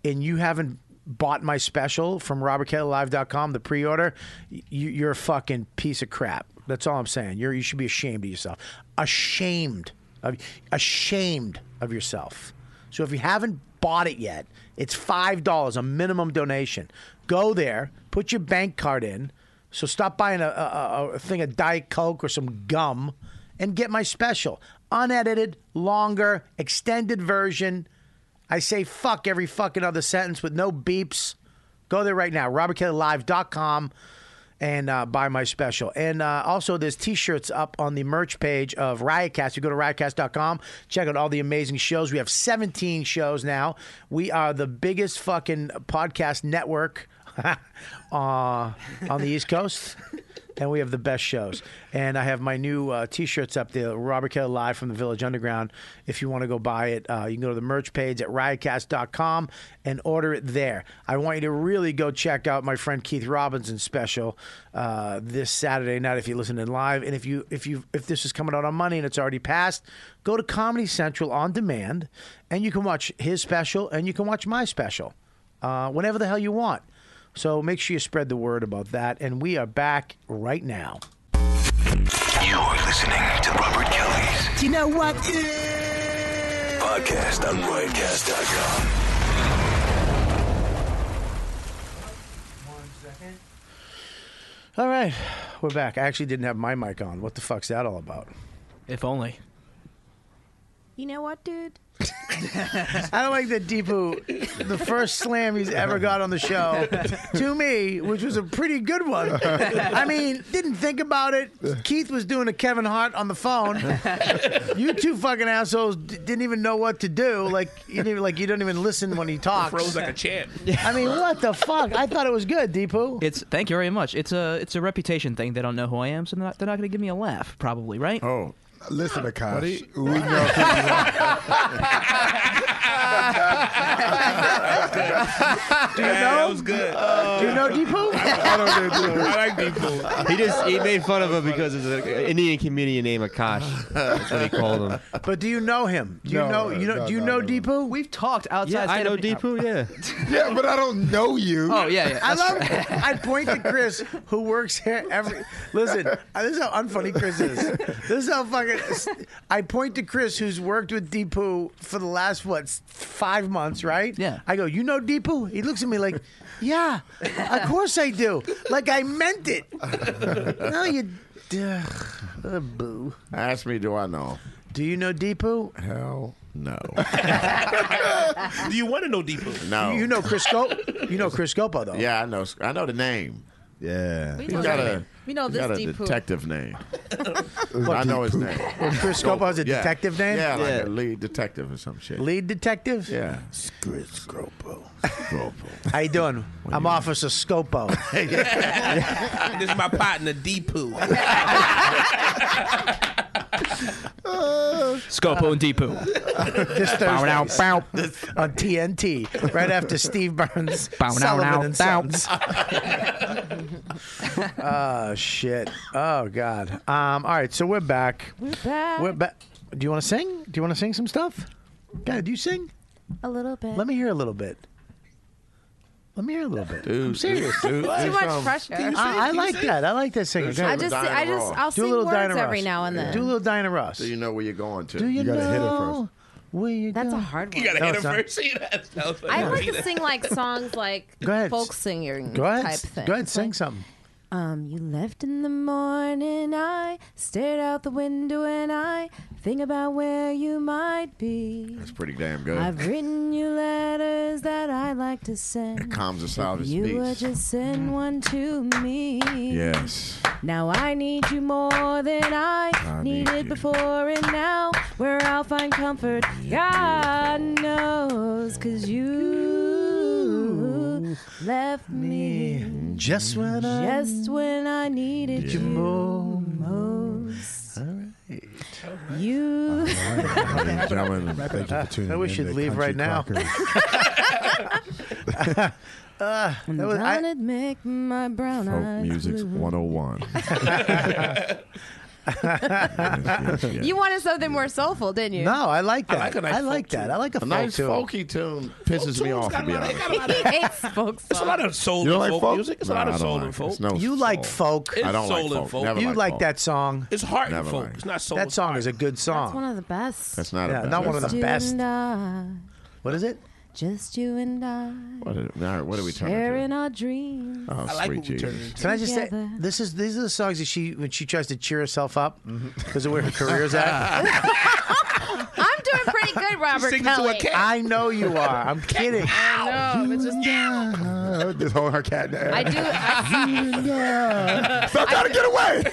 [SPEAKER 2] and you haven't bought my special from robertkellylive.com, the pre-order, you, you're a fucking piece of crap. That's all I'm saying. You're, you should be ashamed of yourself. Ashamed of ashamed of yourself. So if you haven't bought it yet, it's five dollars, a minimum donation. Go there, put your bank card in. So stop buying a, a, a- a thing of Diet Coke or some gum, and get my special, unedited, longer, extended version. I say fuck every fucking other sentence with no beeps. Go there right now, robertkellylive.com and uh, buy my special. And uh, also, there's t-shirts up on the merch page of Riotcast. You go to riotcast.com, check out all the amazing shows. We have 17 shows now. We are the biggest fucking podcast network uh, on the East Coast. And we have the best shows. And I have my new uh, t shirts up there, Robert Kelly Live from the Village Underground. If you want to go buy it, uh, you can go to the merch page at riotcast.com and order it there. I want you to really go check out my friend Keith Robinson's special uh, this Saturday night if you listen in live. And if you if you if this is coming out on Monday and it's already passed, go to Comedy Central on demand and you can watch his special and you can watch my special uh, whenever the hell you want. So make sure you spread the word about that. And we are back right now.
[SPEAKER 14] You are listening to Robert Kelly's
[SPEAKER 15] Do you know what?
[SPEAKER 14] podcast on riotcast.com.
[SPEAKER 2] All right, we're back. I actually didn't have my mic on. What the fuck's that all about? If only.
[SPEAKER 7] You know what, dude?
[SPEAKER 2] I don't like that Deepu, the first slam he's ever got on the show to me, which was a pretty good one. I mean, didn't think about it. Keith was doing a Kevin Hart on the phone. You two fucking assholes d- didn't even know what to do. Like you didn't, even- like you don't even listen when he talks.
[SPEAKER 8] Froze like a champ.
[SPEAKER 2] I mean, what the fuck? I thought it was good, Deepu.
[SPEAKER 9] It's thank you very much. It's a it's a reputation thing. They don't know who I am, so they're not, they're not going to give me a laugh, probably, right?
[SPEAKER 10] Oh, listen,
[SPEAKER 9] Akash.
[SPEAKER 10] We know
[SPEAKER 2] Do you know? That was
[SPEAKER 8] good.
[SPEAKER 2] Do you know Deepu?
[SPEAKER 8] I don't know. Deepu. I like Deepu.
[SPEAKER 6] He just he made fun of him because it's an Indian comedian named Akash. That's what he called him.
[SPEAKER 2] But do you know him? Do you
[SPEAKER 6] No,
[SPEAKER 10] uh,
[SPEAKER 2] know? You know?
[SPEAKER 6] no,
[SPEAKER 2] do you
[SPEAKER 6] no,
[SPEAKER 2] know
[SPEAKER 6] no.
[SPEAKER 2] Deepu?
[SPEAKER 9] We've talked outside.
[SPEAKER 6] Yeah, I know Deepu. Yeah.
[SPEAKER 10] yeah, but I don't know you.
[SPEAKER 9] Oh, yeah, yeah,
[SPEAKER 2] I
[SPEAKER 9] that's
[SPEAKER 2] love. I point to Chris, who works here every. Listen, uh, this is how unfunny Chris is. This is how fucking. I point to Chris, who's worked with Deepu for the last what s- five months, right? Yeah. I go, you know Deepu? He looks at me like, yeah, of course I do. Like I meant it. no, you. Uh, boo.
[SPEAKER 5] Ask me, do I know?
[SPEAKER 2] Do you know Deepu?
[SPEAKER 5] Hell no.
[SPEAKER 8] Do you want to know Deepu?
[SPEAKER 5] No.
[SPEAKER 2] You know Chris Scope? You know Chris Scopo though.
[SPEAKER 5] Yeah, I know. I know the name. Yeah.
[SPEAKER 2] We
[SPEAKER 5] He's
[SPEAKER 2] know
[SPEAKER 5] got
[SPEAKER 2] his
[SPEAKER 5] a,
[SPEAKER 2] name. We know
[SPEAKER 5] he's
[SPEAKER 2] this
[SPEAKER 5] got a
[SPEAKER 2] Deep Poop.
[SPEAKER 5] detective name. I know his name.
[SPEAKER 2] Chris Scopo has a
[SPEAKER 5] Yeah.
[SPEAKER 2] detective name?
[SPEAKER 5] Yeah, like
[SPEAKER 2] Yeah.
[SPEAKER 5] a lead detective or some shit.
[SPEAKER 2] Lead detective?
[SPEAKER 5] Yeah.
[SPEAKER 2] Chris Scopo. How you doing? I'm Officer Scopo.
[SPEAKER 8] this is my partner, Deepu.
[SPEAKER 9] Scopo and Deepu.
[SPEAKER 2] this
[SPEAKER 9] Bow, now,
[SPEAKER 2] Thursday
[SPEAKER 9] bow.
[SPEAKER 2] on TNT, right after Steve Burns,
[SPEAKER 9] Bow, now,
[SPEAKER 2] Sullivan
[SPEAKER 9] now,
[SPEAKER 2] and
[SPEAKER 9] bow.
[SPEAKER 2] Sons. oh shit! Oh god! Um, all right, so we're back. We're
[SPEAKER 7] back.
[SPEAKER 2] We're back. Do you want to sing? Do you want to sing some stuff? God, do you sing?
[SPEAKER 7] A little bit.
[SPEAKER 2] Let me hear a little bit. Let me hear a little bit. I'm serious.
[SPEAKER 7] dude, Too dude, much um, pressure. Can you sing?
[SPEAKER 2] I, I
[SPEAKER 7] Can you
[SPEAKER 2] like
[SPEAKER 7] sing?
[SPEAKER 2] that. I like that singing.
[SPEAKER 5] Dude, I just- Diana I just- Ross. I'll
[SPEAKER 2] do a
[SPEAKER 5] sing
[SPEAKER 2] little
[SPEAKER 5] words
[SPEAKER 2] Diana Ross.
[SPEAKER 5] every now and then.
[SPEAKER 2] Do a little Diana Ross.
[SPEAKER 5] Do you know where you're going to?
[SPEAKER 2] Do you,
[SPEAKER 5] gotta
[SPEAKER 2] know?
[SPEAKER 5] hit it first.
[SPEAKER 2] Where you That's
[SPEAKER 7] a hard
[SPEAKER 8] You gotta
[SPEAKER 2] No,
[SPEAKER 8] hit him
[SPEAKER 2] it's not.
[SPEAKER 8] first. See that? That was
[SPEAKER 7] I like
[SPEAKER 8] funny.
[SPEAKER 7] to sing like songs like
[SPEAKER 2] Go ahead.
[SPEAKER 7] folk singing
[SPEAKER 2] Go ahead.
[SPEAKER 7] type thing.
[SPEAKER 2] Go ahead. Sing something.
[SPEAKER 7] Um, you left in the morning. I stared out the window and I think about where you might be.
[SPEAKER 5] That's pretty damn good.
[SPEAKER 7] I've written you letters that I like to send.
[SPEAKER 5] Calms us out of his
[SPEAKER 7] You would
[SPEAKER 5] beats.
[SPEAKER 7] just send one to me.
[SPEAKER 5] Yes.
[SPEAKER 7] Now I need you more than I,
[SPEAKER 5] I need
[SPEAKER 7] needed before, and now where I'll find comfort, God knows, cause you left me
[SPEAKER 2] Just when I
[SPEAKER 7] just when I needed
[SPEAKER 2] needed
[SPEAKER 7] you
[SPEAKER 2] you
[SPEAKER 7] most. You.
[SPEAKER 5] Gentlemen, thank you for tuning
[SPEAKER 2] I wish
[SPEAKER 5] in
[SPEAKER 2] you'd
[SPEAKER 5] to
[SPEAKER 2] leave
[SPEAKER 5] Country
[SPEAKER 2] right now. Uh, that was- I-
[SPEAKER 7] Don't it make my brown
[SPEAKER 5] Folk
[SPEAKER 7] eyes
[SPEAKER 5] Music's
[SPEAKER 7] blue?
[SPEAKER 5] 101.
[SPEAKER 7] You wanted something more soulful, didn't you?
[SPEAKER 2] No, I like
[SPEAKER 5] I
[SPEAKER 2] that. I
[SPEAKER 5] like
[SPEAKER 2] like,
[SPEAKER 5] a nice folk
[SPEAKER 2] that.
[SPEAKER 5] tune.
[SPEAKER 2] I like a,
[SPEAKER 5] A nice
[SPEAKER 2] folk
[SPEAKER 5] folky tune. Pisses me off, to be honest.
[SPEAKER 7] he hates folk
[SPEAKER 8] It's a lot of soul
[SPEAKER 5] You don't
[SPEAKER 8] and
[SPEAKER 5] like
[SPEAKER 8] folk,
[SPEAKER 5] folk?
[SPEAKER 8] music. It's
[SPEAKER 5] Nah,
[SPEAKER 8] a lot
[SPEAKER 5] I
[SPEAKER 8] of
[SPEAKER 5] don't
[SPEAKER 8] soul
[SPEAKER 5] like
[SPEAKER 8] and
[SPEAKER 5] it. It's
[SPEAKER 8] folk.
[SPEAKER 5] no
[SPEAKER 2] You like folk.
[SPEAKER 8] It's
[SPEAKER 5] I don't like
[SPEAKER 8] soul and
[SPEAKER 5] folk.
[SPEAKER 8] folk.
[SPEAKER 5] Never
[SPEAKER 2] you
[SPEAKER 5] like
[SPEAKER 2] like
[SPEAKER 5] folk.
[SPEAKER 2] that song.
[SPEAKER 8] It's heart and
[SPEAKER 5] Never
[SPEAKER 8] folk.
[SPEAKER 5] liked
[SPEAKER 8] It's not soul.
[SPEAKER 2] That song is a good
[SPEAKER 7] That's
[SPEAKER 2] song.
[SPEAKER 7] one of the best.
[SPEAKER 5] That's not
[SPEAKER 2] Yeah,
[SPEAKER 5] a bad
[SPEAKER 2] not one of
[SPEAKER 5] song.
[SPEAKER 2] the
[SPEAKER 7] Just
[SPEAKER 2] best.
[SPEAKER 7] You and
[SPEAKER 2] What is it?
[SPEAKER 7] I, just you and I,
[SPEAKER 5] What are, all right, what are we turning
[SPEAKER 7] sharing our dreams.
[SPEAKER 5] to? Oh,
[SPEAKER 8] like
[SPEAKER 5] sweet
[SPEAKER 8] what we turned
[SPEAKER 5] Jesus.
[SPEAKER 2] Can I just say
[SPEAKER 7] Together.
[SPEAKER 2] this is these are the songs that she when she tries to cheer herself up
[SPEAKER 5] Mm-hmm.
[SPEAKER 2] because of where her career's at.
[SPEAKER 7] I'm doing pretty good, Robert
[SPEAKER 8] singing to a
[SPEAKER 7] Kelly.
[SPEAKER 8] cat.
[SPEAKER 2] I know you are. I'm kidding.
[SPEAKER 7] I know, but just
[SPEAKER 10] Uh, this whole her cat.
[SPEAKER 7] I do. I,
[SPEAKER 10] Stop trying to get away.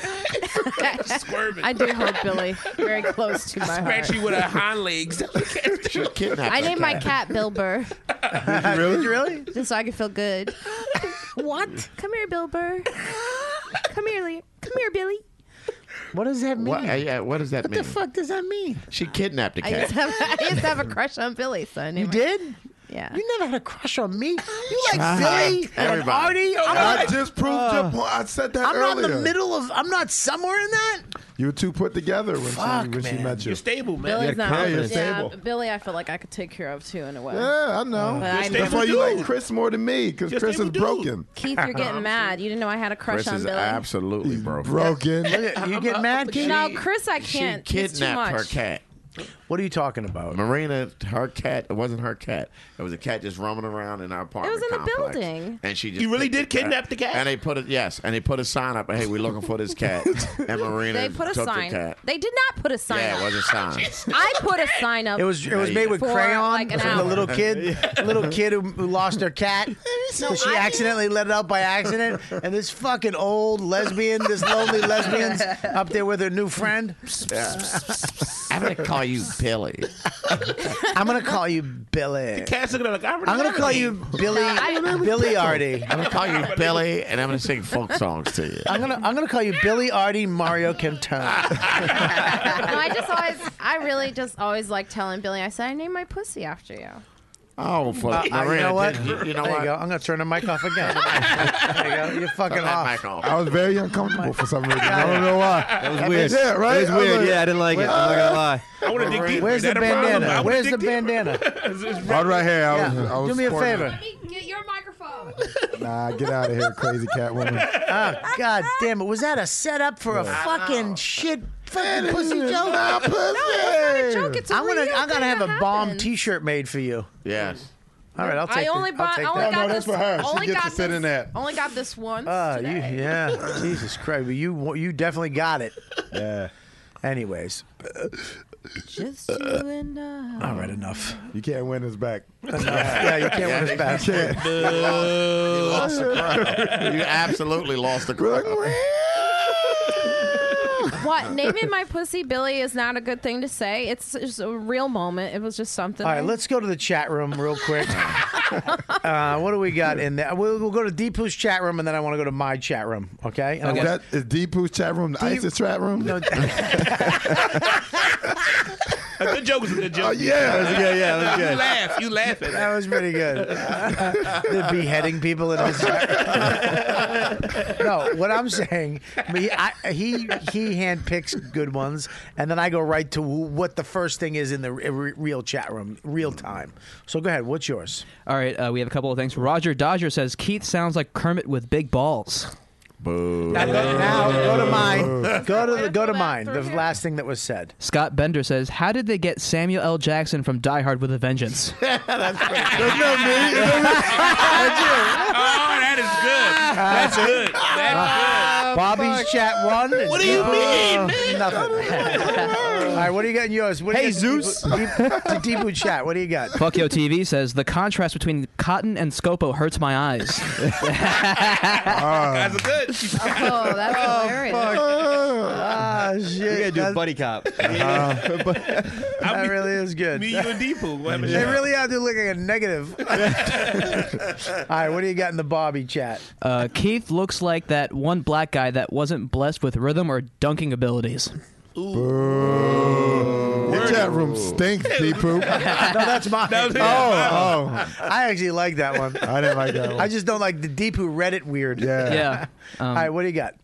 [SPEAKER 8] Squirming.
[SPEAKER 7] I do hold Billy very close to my heart.
[SPEAKER 8] Scratch you with her hind legs.
[SPEAKER 7] I named my cat Bill Burr
[SPEAKER 2] really? really?
[SPEAKER 7] just so I could feel good. what? Come here, Bill Burr. Come here, Lee. Come here, Billy.
[SPEAKER 2] What does that mean?
[SPEAKER 5] What, uh, yeah, what does that
[SPEAKER 2] What
[SPEAKER 5] mean?
[SPEAKER 2] the fuck does that mean?
[SPEAKER 5] She kidnapped a
[SPEAKER 7] I used, to
[SPEAKER 5] cat.
[SPEAKER 7] have, I used to have a crush on Billy, so I
[SPEAKER 2] You
[SPEAKER 7] named my-
[SPEAKER 2] did?
[SPEAKER 7] Yeah.
[SPEAKER 2] You never had a crush on me. You like
[SPEAKER 5] Uh-huh.
[SPEAKER 2] Billy and
[SPEAKER 5] Everybody.
[SPEAKER 2] Artie? I'm
[SPEAKER 10] I
[SPEAKER 2] not,
[SPEAKER 10] just proved your point. I said that
[SPEAKER 2] I'm not
[SPEAKER 10] earlier.
[SPEAKER 2] in the middle of. I'm not somewhere in that.
[SPEAKER 10] You were two put together when, she,
[SPEAKER 2] Fuck,
[SPEAKER 10] when she
[SPEAKER 2] man.
[SPEAKER 10] met you.
[SPEAKER 8] You're stable, man.
[SPEAKER 7] Billy's not.
[SPEAKER 10] Yeah, you're
[SPEAKER 7] yeah,
[SPEAKER 10] stable.
[SPEAKER 7] Billy, I feel like I could take care of too in a way.
[SPEAKER 10] Yeah, I know.
[SPEAKER 7] But I
[SPEAKER 10] That's
[SPEAKER 7] know.
[SPEAKER 10] why you like
[SPEAKER 8] dude.
[SPEAKER 10] Chris more than me, because
[SPEAKER 8] You're
[SPEAKER 10] Chris is
[SPEAKER 8] stable dude.
[SPEAKER 10] broken.
[SPEAKER 7] Keith, you're getting mad. You didn't know I had a crush
[SPEAKER 5] Chris
[SPEAKER 7] on
[SPEAKER 5] is
[SPEAKER 7] Billy.
[SPEAKER 5] absolutely broken.
[SPEAKER 10] Broken.
[SPEAKER 2] Look at- You get mad, kid?
[SPEAKER 7] no, Chris, I
[SPEAKER 5] She
[SPEAKER 7] can't. it's too much.
[SPEAKER 5] kidnapped her cat.
[SPEAKER 2] What are you talking about?
[SPEAKER 5] Marina, her cat. It wasn't her cat. It was a cat just roaming around in our apartment.
[SPEAKER 7] in the
[SPEAKER 5] complex.
[SPEAKER 7] building.
[SPEAKER 5] And she just
[SPEAKER 8] You really
[SPEAKER 5] picked
[SPEAKER 8] did kidnap the cat?
[SPEAKER 5] And they put it. Yes, and they put a sign up. Hey, we're looking for this cat. And Marina
[SPEAKER 7] They put a
[SPEAKER 5] took
[SPEAKER 7] sign.
[SPEAKER 5] the cat.
[SPEAKER 7] They did not put a sign
[SPEAKER 5] yeah,
[SPEAKER 7] up.
[SPEAKER 5] it was a sign.
[SPEAKER 7] I put a sign up.
[SPEAKER 2] It was it was
[SPEAKER 5] Yeah,
[SPEAKER 2] made
[SPEAKER 5] you-
[SPEAKER 2] with
[SPEAKER 7] For,
[SPEAKER 2] crayon
[SPEAKER 7] like, an
[SPEAKER 2] for the
[SPEAKER 7] hour.
[SPEAKER 2] little kid, little kid who, who lost her cat. So she
[SPEAKER 7] I-
[SPEAKER 2] accidentally let it out by accident, and this fucking old lesbian, this lonely lesbian's up there with her new friend.
[SPEAKER 5] I'm gonna call you Billy.
[SPEAKER 2] I'm gonna call you Billy.
[SPEAKER 8] Cat's looking at it like I
[SPEAKER 2] I'm gonna call you Billy Billy Artie.
[SPEAKER 5] I'm gonna call you Billy, and I'm gonna sing folk songs to you.
[SPEAKER 2] I'm gonna I'm gonna call you Billy Artie Mario Cantone.
[SPEAKER 7] no, I just always, I really just always like telling Billy. I said I named my pussy after you.
[SPEAKER 5] Oh, for
[SPEAKER 2] Uh, I- you
[SPEAKER 5] Lorena,
[SPEAKER 2] know what?
[SPEAKER 5] did- You, you know
[SPEAKER 2] there
[SPEAKER 5] what?
[SPEAKER 2] you go. I'm gonna turn the mic off again. there you go. You're fucking
[SPEAKER 5] Turn that
[SPEAKER 2] off.
[SPEAKER 5] mic off.
[SPEAKER 10] I was very uncomfortable for some reason. I don't know why.
[SPEAKER 2] That was
[SPEAKER 10] I mean,
[SPEAKER 2] weird.
[SPEAKER 10] Yeah,
[SPEAKER 2] That
[SPEAKER 10] right.
[SPEAKER 2] was
[SPEAKER 10] I
[SPEAKER 2] weird. Yeah, I didn't like it. I'm not gonna lie.
[SPEAKER 8] I want to dig deep.
[SPEAKER 2] Where's the bandana? Where's the bandana?
[SPEAKER 10] Right, right here. I was,
[SPEAKER 2] Yeah.
[SPEAKER 10] I was
[SPEAKER 2] Do me a
[SPEAKER 10] squirming.
[SPEAKER 2] favor.
[SPEAKER 15] Get your microphone.
[SPEAKER 10] Nah, get out of here, crazy cat woman.
[SPEAKER 2] Oh, God damn it! Was that a setup for a
[SPEAKER 10] Yeah.
[SPEAKER 2] fucking shit
[SPEAKER 10] It
[SPEAKER 2] fucking
[SPEAKER 10] is
[SPEAKER 2] pussy joke?
[SPEAKER 10] not pussy. No, it's not a joke,
[SPEAKER 15] it's a
[SPEAKER 2] I'm gonna
[SPEAKER 15] real
[SPEAKER 2] I'm gonna
[SPEAKER 15] thing
[SPEAKER 2] have
[SPEAKER 15] that
[SPEAKER 2] a bomb
[SPEAKER 15] happened.
[SPEAKER 2] T-shirt made for you.
[SPEAKER 5] Yes. Oh,
[SPEAKER 2] All right, I'll take
[SPEAKER 7] I
[SPEAKER 2] it.
[SPEAKER 7] only
[SPEAKER 2] I'll
[SPEAKER 7] bought.
[SPEAKER 2] take
[SPEAKER 7] I only
[SPEAKER 2] that.
[SPEAKER 7] got this. Only got this,
[SPEAKER 2] that.
[SPEAKER 7] Only got this one.
[SPEAKER 2] Uh, you,
[SPEAKER 7] today.
[SPEAKER 2] yeah. Jesus Christ, but you you definitely got it.
[SPEAKER 10] Yeah.
[SPEAKER 2] Anyways,
[SPEAKER 7] Just you and I.
[SPEAKER 2] all right, enough.
[SPEAKER 10] You can't win us back.
[SPEAKER 2] Yeah, you can't win us back.
[SPEAKER 10] You can't.
[SPEAKER 5] You lost the crowd. You absolutely lost the crowd.
[SPEAKER 7] What naming my pussy Billy is not a good thing to say. It's just a real moment. It was just something.
[SPEAKER 2] All
[SPEAKER 7] I-
[SPEAKER 2] right, let's go to the chat room real quick. uh, what do we got in there? We'll, we'll go to Deepu's chat room, and then I want to go to my chat room. Okay. And I
[SPEAKER 10] Is
[SPEAKER 2] want-
[SPEAKER 10] that is Deepu's chat room the
[SPEAKER 2] Deep-
[SPEAKER 10] ISIS chat room?
[SPEAKER 2] No.
[SPEAKER 8] A good joke is a good joke.
[SPEAKER 10] Oh, yeah. That's good, yeah, that's
[SPEAKER 8] You
[SPEAKER 10] good.
[SPEAKER 8] laugh. You laugh at
[SPEAKER 2] That was pretty good. They're beheading people in his. no, what I'm saying, me, I, he he handpicks good ones, and then I go right to what the first thing is in the re- real chat room, real time. So go ahead. What's yours?
[SPEAKER 9] All right, uh, we have a couple of things. Roger Dodger says Keith sounds like Kermit with big balls.
[SPEAKER 5] Boo.
[SPEAKER 2] Now, go- now go to mine. Go to the go to mine. The last thing that was said.
[SPEAKER 9] Scott Bender says, "How did they get Samuel L. Jackson from Die Hard with a Vengeance?"
[SPEAKER 10] That's not me. That's you.
[SPEAKER 8] Oh, that is good. That's good. That's
[SPEAKER 10] Oh,
[SPEAKER 8] good.
[SPEAKER 2] Bobby's chat one.
[SPEAKER 8] What do you
[SPEAKER 2] Uh,
[SPEAKER 8] mean, man?
[SPEAKER 2] Nothing. All right, what do you got in yours? What
[SPEAKER 9] Hey,
[SPEAKER 2] do you got,
[SPEAKER 9] Zeus.
[SPEAKER 2] Deep, deep, deep chat. What do you got?
[SPEAKER 9] Fuck Yo TV says the contrast between Cotton and Scopo hurts my eyes.
[SPEAKER 8] Guys are good.
[SPEAKER 7] oh, that's hilarious.
[SPEAKER 2] Ah, shit.
[SPEAKER 6] We gotta do
[SPEAKER 2] That's- Uh-huh.
[SPEAKER 6] buddy cop.
[SPEAKER 2] that really is good.
[SPEAKER 8] Me, you, and Deepu. What happened
[SPEAKER 2] They
[SPEAKER 8] to
[SPEAKER 2] really are do looking at negative. All right, what do you got in the Bobby chat?
[SPEAKER 9] Uh, Keith looks like that one black guy that wasn't blessed with rhythm or dunking abilities.
[SPEAKER 10] Your chat room stinks, Deepu.
[SPEAKER 2] No, that's mine.
[SPEAKER 10] Oh, oh.
[SPEAKER 2] I actually like that one.
[SPEAKER 10] I didn't like that one.
[SPEAKER 2] I just don't like the deep who read it weird.
[SPEAKER 10] Yeah.
[SPEAKER 9] Yeah. Um,
[SPEAKER 2] All right, what do you got?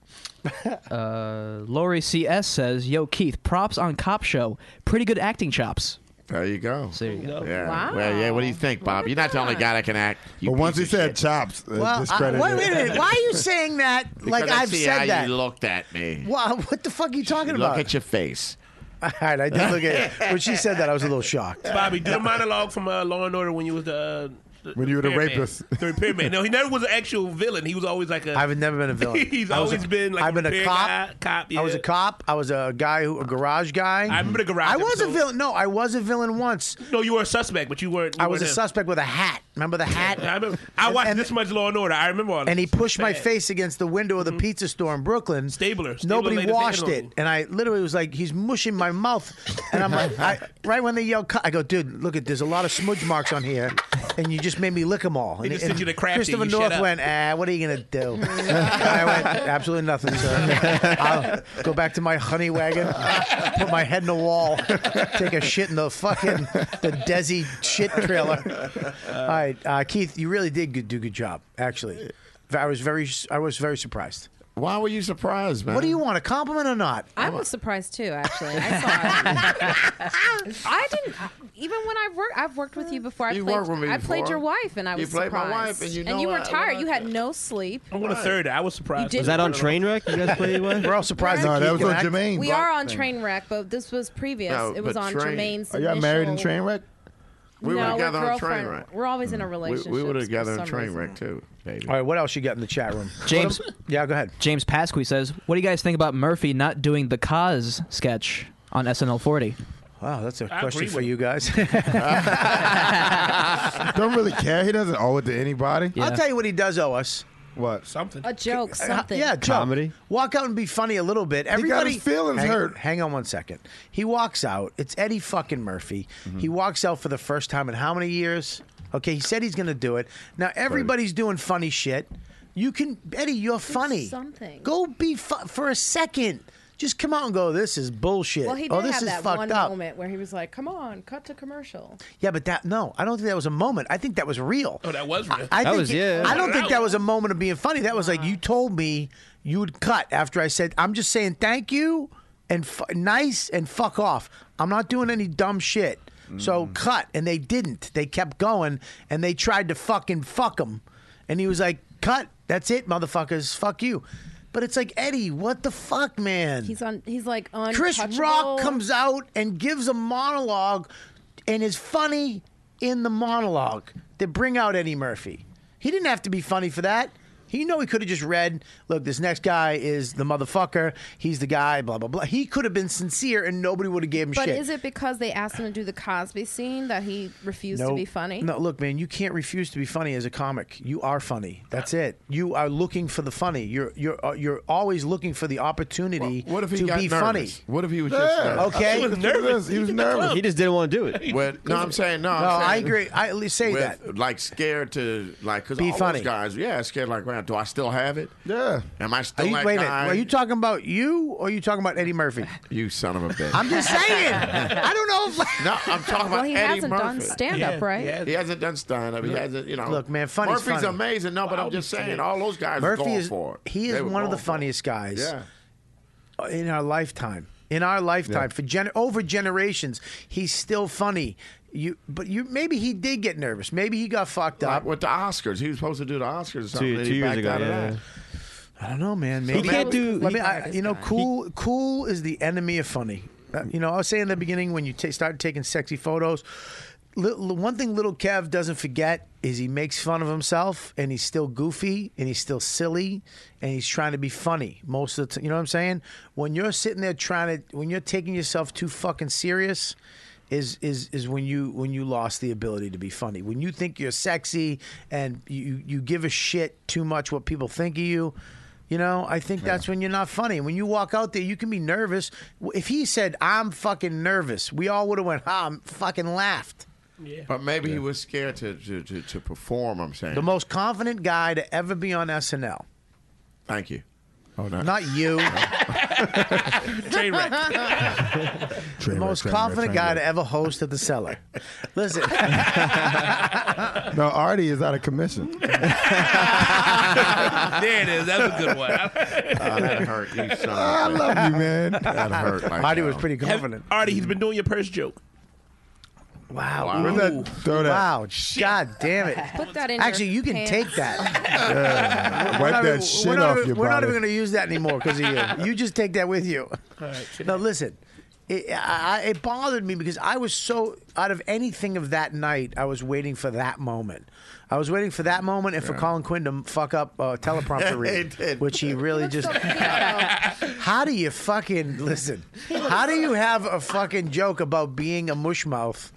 [SPEAKER 9] Uh, Lori CS says, "Yo Keith, props on Cop Show. Pretty good acting chops."
[SPEAKER 5] There you go.
[SPEAKER 9] So there you go.
[SPEAKER 5] Yeah. Well, yeah. What do you think, Bob? You're not the only guy that can act. You
[SPEAKER 10] But once he
[SPEAKER 5] piece of
[SPEAKER 10] said
[SPEAKER 5] shit.
[SPEAKER 10] chops, uh,
[SPEAKER 2] Well, I,
[SPEAKER 10] discredited.
[SPEAKER 2] wait, wait a minute. Why are you saying that like
[SPEAKER 5] Because I
[SPEAKER 2] I've
[SPEAKER 5] see
[SPEAKER 2] said
[SPEAKER 5] how
[SPEAKER 2] that?
[SPEAKER 5] You looked at me.
[SPEAKER 2] Wha- what the fuck are you talking
[SPEAKER 5] Look
[SPEAKER 2] about?
[SPEAKER 5] at your face.
[SPEAKER 2] All right, I did look at it. When she said that, I was a little shocked.
[SPEAKER 8] Bobby, do the monologue from uh, Law and Order when you was the. Uh,
[SPEAKER 10] When you were the
[SPEAKER 8] Pyramid.
[SPEAKER 10] rapist.
[SPEAKER 8] The pyramid. No, he never was an actual villain. He was always like a.
[SPEAKER 2] I've never been a villain.
[SPEAKER 8] He's
[SPEAKER 2] I was
[SPEAKER 8] always
[SPEAKER 2] a-
[SPEAKER 8] been like
[SPEAKER 2] I've been a
[SPEAKER 8] repair
[SPEAKER 2] cop.
[SPEAKER 8] guy, cop,
[SPEAKER 2] I was a
[SPEAKER 8] yeah.
[SPEAKER 2] cop. I was a guy who a garage guy.
[SPEAKER 8] I remember the garage
[SPEAKER 2] I was a
[SPEAKER 8] episode.
[SPEAKER 2] villain. No, I was a villain once.
[SPEAKER 8] No, you were a suspect, but you weren't. you
[SPEAKER 2] I was
[SPEAKER 8] weren't
[SPEAKER 2] a
[SPEAKER 8] him.
[SPEAKER 2] suspect with a hat. Remember the hat?
[SPEAKER 8] I remember. I watched this much Law and Order. I remember all.
[SPEAKER 2] And he pushed my
[SPEAKER 8] Bad. Mm-hmm.
[SPEAKER 2] face against the window of the pizza store in Brooklyn.
[SPEAKER 8] Stabler. Stabler laid
[SPEAKER 2] Nobody
[SPEAKER 8] his hand
[SPEAKER 2] washed
[SPEAKER 8] on
[SPEAKER 2] it,
[SPEAKER 8] me.
[SPEAKER 2] and I literally was like, "He's mushing my mouth," and I'm like, I, right when they yell, cut, I go, "Dude, look at there's a lot of smudge marks on here, and you just made me lick them all."
[SPEAKER 8] They
[SPEAKER 2] and,
[SPEAKER 8] just sent
[SPEAKER 2] and
[SPEAKER 8] you to Crafty,
[SPEAKER 2] Christopher
[SPEAKER 8] you shut
[SPEAKER 2] North
[SPEAKER 8] up.
[SPEAKER 2] went, "Ah, what are you gonna do?" And I went, "Absolutely nothing, sir. I'll go back to my honey wagon, put my head in the wall, take a shit in the fucking the Desi shit trailer." All right, uh, Keith, you really did good, do a good job. Actually, I was very, I was very surprised.
[SPEAKER 5] Why were you surprised, man?
[SPEAKER 2] What do you want, a compliment or not?
[SPEAKER 7] I was surprised too. Actually, I saw it. I didn't. Even when I've worked, I've worked with you before. I
[SPEAKER 5] You
[SPEAKER 7] played,
[SPEAKER 5] worked with me
[SPEAKER 7] I played
[SPEAKER 5] before.
[SPEAKER 7] your wife, and I
[SPEAKER 5] You
[SPEAKER 7] was
[SPEAKER 5] played my
[SPEAKER 7] surprised.
[SPEAKER 5] wife, and you know
[SPEAKER 7] were
[SPEAKER 5] I- when
[SPEAKER 7] tired.
[SPEAKER 5] I-
[SPEAKER 7] You had no sleep.
[SPEAKER 8] I want a third. I was
[SPEAKER 7] You
[SPEAKER 8] surprised.
[SPEAKER 7] did-
[SPEAKER 6] Was that on Trainwreck? You guys played what?
[SPEAKER 2] We're all surprised.
[SPEAKER 10] No,
[SPEAKER 2] that
[SPEAKER 10] that
[SPEAKER 2] Keith
[SPEAKER 10] was on
[SPEAKER 2] can act.
[SPEAKER 10] Jermaine.
[SPEAKER 7] We are on Trainwreck, but this was previous.
[SPEAKER 5] No,
[SPEAKER 7] it was
[SPEAKER 5] but
[SPEAKER 7] on
[SPEAKER 5] Train-
[SPEAKER 7] Jermaine's.
[SPEAKER 10] Are y'all married in
[SPEAKER 7] initial-
[SPEAKER 10] train wreck?
[SPEAKER 5] We were
[SPEAKER 7] no,
[SPEAKER 5] together
[SPEAKER 7] we're
[SPEAKER 5] on
[SPEAKER 7] girlfriend-
[SPEAKER 5] Trainwreck.
[SPEAKER 7] We're always in
[SPEAKER 2] Mm.
[SPEAKER 7] a
[SPEAKER 5] Mm. We,
[SPEAKER 7] relationship.
[SPEAKER 5] we were together in train wreck too, baby.
[SPEAKER 2] All right, what else you got in the chat room?
[SPEAKER 9] James,
[SPEAKER 2] yeah, go ahead.
[SPEAKER 9] James Pasqui says, "What do you guys think about Murphy not doing the cause sketch on SNL 40?"
[SPEAKER 2] Wow, that's a
[SPEAKER 8] I
[SPEAKER 2] question
[SPEAKER 8] agree
[SPEAKER 2] for
[SPEAKER 8] with
[SPEAKER 2] you guys.
[SPEAKER 10] Don't really care. He doesn't owe it to anybody.
[SPEAKER 2] I'll tell you what he does owe us.
[SPEAKER 10] What?
[SPEAKER 8] something.
[SPEAKER 7] A joke,
[SPEAKER 2] Uh,
[SPEAKER 7] something.
[SPEAKER 2] Yeah, joke.
[SPEAKER 6] Comedy?
[SPEAKER 2] Walk out and be funny a little bit. Everybody
[SPEAKER 10] his feelings
[SPEAKER 2] hang,
[SPEAKER 10] hurt.
[SPEAKER 2] Hang on one second. He walks out. It's Eddie fucking Murphy.
[SPEAKER 10] Mm-hmm.
[SPEAKER 2] He walks out for the first time in how many years? Okay, he said he's going to do it. Now everybody's doing funny shit. You can Eddie, you're funny.
[SPEAKER 7] something.
[SPEAKER 2] Go be fu- for a second. just come out and go, this is bullshit.
[SPEAKER 7] Well, he did
[SPEAKER 2] oh, this
[SPEAKER 7] have
[SPEAKER 2] is
[SPEAKER 7] that
[SPEAKER 2] fucked
[SPEAKER 7] one
[SPEAKER 2] up.
[SPEAKER 7] moment where he was like, "Come on, cut to commercial."
[SPEAKER 2] Yeah, but that no, I don't think that was a moment. I think that was real.
[SPEAKER 8] Oh, that was real.
[SPEAKER 2] I think it- I don't think that was a moment of being funny. That was like you told me you would cut after I said I'm just saying thank you and f- nice and fuck off. I'm not doing any dumb shit. So
[SPEAKER 8] Mm.
[SPEAKER 2] cut, and they didn't. They kept going, and they tried to fucking fuck him, and he was like, "Cut, that's it, motherfuckers, fuck you." But it's like Eddie, what the fuck, man?
[SPEAKER 7] He's on. He's like on.
[SPEAKER 2] Chris Rock comes out and gives a monologue and is funny in the monologue to bring out Eddie Murphy. He didn't have to be funny for that. He know he could have just read, look, this next guy is the motherfucker. He's the guy, blah blah blah. He could have been sincere and nobody would have gave him
[SPEAKER 7] But
[SPEAKER 2] shit.
[SPEAKER 7] is it because they asked him to do the Cosby scene that he refused to
[SPEAKER 2] Nope.
[SPEAKER 7] be funny?
[SPEAKER 2] No, look, man, you can't refuse to be funny as a comic. You are funny. That's it. You are looking for the funny. You're you're uh, you're always looking for the opportunity
[SPEAKER 5] What if he
[SPEAKER 2] to
[SPEAKER 5] got
[SPEAKER 2] be
[SPEAKER 5] nervous?
[SPEAKER 2] funny.
[SPEAKER 5] What if he was just nervous?
[SPEAKER 2] okay?
[SPEAKER 6] He just didn't want to do it.
[SPEAKER 5] When, no, I'm saying no. I'm
[SPEAKER 2] No, I
[SPEAKER 5] saying-
[SPEAKER 2] agree. I at least say
[SPEAKER 5] with,
[SPEAKER 2] that.
[SPEAKER 5] Like scared to like because
[SPEAKER 2] Be
[SPEAKER 5] all
[SPEAKER 2] funny.
[SPEAKER 5] those guys, yeah, scared like, man, do I still have it? Yeah. Am I
[SPEAKER 2] Are
[SPEAKER 5] still
[SPEAKER 2] you,
[SPEAKER 5] that
[SPEAKER 2] wait a minute.
[SPEAKER 5] guy?
[SPEAKER 2] Are you talking about you or are you talking about Eddie Murphy?
[SPEAKER 5] You son of a bitch.
[SPEAKER 2] I'm just saying. I don't know. If,
[SPEAKER 5] no, I'm talking
[SPEAKER 2] Well,
[SPEAKER 5] about
[SPEAKER 2] he
[SPEAKER 5] Eddie
[SPEAKER 2] hasn't done
[SPEAKER 5] Murphy.
[SPEAKER 2] stand-up,
[SPEAKER 5] Yeah,
[SPEAKER 2] right?
[SPEAKER 5] Yeah, he hasn't done stand-up. He hasn't, you know.
[SPEAKER 2] Look, man, funny's
[SPEAKER 5] Murphy's
[SPEAKER 2] funny.
[SPEAKER 5] amazing. No, but I'm just saying, all those guys are
[SPEAKER 2] Murphy
[SPEAKER 5] going
[SPEAKER 2] is
[SPEAKER 5] for it.
[SPEAKER 2] he is
[SPEAKER 5] They were
[SPEAKER 2] one of the
[SPEAKER 5] going for it.
[SPEAKER 2] funniest guys
[SPEAKER 5] Yeah.
[SPEAKER 2] in our lifetime. In our lifetime, for gen- over generations, he's still funny. You, but you maybe he did get nervous. Maybe he got fucked up
[SPEAKER 5] with the Oscars. He was supposed to do the Oscars. or something, and
[SPEAKER 6] two
[SPEAKER 5] he
[SPEAKER 6] years
[SPEAKER 5] backed
[SPEAKER 6] ago,
[SPEAKER 5] out of
[SPEAKER 6] yeah.
[SPEAKER 5] that.
[SPEAKER 2] I don't know, man. Maybe
[SPEAKER 5] can't do-
[SPEAKER 2] Let me,
[SPEAKER 5] he-
[SPEAKER 2] I, you know, cool. cool is the enemy of funny. Uh, you know, I was saying in the beginning when you ta start taking sexy photos. li- li- one thing little Kev doesn't forget is he makes fun of himself, and he's still goofy, and he's still silly, and he's trying to be funny most of the time. You know what I'm saying? When you're sitting there trying to, when you're taking yourself too fucking serious, is is is when you when you lost the ability to be funny. When you think you're sexy and you you give a shit too much what people think of you. You know, I think that's when you're not funny. When you walk out there, you can be nervous. If he said, "I'm fucking nervous," we all would have went, "Ha!" I'm fucking laughed.
[SPEAKER 5] But maybe he was scared to, to, to, to perform, I'm saying.
[SPEAKER 2] The most confident guy to ever be on SNL.
[SPEAKER 5] Thank you. Oh, no.
[SPEAKER 2] Not you.
[SPEAKER 8] Train wreck.
[SPEAKER 2] the most
[SPEAKER 10] train wreck, train
[SPEAKER 2] confident guy
[SPEAKER 10] wreck.
[SPEAKER 2] to ever host at the cellar. Listen,
[SPEAKER 10] No, Artie is out of commission.
[SPEAKER 8] there it is. That's a good one.
[SPEAKER 5] Ah, that hurt. You son
[SPEAKER 10] I love you, man. That
[SPEAKER 5] hurt. Like
[SPEAKER 2] Artie was pretty confident.
[SPEAKER 8] Artie, he's been doing your purse joke.
[SPEAKER 2] Wow.
[SPEAKER 10] Wow. Where's that- throw that.
[SPEAKER 2] Wow. God damn it.
[SPEAKER 7] Put that in. your
[SPEAKER 2] Actually, you can
[SPEAKER 7] pants.
[SPEAKER 2] take that.
[SPEAKER 10] Yeah. Wipe that shit
[SPEAKER 2] we're not
[SPEAKER 10] off
[SPEAKER 2] even,
[SPEAKER 10] your
[SPEAKER 2] We're not
[SPEAKER 10] body.
[SPEAKER 2] even going to use that anymore because of you. You just take that with you. No, listen. It, I, I- it bothered me because I was so out of anything of that night. I was waiting for that moment. I was waiting for that moment and for Colin Quinn to fuck up uh, teleprompter read, which he really just. how do you fucking listen? How do you have a fucking joke about being a mush mouth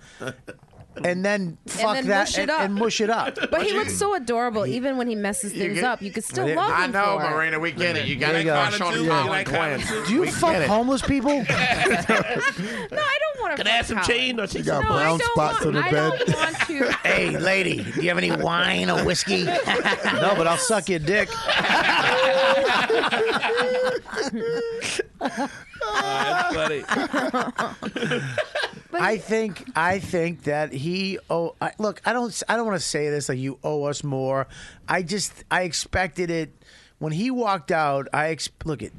[SPEAKER 2] and then fuck
[SPEAKER 7] then
[SPEAKER 2] that
[SPEAKER 7] mush it
[SPEAKER 2] and,
[SPEAKER 7] up.
[SPEAKER 2] and mush it up?
[SPEAKER 7] But he looks so adorable, even when he messes things
[SPEAKER 5] get-
[SPEAKER 7] up. You could still
[SPEAKER 5] I
[SPEAKER 7] love him.
[SPEAKER 5] know,
[SPEAKER 7] for it.
[SPEAKER 5] Marina. We get it. You got
[SPEAKER 2] There
[SPEAKER 5] to
[SPEAKER 2] you go.
[SPEAKER 5] crush on
[SPEAKER 2] Yeah.
[SPEAKER 5] Colin Quinn.
[SPEAKER 2] Do you
[SPEAKER 5] We
[SPEAKER 2] fuck
[SPEAKER 5] get it.
[SPEAKER 2] homeless people?
[SPEAKER 7] No, I don't want to.
[SPEAKER 8] Can I have some change? No, she
[SPEAKER 10] got
[SPEAKER 7] no,
[SPEAKER 10] brown
[SPEAKER 7] I don't
[SPEAKER 10] spots
[SPEAKER 7] want,
[SPEAKER 10] on the
[SPEAKER 7] I
[SPEAKER 10] bed.
[SPEAKER 7] don't want to.
[SPEAKER 2] hey, lady, do you have any wine or whiskey? no, but I'll suck your dick.
[SPEAKER 1] Ah,
[SPEAKER 2] I think I think that he oh I, look I don't I don't want to say this like you owe us more. I just I expected it when he walked out. I ex- look at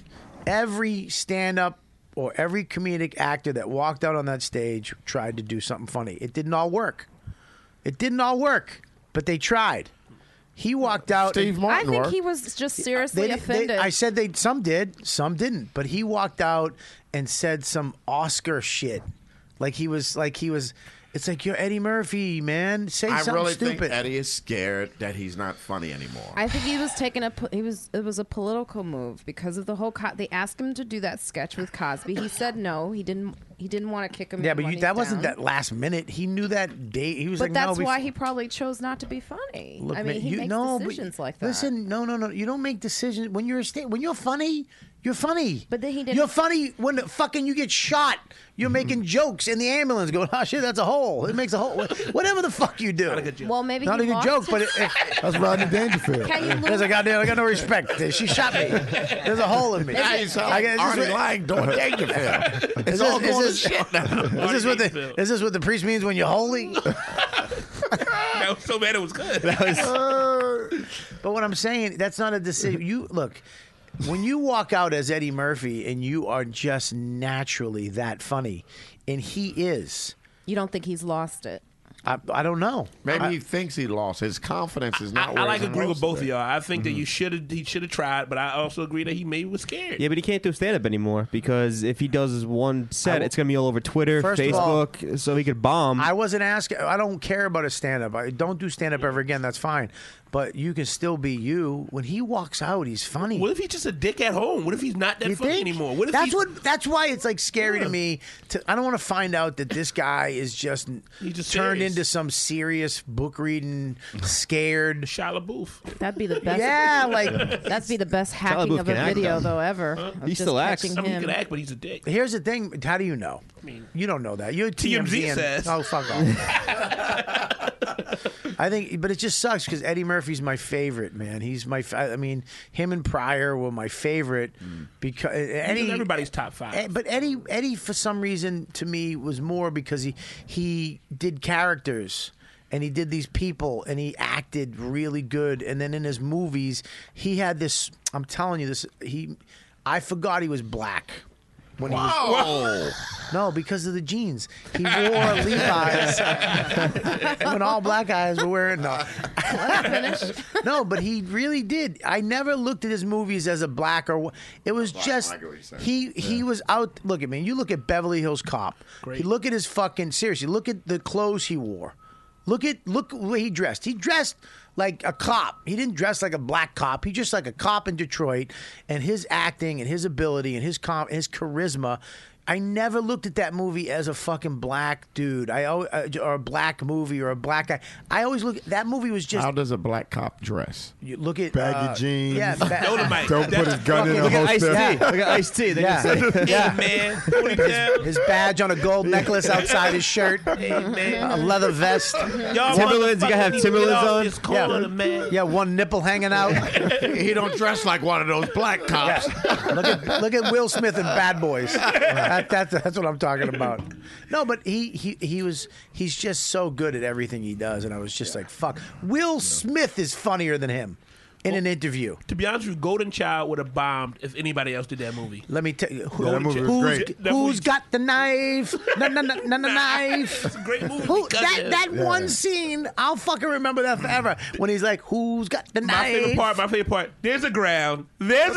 [SPEAKER 2] every stand up or every comedic actor that walked out on that stage tried to do something funny. It didn't all work. It didn't all work, but they tried. He walked out. and-
[SPEAKER 7] I think he was just seriously
[SPEAKER 2] they- they-
[SPEAKER 7] offended.
[SPEAKER 2] I said they some did, some didn't. But he walked out and said some Oscar shit. Like he was like he was it's like you're Eddie Murphy, man. Say
[SPEAKER 5] I
[SPEAKER 2] something
[SPEAKER 5] really
[SPEAKER 2] stupid.
[SPEAKER 5] think Eddie is scared that he's not funny anymore.
[SPEAKER 7] I think he was taking a po- he was it was a political move because of the whole co- they asked him to do that sketch with Cosby. He said no. He didn't he didn't want to kick him.
[SPEAKER 2] yeah,
[SPEAKER 7] in
[SPEAKER 2] but
[SPEAKER 7] when
[SPEAKER 2] you,
[SPEAKER 7] he's
[SPEAKER 2] that wasn't
[SPEAKER 7] down.
[SPEAKER 2] that last minute. He knew that date. He was
[SPEAKER 7] But
[SPEAKER 2] like,
[SPEAKER 7] that's
[SPEAKER 2] no,
[SPEAKER 7] why
[SPEAKER 2] we,
[SPEAKER 7] he probably chose not to be funny.
[SPEAKER 2] Look,
[SPEAKER 7] I mean,
[SPEAKER 2] man,
[SPEAKER 7] he
[SPEAKER 2] you,
[SPEAKER 7] makes
[SPEAKER 2] no, but
[SPEAKER 7] decisions like that.
[SPEAKER 2] Listen, no, no, no. You don't make decisions when you're a sta- when you're funny. You're funny.
[SPEAKER 15] But then he didn't.
[SPEAKER 2] You're funny when the fucking you get shot.
[SPEAKER 5] Mm-hmm.
[SPEAKER 2] You're making jokes in the ambulance, going, "Oh shit, that's a hole. It makes a hole." Whatever the fuck you do. Not a good joke.
[SPEAKER 15] Well, maybe
[SPEAKER 2] Not
[SPEAKER 15] he
[SPEAKER 2] a good
[SPEAKER 15] lost
[SPEAKER 2] joke,
[SPEAKER 15] his-
[SPEAKER 2] but it,
[SPEAKER 10] that's Rodney Dangerfield.
[SPEAKER 15] Can you lose-
[SPEAKER 2] There's a goddamn. I got no respect. She shot me. There's a hole in me.
[SPEAKER 5] Now you sound
[SPEAKER 2] I got- is this
[SPEAKER 5] Artie
[SPEAKER 2] what-
[SPEAKER 5] Lang doing Dangerfield. It's
[SPEAKER 2] Is
[SPEAKER 5] all
[SPEAKER 2] this-
[SPEAKER 5] going to
[SPEAKER 2] is this-
[SPEAKER 5] shit now.
[SPEAKER 2] Is this what the is this what the priest means when you're holy?
[SPEAKER 8] That was so bad it was good.
[SPEAKER 2] but what I'm saying, that's not a decision. You look when you walk out as Eddie Murphy and you are just naturally that funny, and he is.
[SPEAKER 15] You don't think he's lost it?
[SPEAKER 2] I, I don't know.
[SPEAKER 5] Maybe
[SPEAKER 2] I-
[SPEAKER 5] he thinks he lost. His confidence is
[SPEAKER 8] I,
[SPEAKER 5] not.
[SPEAKER 8] I
[SPEAKER 5] where
[SPEAKER 8] like
[SPEAKER 5] it's
[SPEAKER 8] agree with
[SPEAKER 5] supposed
[SPEAKER 8] both
[SPEAKER 5] to
[SPEAKER 8] of
[SPEAKER 5] be.
[SPEAKER 8] y'all. I think
[SPEAKER 10] Mm-hmm.
[SPEAKER 8] that you should have he should have tried, but I also agree that he maybe was scared.
[SPEAKER 6] Yeah, but he can't do stand up anymore because if he does one set, it's gonna be all over Twitter,
[SPEAKER 2] First of all-
[SPEAKER 6] Facebook, so he could bomb.
[SPEAKER 2] I wasn't asking. I don't care about a stand up. I don't do stand up ever again. That's fine. But you can still be you. When he walks out, he's funny.
[SPEAKER 8] What if he's just a dick at home? What if he's not that
[SPEAKER 2] You
[SPEAKER 8] funny
[SPEAKER 2] think?
[SPEAKER 8] anymore? What if
[SPEAKER 2] that's
[SPEAKER 8] he's,
[SPEAKER 2] what. That's why it's like scary to me. To, I don't want to find out that this guy is just, turned into some serious book reading, scared
[SPEAKER 8] Shia LaBeouf.
[SPEAKER 15] That'd be the best.
[SPEAKER 2] Yeah, like-
[SPEAKER 15] that'd be the best hacking
[SPEAKER 2] Booth
[SPEAKER 15] of a
[SPEAKER 2] can act,
[SPEAKER 15] video
[SPEAKER 2] though.
[SPEAKER 15] though ever. of just catching
[SPEAKER 8] I mean, he
[SPEAKER 15] him.
[SPEAKER 8] could act, but he's a dick.
[SPEAKER 2] Here's the thing. How do you know? you don't know that. You're
[SPEAKER 8] TMZ
[SPEAKER 2] TMZ.
[SPEAKER 8] says.
[SPEAKER 2] Oh fuck off. I think, but it just sucks because Eddie Murphy's my favorite man. He's my. f- I mean, him and Pryor were my favorite because eh, Eddie.
[SPEAKER 8] in everybody's top five.
[SPEAKER 2] Ed- but Eddie, Eddie, for some reason, to me, was more because he he did characters and he did these people and he acted really good. And then in his movies, he had this. I'm telling you, this he. I forgot he was black. When he
[SPEAKER 5] Whoa.
[SPEAKER 2] was, no, because of the jeans. He wore Levi's when all black guys were wearing. No, no, but he really did. I never looked at his movies as a black or. wh- It was
[SPEAKER 5] Black,
[SPEAKER 2] just
[SPEAKER 5] I get what you're saying.
[SPEAKER 2] he he was out. Look at me. You look at Beverly Hills Cop. You look at his fucking seriously. Look at the clothes he wore. Look at look where he dressed. He dressed like a cop. He didn't dress like a black cop. He just like a cop in Detroit. And his acting and his ability and his com- his charisma. I never looked at that movie as a fucking black dude. I al- uh, or a black movie or a black guy. I always look. That movie was just
[SPEAKER 5] How does a black cop dress?
[SPEAKER 2] You look at
[SPEAKER 5] Baggy
[SPEAKER 2] uh,
[SPEAKER 5] jeans.
[SPEAKER 2] Yeah, ba-
[SPEAKER 5] Dolomite. Don't put his gun in Look a at holster. Ice-T. Look at Ice-T, they
[SPEAKER 2] Yeah.
[SPEAKER 5] can say-
[SPEAKER 2] yeah.
[SPEAKER 5] Hey, man,
[SPEAKER 2] His, his badge on a gold necklace outside his shirt. A leather vest.
[SPEAKER 8] Y'all Timberlands, you gotta have motherfuckers need to get Timberlands off on? this corner,
[SPEAKER 2] Yeah.
[SPEAKER 8] man.
[SPEAKER 2] yeah, one nipple hanging out.
[SPEAKER 5] he don't dress like one of those black cops.
[SPEAKER 2] Look at look at Will Smith and Bad Boys. That, that's that's what I'm talking about. No, but he he he was he's just so good at everything he does, and I was just like, fuck. Will Smith is funnier than him in an interview.
[SPEAKER 8] To be honest with you, Golden Child would have bombed if anybody else did that movie.
[SPEAKER 2] Let me tell you, who,
[SPEAKER 8] That movie was
[SPEAKER 2] who's,
[SPEAKER 8] great. That
[SPEAKER 2] who's got the knife? Na, na, na, na, na, knife.
[SPEAKER 8] great movie.
[SPEAKER 2] Who,
[SPEAKER 8] because
[SPEAKER 2] that
[SPEAKER 8] of-
[SPEAKER 2] that
[SPEAKER 8] Yeah.
[SPEAKER 2] one scene, I'll fucking remember that forever. When he's like, "Who's got the
[SPEAKER 8] My
[SPEAKER 2] knife?"
[SPEAKER 8] favorite part. My favorite part. There's a ground. There's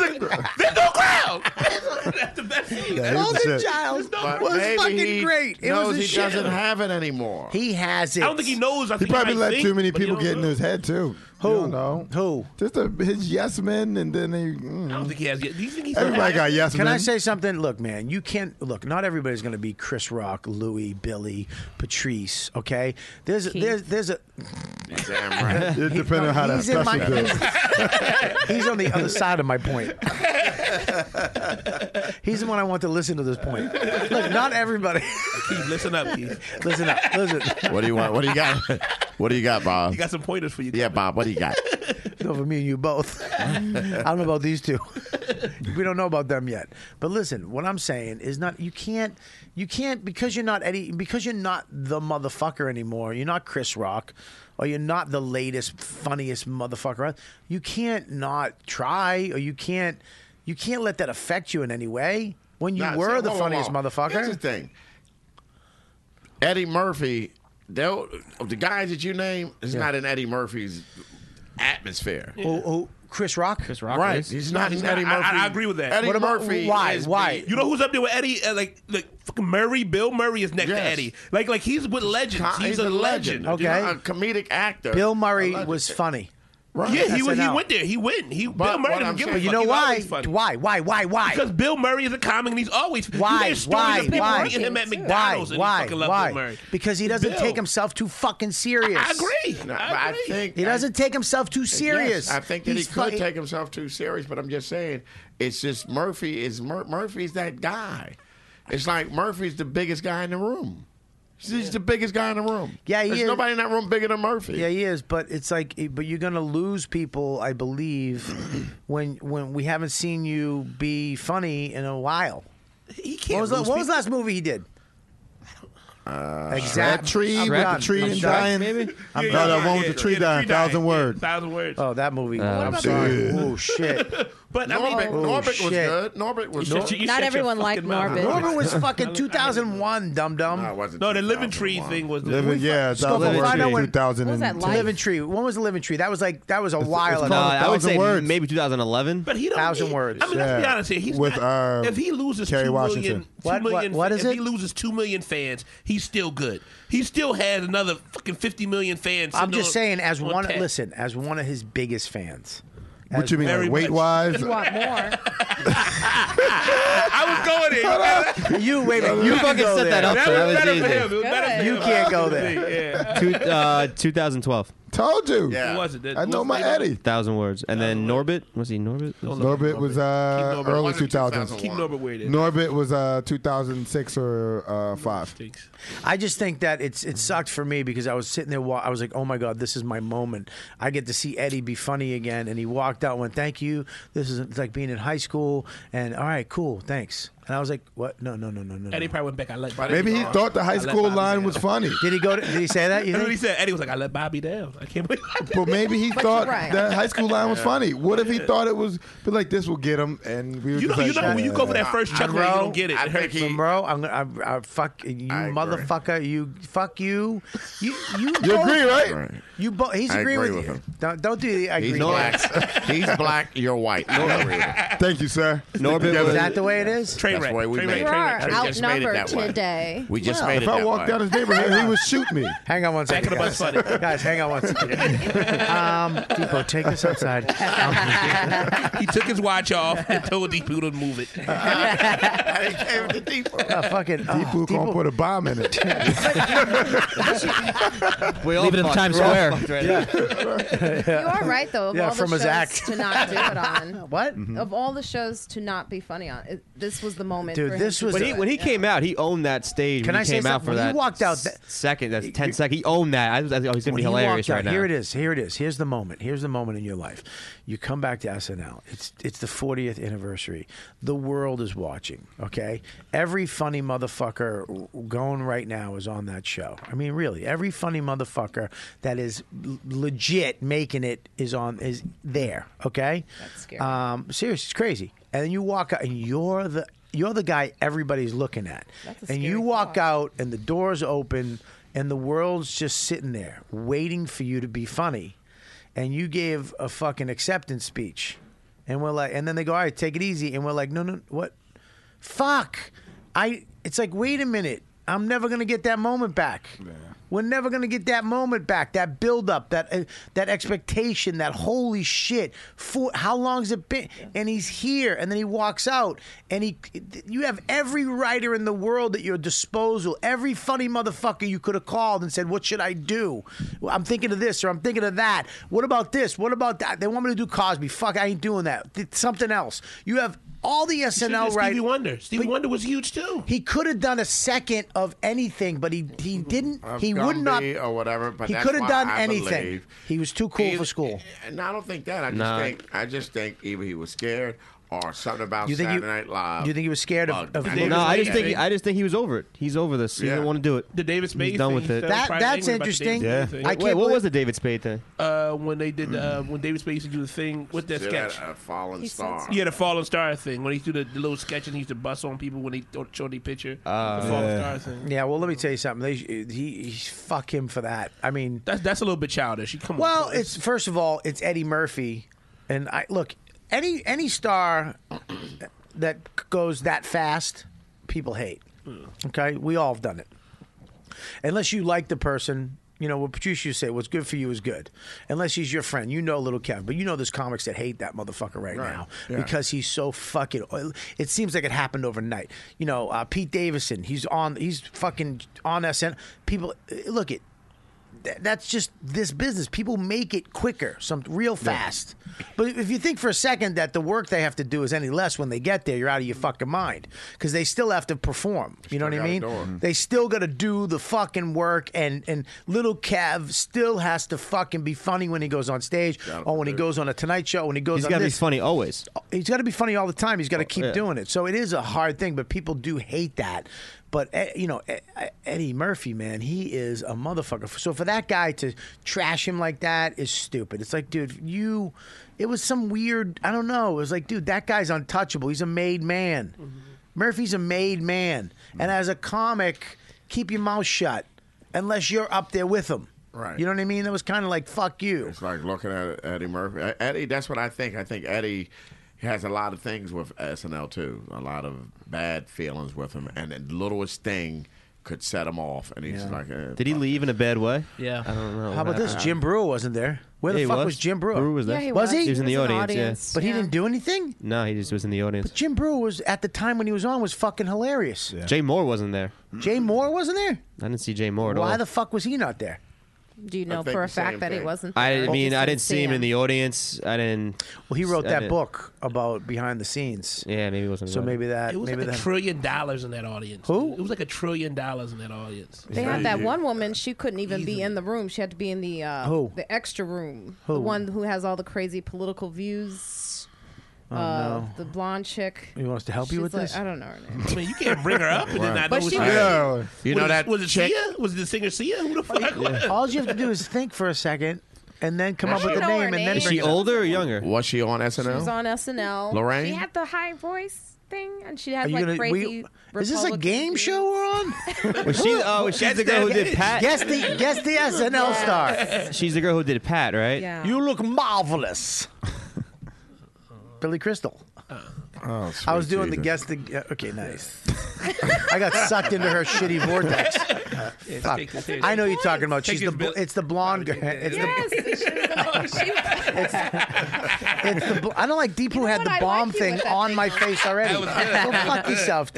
[SPEAKER 8] a. There's no ground. That's the best scene.
[SPEAKER 5] Yeah,
[SPEAKER 2] Golden Child
[SPEAKER 5] But
[SPEAKER 2] was
[SPEAKER 5] maybe
[SPEAKER 2] fucking
[SPEAKER 5] he
[SPEAKER 2] great. It
[SPEAKER 5] knows
[SPEAKER 2] was the
[SPEAKER 5] he
[SPEAKER 2] shit.
[SPEAKER 5] doesn't have it anymore.
[SPEAKER 2] He has it.
[SPEAKER 8] I don't think he knows. I
[SPEAKER 10] He
[SPEAKER 8] think
[SPEAKER 10] probably
[SPEAKER 8] might
[SPEAKER 10] let
[SPEAKER 8] think,
[SPEAKER 10] too many
[SPEAKER 8] but you
[SPEAKER 10] people
[SPEAKER 8] don't
[SPEAKER 10] get in
[SPEAKER 8] know.
[SPEAKER 10] his head too. Who? No.
[SPEAKER 2] Who?
[SPEAKER 10] Just a, his yes men, and then they. mm.
[SPEAKER 8] I don't think he has. yet. Do you think he's?
[SPEAKER 10] Everybody got yes
[SPEAKER 2] Can I
[SPEAKER 10] men.
[SPEAKER 2] say something? Look, man, you can't look. Not everybody's going to be Chris Rock, Louis, Billy, Patrice. Okay, there's there's there's a.
[SPEAKER 5] Damn
[SPEAKER 10] right. It depends on how that
[SPEAKER 2] he's in
[SPEAKER 10] special
[SPEAKER 2] he's- he's on the other side of my point. he's the one I want to listen to this point. Look, not everybody.
[SPEAKER 8] Keith, listen up, Keith.
[SPEAKER 2] listen up. Listen.
[SPEAKER 5] What do you want? What do you got? What do you got, Bob?
[SPEAKER 8] He got some pointers for you.
[SPEAKER 5] Yeah, Bob. What do you got?
[SPEAKER 2] No, for me and you both. I don't know about these two. we don't know about them yet. But listen, what I'm saying is not you can't you can't because you're not Eddie because you're not the motherfucker anymore. You're not Chris Rock, or you're not the latest funniest motherfucker. You can't not try, or you can't you can't let that affect you in any way. When you
[SPEAKER 5] Nah,
[SPEAKER 2] were
[SPEAKER 5] see,
[SPEAKER 2] the
[SPEAKER 5] whoa, whoa,
[SPEAKER 2] funniest
[SPEAKER 5] whoa.
[SPEAKER 2] motherfucker,
[SPEAKER 5] Here's the thing. Eddie Murphy, they'll- the guys that you name is not in Eddie Murphy's atmosphere.
[SPEAKER 2] Oh, oh, Chris Rock. Chris
[SPEAKER 5] Rock Right. is. He's not- he's
[SPEAKER 8] I-
[SPEAKER 5] Eddie Murphy.
[SPEAKER 8] I, I agree with that.
[SPEAKER 5] Eddie What about- Murphy why? is Why? the-
[SPEAKER 8] You know who's up there with Eddie? Uh, like, like fucking Murray. Bill Murray is next to
[SPEAKER 5] Yes.
[SPEAKER 8] Eddie. Like, like he's with legends.
[SPEAKER 5] Con-
[SPEAKER 8] he's, a legend.
[SPEAKER 5] You know, a comedic actor.
[SPEAKER 2] Bill Murray
[SPEAKER 5] A legend.
[SPEAKER 2] was funny.
[SPEAKER 5] Right.
[SPEAKER 8] Yeah, he,
[SPEAKER 5] That's
[SPEAKER 8] wa- he
[SPEAKER 5] enough.
[SPEAKER 8] went there. He went. He
[SPEAKER 5] But
[SPEAKER 8] Bill Murray
[SPEAKER 5] what
[SPEAKER 8] doesn't
[SPEAKER 5] I'm
[SPEAKER 8] give a
[SPEAKER 5] saying-
[SPEAKER 8] fuck.
[SPEAKER 5] You know
[SPEAKER 8] He's
[SPEAKER 5] why?
[SPEAKER 8] always funny.
[SPEAKER 2] Why? Why? Why? Why?
[SPEAKER 8] Because Bill Murray is a comic and he's always
[SPEAKER 2] Why?
[SPEAKER 8] There's stories
[SPEAKER 2] Why?
[SPEAKER 8] of people
[SPEAKER 2] Why?
[SPEAKER 8] meeting him at
[SPEAKER 2] Why?
[SPEAKER 8] McDonald's and he
[SPEAKER 2] Why?
[SPEAKER 8] fucking loved
[SPEAKER 2] Why?
[SPEAKER 8] Bill Murray.
[SPEAKER 2] Because he doesn't
[SPEAKER 8] Bill.
[SPEAKER 2] take himself too fucking serious.
[SPEAKER 8] I agree.
[SPEAKER 5] No, but I think
[SPEAKER 2] he doesn't take himself too serious.
[SPEAKER 5] Yes, I think that
[SPEAKER 2] He's
[SPEAKER 5] he could
[SPEAKER 2] fu-
[SPEAKER 5] take himself too serious, but I'm just saying it's just Murphy is Mur- Murphy's that guy. It's like Murphy's the biggest guy in the room. He's the biggest guy in the room.
[SPEAKER 2] Yeah, he
[SPEAKER 5] There's
[SPEAKER 2] is.
[SPEAKER 5] nobody in that room bigger than Murphy.
[SPEAKER 2] Yeah, he is. But it's like, eh, but you're gonna lose people, I believe, when when we haven't seen you be funny in a while.
[SPEAKER 8] He
[SPEAKER 2] What was, the,
[SPEAKER 5] lose
[SPEAKER 2] what was the last movie he did?
[SPEAKER 5] Uh,
[SPEAKER 2] Exact-
[SPEAKER 10] That tree
[SPEAKER 2] I'm
[SPEAKER 10] with the
[SPEAKER 2] done.
[SPEAKER 10] tree
[SPEAKER 2] I'm
[SPEAKER 10] and
[SPEAKER 2] done.
[SPEAKER 10] dying.
[SPEAKER 2] Maybe.
[SPEAKER 10] I'm
[SPEAKER 2] Yeah,
[SPEAKER 10] no,
[SPEAKER 2] yeah,
[SPEAKER 10] the one with
[SPEAKER 2] yeah,
[SPEAKER 10] the tree
[SPEAKER 2] yeah, the
[SPEAKER 10] dying.
[SPEAKER 2] tree dying.
[SPEAKER 10] Thousand words.
[SPEAKER 8] Thousand words.
[SPEAKER 2] Oh, that movie.
[SPEAKER 10] Uh,
[SPEAKER 2] what
[SPEAKER 10] I'm
[SPEAKER 2] about
[SPEAKER 10] sorry.
[SPEAKER 2] that? Oh shit.
[SPEAKER 8] But I mean,
[SPEAKER 5] Norbert,
[SPEAKER 2] Oh,
[SPEAKER 5] Norbert was
[SPEAKER 2] shit.
[SPEAKER 5] good. Norbert was
[SPEAKER 8] Shut your- you Not shut your everyone fucking liked mouth. Norbit.
[SPEAKER 2] Norbit was fucking
[SPEAKER 8] I-
[SPEAKER 2] 2001, dum dum.
[SPEAKER 5] No, it wasn't
[SPEAKER 8] No, the living tree thing was the
[SPEAKER 10] Living, yeah,
[SPEAKER 2] Scopo,
[SPEAKER 10] thousand words.
[SPEAKER 2] find out when-
[SPEAKER 10] Two thousand
[SPEAKER 2] What was that?
[SPEAKER 10] and
[SPEAKER 2] Living Tree. When was the Living Tree? That was like that was a while
[SPEAKER 6] No,
[SPEAKER 2] ago.
[SPEAKER 6] I would say maybe 2011.
[SPEAKER 8] But he don't
[SPEAKER 2] Thousand
[SPEAKER 8] need-
[SPEAKER 2] words.
[SPEAKER 8] I mean, let's be honest here. He's
[SPEAKER 10] With,
[SPEAKER 8] not,
[SPEAKER 10] uh,
[SPEAKER 8] if he loses
[SPEAKER 10] Kerry
[SPEAKER 8] two million,
[SPEAKER 10] Washington.
[SPEAKER 8] two
[SPEAKER 2] What- what-
[SPEAKER 8] million-
[SPEAKER 2] what is
[SPEAKER 8] if
[SPEAKER 2] it?
[SPEAKER 8] he loses two million fans, he's still good. He still has another fucking fifty million fans.
[SPEAKER 2] I'm
[SPEAKER 8] sitting
[SPEAKER 2] just
[SPEAKER 8] on-
[SPEAKER 2] saying, as
[SPEAKER 8] on
[SPEAKER 2] one
[SPEAKER 8] tap.
[SPEAKER 2] listen, as one of his biggest fans.
[SPEAKER 10] What
[SPEAKER 2] As
[SPEAKER 10] you mean,
[SPEAKER 2] one-
[SPEAKER 10] like weight wise?
[SPEAKER 2] more?
[SPEAKER 8] I was going there.
[SPEAKER 2] You wait a minute.
[SPEAKER 6] You
[SPEAKER 2] You
[SPEAKER 6] fucking
[SPEAKER 2] can go
[SPEAKER 6] set
[SPEAKER 2] there.
[SPEAKER 6] that up, That so was that was better for easy. him. It
[SPEAKER 8] was better for
[SPEAKER 2] You
[SPEAKER 8] him.
[SPEAKER 2] can't go there.
[SPEAKER 6] Two, uh, 2012.
[SPEAKER 10] Told you.
[SPEAKER 8] Who was it? That-
[SPEAKER 10] I know
[SPEAKER 8] who's
[SPEAKER 10] my
[SPEAKER 8] the-
[SPEAKER 10] Eddie.
[SPEAKER 6] Thousand words. And then Norbit. Was he Norbit?
[SPEAKER 10] Norbit was
[SPEAKER 8] Keep
[SPEAKER 10] uh,
[SPEAKER 8] Norbit-
[SPEAKER 10] early
[SPEAKER 8] Why did
[SPEAKER 10] 2000s.
[SPEAKER 8] Keep Norbit where it is.
[SPEAKER 10] Norbit was uh, 2006 or uh, 5.
[SPEAKER 2] I just think that it's it sucked for me because I was sitting there. wa- I was like, "Oh my god, this is my moment. I get to see Eddie be funny again." And he walked out, and went, "Thank you. This is it's like being in high school." And all right, cool, thanks. And I was like, "What? No, no, no, no, no."
[SPEAKER 8] Eddie
[SPEAKER 2] no.
[SPEAKER 8] probably went back. I let Bobby
[SPEAKER 10] Maybe he
[SPEAKER 8] down.
[SPEAKER 10] thought the
[SPEAKER 8] I
[SPEAKER 10] high
[SPEAKER 8] let
[SPEAKER 10] school
[SPEAKER 8] Bobby
[SPEAKER 10] line
[SPEAKER 8] down.
[SPEAKER 10] was funny.
[SPEAKER 2] Did he go? To, did he say that? You
[SPEAKER 8] That's what he
[SPEAKER 2] think?
[SPEAKER 8] said. Eddie was like, "I let Bobby down. I can't believe." I did
[SPEAKER 10] But maybe he thought
[SPEAKER 2] right.
[SPEAKER 10] that high school line was funny. What if he thought it was, but like this will get him, and we were
[SPEAKER 8] You
[SPEAKER 10] just
[SPEAKER 8] know-
[SPEAKER 10] like,
[SPEAKER 8] you know when you go for that
[SPEAKER 10] uh,
[SPEAKER 8] first check rate, you
[SPEAKER 2] Monroe,
[SPEAKER 8] don't get it.
[SPEAKER 2] I
[SPEAKER 8] It
[SPEAKER 2] think
[SPEAKER 8] hurts.
[SPEAKER 2] Monroe, I'm gonna, I, I, fuck you, motherfucker. You, fuck you. You, you,
[SPEAKER 10] You
[SPEAKER 2] both-
[SPEAKER 10] agree, right?
[SPEAKER 2] You both. He's
[SPEAKER 5] I
[SPEAKER 2] agreeing
[SPEAKER 5] agree
[SPEAKER 2] with, you.
[SPEAKER 5] with him.
[SPEAKER 2] Don't, don't do the. I
[SPEAKER 5] He's
[SPEAKER 2] agree.
[SPEAKER 5] black. He's black. You're white.
[SPEAKER 10] Thank you, sir.
[SPEAKER 5] Norbit
[SPEAKER 2] Is
[SPEAKER 5] was-
[SPEAKER 2] that the way it is?
[SPEAKER 8] Train
[SPEAKER 5] That's
[SPEAKER 8] wreck.
[SPEAKER 5] why we
[SPEAKER 8] Train
[SPEAKER 5] made
[SPEAKER 8] wreck.
[SPEAKER 5] it.
[SPEAKER 15] You
[SPEAKER 8] Train
[SPEAKER 15] are
[SPEAKER 8] wreck.
[SPEAKER 5] We just made it
[SPEAKER 15] outnumbered
[SPEAKER 5] that way.
[SPEAKER 15] today.
[SPEAKER 5] We just
[SPEAKER 10] Well,
[SPEAKER 5] made it
[SPEAKER 10] if I
[SPEAKER 5] that
[SPEAKER 10] walked
[SPEAKER 5] way.
[SPEAKER 10] down his neighborhood, he would shoot me.
[SPEAKER 2] Hang on one
[SPEAKER 8] Back
[SPEAKER 2] second,
[SPEAKER 8] of the bus
[SPEAKER 2] guys.
[SPEAKER 8] funny.
[SPEAKER 2] guys, hang on one second. Um, Deepo, take this outside.
[SPEAKER 8] He took his watch off and told Deepu to move it.
[SPEAKER 2] Uh, fucking uh,
[SPEAKER 10] Deepu gonna put a bomb in it.
[SPEAKER 6] We all
[SPEAKER 11] Leave it in
[SPEAKER 6] fucked.
[SPEAKER 11] Times
[SPEAKER 6] We're
[SPEAKER 11] Square.
[SPEAKER 6] all fucked right
[SPEAKER 11] Yeah.
[SPEAKER 6] now.
[SPEAKER 15] You are right, though. Of
[SPEAKER 2] Yeah,
[SPEAKER 15] all
[SPEAKER 2] from
[SPEAKER 15] the
[SPEAKER 2] his
[SPEAKER 15] shows
[SPEAKER 2] act.
[SPEAKER 15] to not do it on.
[SPEAKER 2] What?
[SPEAKER 15] Of all the shows to not be funny on, it, this was the moment. for him to
[SPEAKER 6] when
[SPEAKER 15] do
[SPEAKER 6] he
[SPEAKER 15] it.
[SPEAKER 6] when he
[SPEAKER 15] Yeah.
[SPEAKER 6] came out. He owned that stage.
[SPEAKER 2] Can
[SPEAKER 6] when
[SPEAKER 2] I
[SPEAKER 6] he
[SPEAKER 2] say
[SPEAKER 6] came out
[SPEAKER 2] something?
[SPEAKER 6] for
[SPEAKER 2] When he
[SPEAKER 6] that
[SPEAKER 2] walked out,
[SPEAKER 6] s- second. That's 10 seconds. He owned that. I, was- I, was- oh, he's gonna be
[SPEAKER 2] When he
[SPEAKER 6] hilarious
[SPEAKER 2] walked
[SPEAKER 6] right
[SPEAKER 2] out,
[SPEAKER 6] now.
[SPEAKER 2] Here it is. Here it is. Here's the moment. Here's the moment in your life. You come back to SNL. It's it's the 40th anniversary. The world is watching. Okay, every funny motherfucker w- going right now is on that show. I mean, really, every funny motherfucker that is l- legit making it is on is there. Okay, that's
[SPEAKER 15] scary.
[SPEAKER 2] Um, serious, it's crazy. And then you walk out, and you're the you're the guy everybody's looking at.
[SPEAKER 15] That's a
[SPEAKER 2] and
[SPEAKER 15] scary
[SPEAKER 2] you walk out, and the doors open, and the world's just sitting there waiting for you to be funny. And you gave a fucking acceptance speech, and we're like, and then they go, "All right, take it easy," and we're like, "No, no, what? Fuck! I." It's like, wait a minute, I'm never gonna get that moment back. We're never gonna get that moment back. That build up, that uh, that expectation, that holy shit. For how long's it been? And he's here, and then he walks out, and he. You have every writer in the world at your disposal. Every funny motherfucker you could have called and said, "What should I do? Well, I'm thinking of this, or I'm thinking of that. What about this? What about that? They want me to do Cosby. Fuck, I ain't doing that. Did something else. You have all the SNL
[SPEAKER 8] Stevie
[SPEAKER 2] right.
[SPEAKER 8] Wonder. Stevie Wonder was huge too.
[SPEAKER 2] He could have done a second of anything, but he he didn't.
[SPEAKER 5] Of
[SPEAKER 2] he would not.
[SPEAKER 5] Gumby or whatever, but
[SPEAKER 2] he
[SPEAKER 5] that's
[SPEAKER 2] could have
[SPEAKER 5] why
[SPEAKER 2] done
[SPEAKER 5] I
[SPEAKER 2] anything.
[SPEAKER 5] believe-
[SPEAKER 2] He was too cool for school.
[SPEAKER 5] And I don't think that. I just
[SPEAKER 6] Nah.
[SPEAKER 5] think I just think either he was scared or something about
[SPEAKER 2] You think he-
[SPEAKER 5] Saturday Night Live.
[SPEAKER 2] you think he was scared of-
[SPEAKER 5] bugged
[SPEAKER 2] of
[SPEAKER 5] him.
[SPEAKER 2] David
[SPEAKER 6] No, I just think I just think he was over it. He's over this. He
[SPEAKER 5] Yeah.
[SPEAKER 6] didn't want to do it.
[SPEAKER 8] The David Spade
[SPEAKER 6] He's done
[SPEAKER 8] thing,
[SPEAKER 6] with
[SPEAKER 8] he
[SPEAKER 6] it.
[SPEAKER 8] said That- probably angry
[SPEAKER 2] that's
[SPEAKER 8] about the David
[SPEAKER 2] interesting.
[SPEAKER 8] Spade
[SPEAKER 2] I
[SPEAKER 8] thing.
[SPEAKER 2] can't
[SPEAKER 6] Wait, what
[SPEAKER 2] believe-
[SPEAKER 6] was the David Spade thing?
[SPEAKER 8] Uh, when they did uh, when David Spade used to do the thing with that
[SPEAKER 5] Did
[SPEAKER 8] sketch.
[SPEAKER 5] a uh, fallen
[SPEAKER 15] He said
[SPEAKER 5] star.
[SPEAKER 8] Yeah, the fallen star thing when he do the, the little sketch and he used to bust on people when they th- showed the picture. the fallen star thing.
[SPEAKER 2] Oh, Uh, Yeah, well, let me tell you something. They, he, he fuck him for that. I mean,
[SPEAKER 8] That's that's a little bit childish. Come on.
[SPEAKER 2] well,
[SPEAKER 8] come on.
[SPEAKER 2] it's first of all, it's Eddie Murphy, and I look any any star that goes that fast,
[SPEAKER 8] Hmm.
[SPEAKER 2] people hate. Okay, we all have done it. Unless you like the person You know what Patricia used to say? What's good for you is good, unless he's your friend. You know, little Kev, but you know there's comics that hate that motherfucker right,
[SPEAKER 16] Right.
[SPEAKER 2] now
[SPEAKER 16] Yeah.
[SPEAKER 2] because he's so fucking. It seems like it happened overnight. You know, uh, Pete Davidson. He's on. He's fucking on SN. People, look it. th- that's just this business. People make it quicker, some real fast. But if you think for a second that the work they have to do is any less when they get there, you're out of your fucking mind because they still have to perform. You know what I
[SPEAKER 5] gotta
[SPEAKER 2] mean?
[SPEAKER 5] do it.
[SPEAKER 2] They still got to do the fucking work, and and little Kev still has to fucking be funny when he goes on stage, or when he goes on a Tonight Show, when he goes.
[SPEAKER 6] He's
[SPEAKER 2] on
[SPEAKER 6] got to be
[SPEAKER 2] this.
[SPEAKER 6] funny always.
[SPEAKER 2] He's got to be funny all the time. He's got to keep
[SPEAKER 6] Oh, yeah.
[SPEAKER 2] doing it. So it is a hard thing, but people do hate that. But eh, you know, eh, eh, Eddie Murphy, man, he is a motherfucker. So for that guy to trash him like that is stupid. It's like, dude, you. It was some weird. I don't know. It was like, dude, that guy's untouchable. He's a made man.
[SPEAKER 6] Mm-hmm.
[SPEAKER 2] Murphy's a made man, and as a comic, keep your mouth shut unless you're up there with him.
[SPEAKER 5] Right.
[SPEAKER 2] You know what I mean? That was kind of like fuck you. It's
[SPEAKER 5] like looking at Eddie Murphy. Uh, Eddie, that's what I think. I think Eddie has a lot of things with SNL too. A lot of bad feelings with him, and the littlest thing could set him off. And he's
[SPEAKER 6] Yeah.
[SPEAKER 5] like, eh,
[SPEAKER 6] Did he leave in a bad way?
[SPEAKER 9] Yeah.
[SPEAKER 6] I don't know.
[SPEAKER 2] How about this? Jim Brewer wasn't there. Where the
[SPEAKER 6] Yeah, Uh, he
[SPEAKER 2] fuck was.
[SPEAKER 6] was.
[SPEAKER 2] Jim Brewer?
[SPEAKER 6] Brewer was there. Yeah, he was.
[SPEAKER 2] he?
[SPEAKER 6] He was in the He was in the audience, yeah. audience,
[SPEAKER 2] But he
[SPEAKER 6] yeah.
[SPEAKER 2] didn't do anything.
[SPEAKER 6] No, he just was in the audience.
[SPEAKER 2] Jim Brewer was at the time when he was on was fucking hilarious.
[SPEAKER 6] Jay Moore wasn't there.
[SPEAKER 2] Jay Moore wasn't there.
[SPEAKER 6] I didn't see Jay Moore at
[SPEAKER 2] Why
[SPEAKER 6] all.
[SPEAKER 2] the fuck was he not there?
[SPEAKER 15] Do you know
[SPEAKER 2] think
[SPEAKER 15] for
[SPEAKER 2] the
[SPEAKER 15] a fact
[SPEAKER 2] same
[SPEAKER 15] that he
[SPEAKER 2] thing.
[SPEAKER 15] wasn't?
[SPEAKER 6] I
[SPEAKER 15] there?
[SPEAKER 6] mean, I didn't see him in
[SPEAKER 15] him.
[SPEAKER 6] the audience. I didn't.
[SPEAKER 2] Well, he wrote
[SPEAKER 6] I
[SPEAKER 2] that
[SPEAKER 6] didn't-
[SPEAKER 2] book about behind the scenes.
[SPEAKER 6] Yeah, maybe it wasn't.
[SPEAKER 2] So
[SPEAKER 6] about it.
[SPEAKER 2] maybe that.
[SPEAKER 6] It was
[SPEAKER 2] maybe
[SPEAKER 6] like a
[SPEAKER 2] that.
[SPEAKER 8] trillion dollars in that audience. Who? It was like a trillion dollars in that audience.
[SPEAKER 15] They had that one woman. She couldn't even be in the room. She had to be in the uh,
[SPEAKER 8] Who?
[SPEAKER 15] the extra room.
[SPEAKER 8] Who?
[SPEAKER 15] The one who has all the crazy political views.
[SPEAKER 2] Oh,
[SPEAKER 15] uh, The
[SPEAKER 2] no.
[SPEAKER 15] blonde chick.
[SPEAKER 2] He wants to help you
[SPEAKER 15] She's
[SPEAKER 2] with
[SPEAKER 15] like-
[SPEAKER 2] this?
[SPEAKER 15] I don't know her name.
[SPEAKER 8] I mean, you can't bring her up and then
[SPEAKER 2] Right.
[SPEAKER 8] not
[SPEAKER 2] But
[SPEAKER 8] know
[SPEAKER 2] she
[SPEAKER 8] who
[SPEAKER 2] was-
[SPEAKER 8] is.
[SPEAKER 2] Yeah. You know
[SPEAKER 8] was,
[SPEAKER 2] that
[SPEAKER 8] was it
[SPEAKER 2] chick-
[SPEAKER 8] Sia? Was it the singer Sia? Who the fuck?
[SPEAKER 2] All you have to do is think for a second and then come
[SPEAKER 5] I
[SPEAKER 2] up with the
[SPEAKER 5] don't know
[SPEAKER 2] name
[SPEAKER 5] her
[SPEAKER 2] and then.
[SPEAKER 5] name.
[SPEAKER 2] bring
[SPEAKER 5] Is she
[SPEAKER 2] it up.
[SPEAKER 5] older
[SPEAKER 6] or younger?
[SPEAKER 5] Was she on SNL?
[SPEAKER 15] She was on SNL.
[SPEAKER 5] Lorraine?
[SPEAKER 15] She had the high voice thing, and she had
[SPEAKER 5] Are you
[SPEAKER 15] like
[SPEAKER 5] gonna-
[SPEAKER 15] crazy.
[SPEAKER 2] we- is this a game show we're on?
[SPEAKER 6] Was she? Oh, she's the girl who did Pat.
[SPEAKER 2] Guess the guess the SNL star.
[SPEAKER 6] Eh, She's the girl who did Pat, right?
[SPEAKER 15] Yeah.
[SPEAKER 2] You look marvelous. Billy Crystal.
[SPEAKER 10] Oh,
[SPEAKER 2] I was
[SPEAKER 10] sweet
[SPEAKER 2] doing the
[SPEAKER 10] Jesus.
[SPEAKER 2] guest. The, okay, nice. I got sucked into her shitty vortex. Uh, Fuck.
[SPEAKER 16] take this seriously.
[SPEAKER 2] I know you're talking about.
[SPEAKER 16] Take
[SPEAKER 2] She's the.
[SPEAKER 16] this,
[SPEAKER 2] bl- It's the blonde girl. It's
[SPEAKER 16] Yes,
[SPEAKER 2] the. It's the. Bl- I don't like Deepu had the
[SPEAKER 16] what? I
[SPEAKER 2] bomb
[SPEAKER 16] like you
[SPEAKER 2] thing
[SPEAKER 16] with that
[SPEAKER 2] on
[SPEAKER 16] thing
[SPEAKER 2] my
[SPEAKER 16] on.
[SPEAKER 2] face already.
[SPEAKER 16] That was good.
[SPEAKER 2] Go
[SPEAKER 16] That was
[SPEAKER 2] fuck
[SPEAKER 16] good.
[SPEAKER 2] yourself,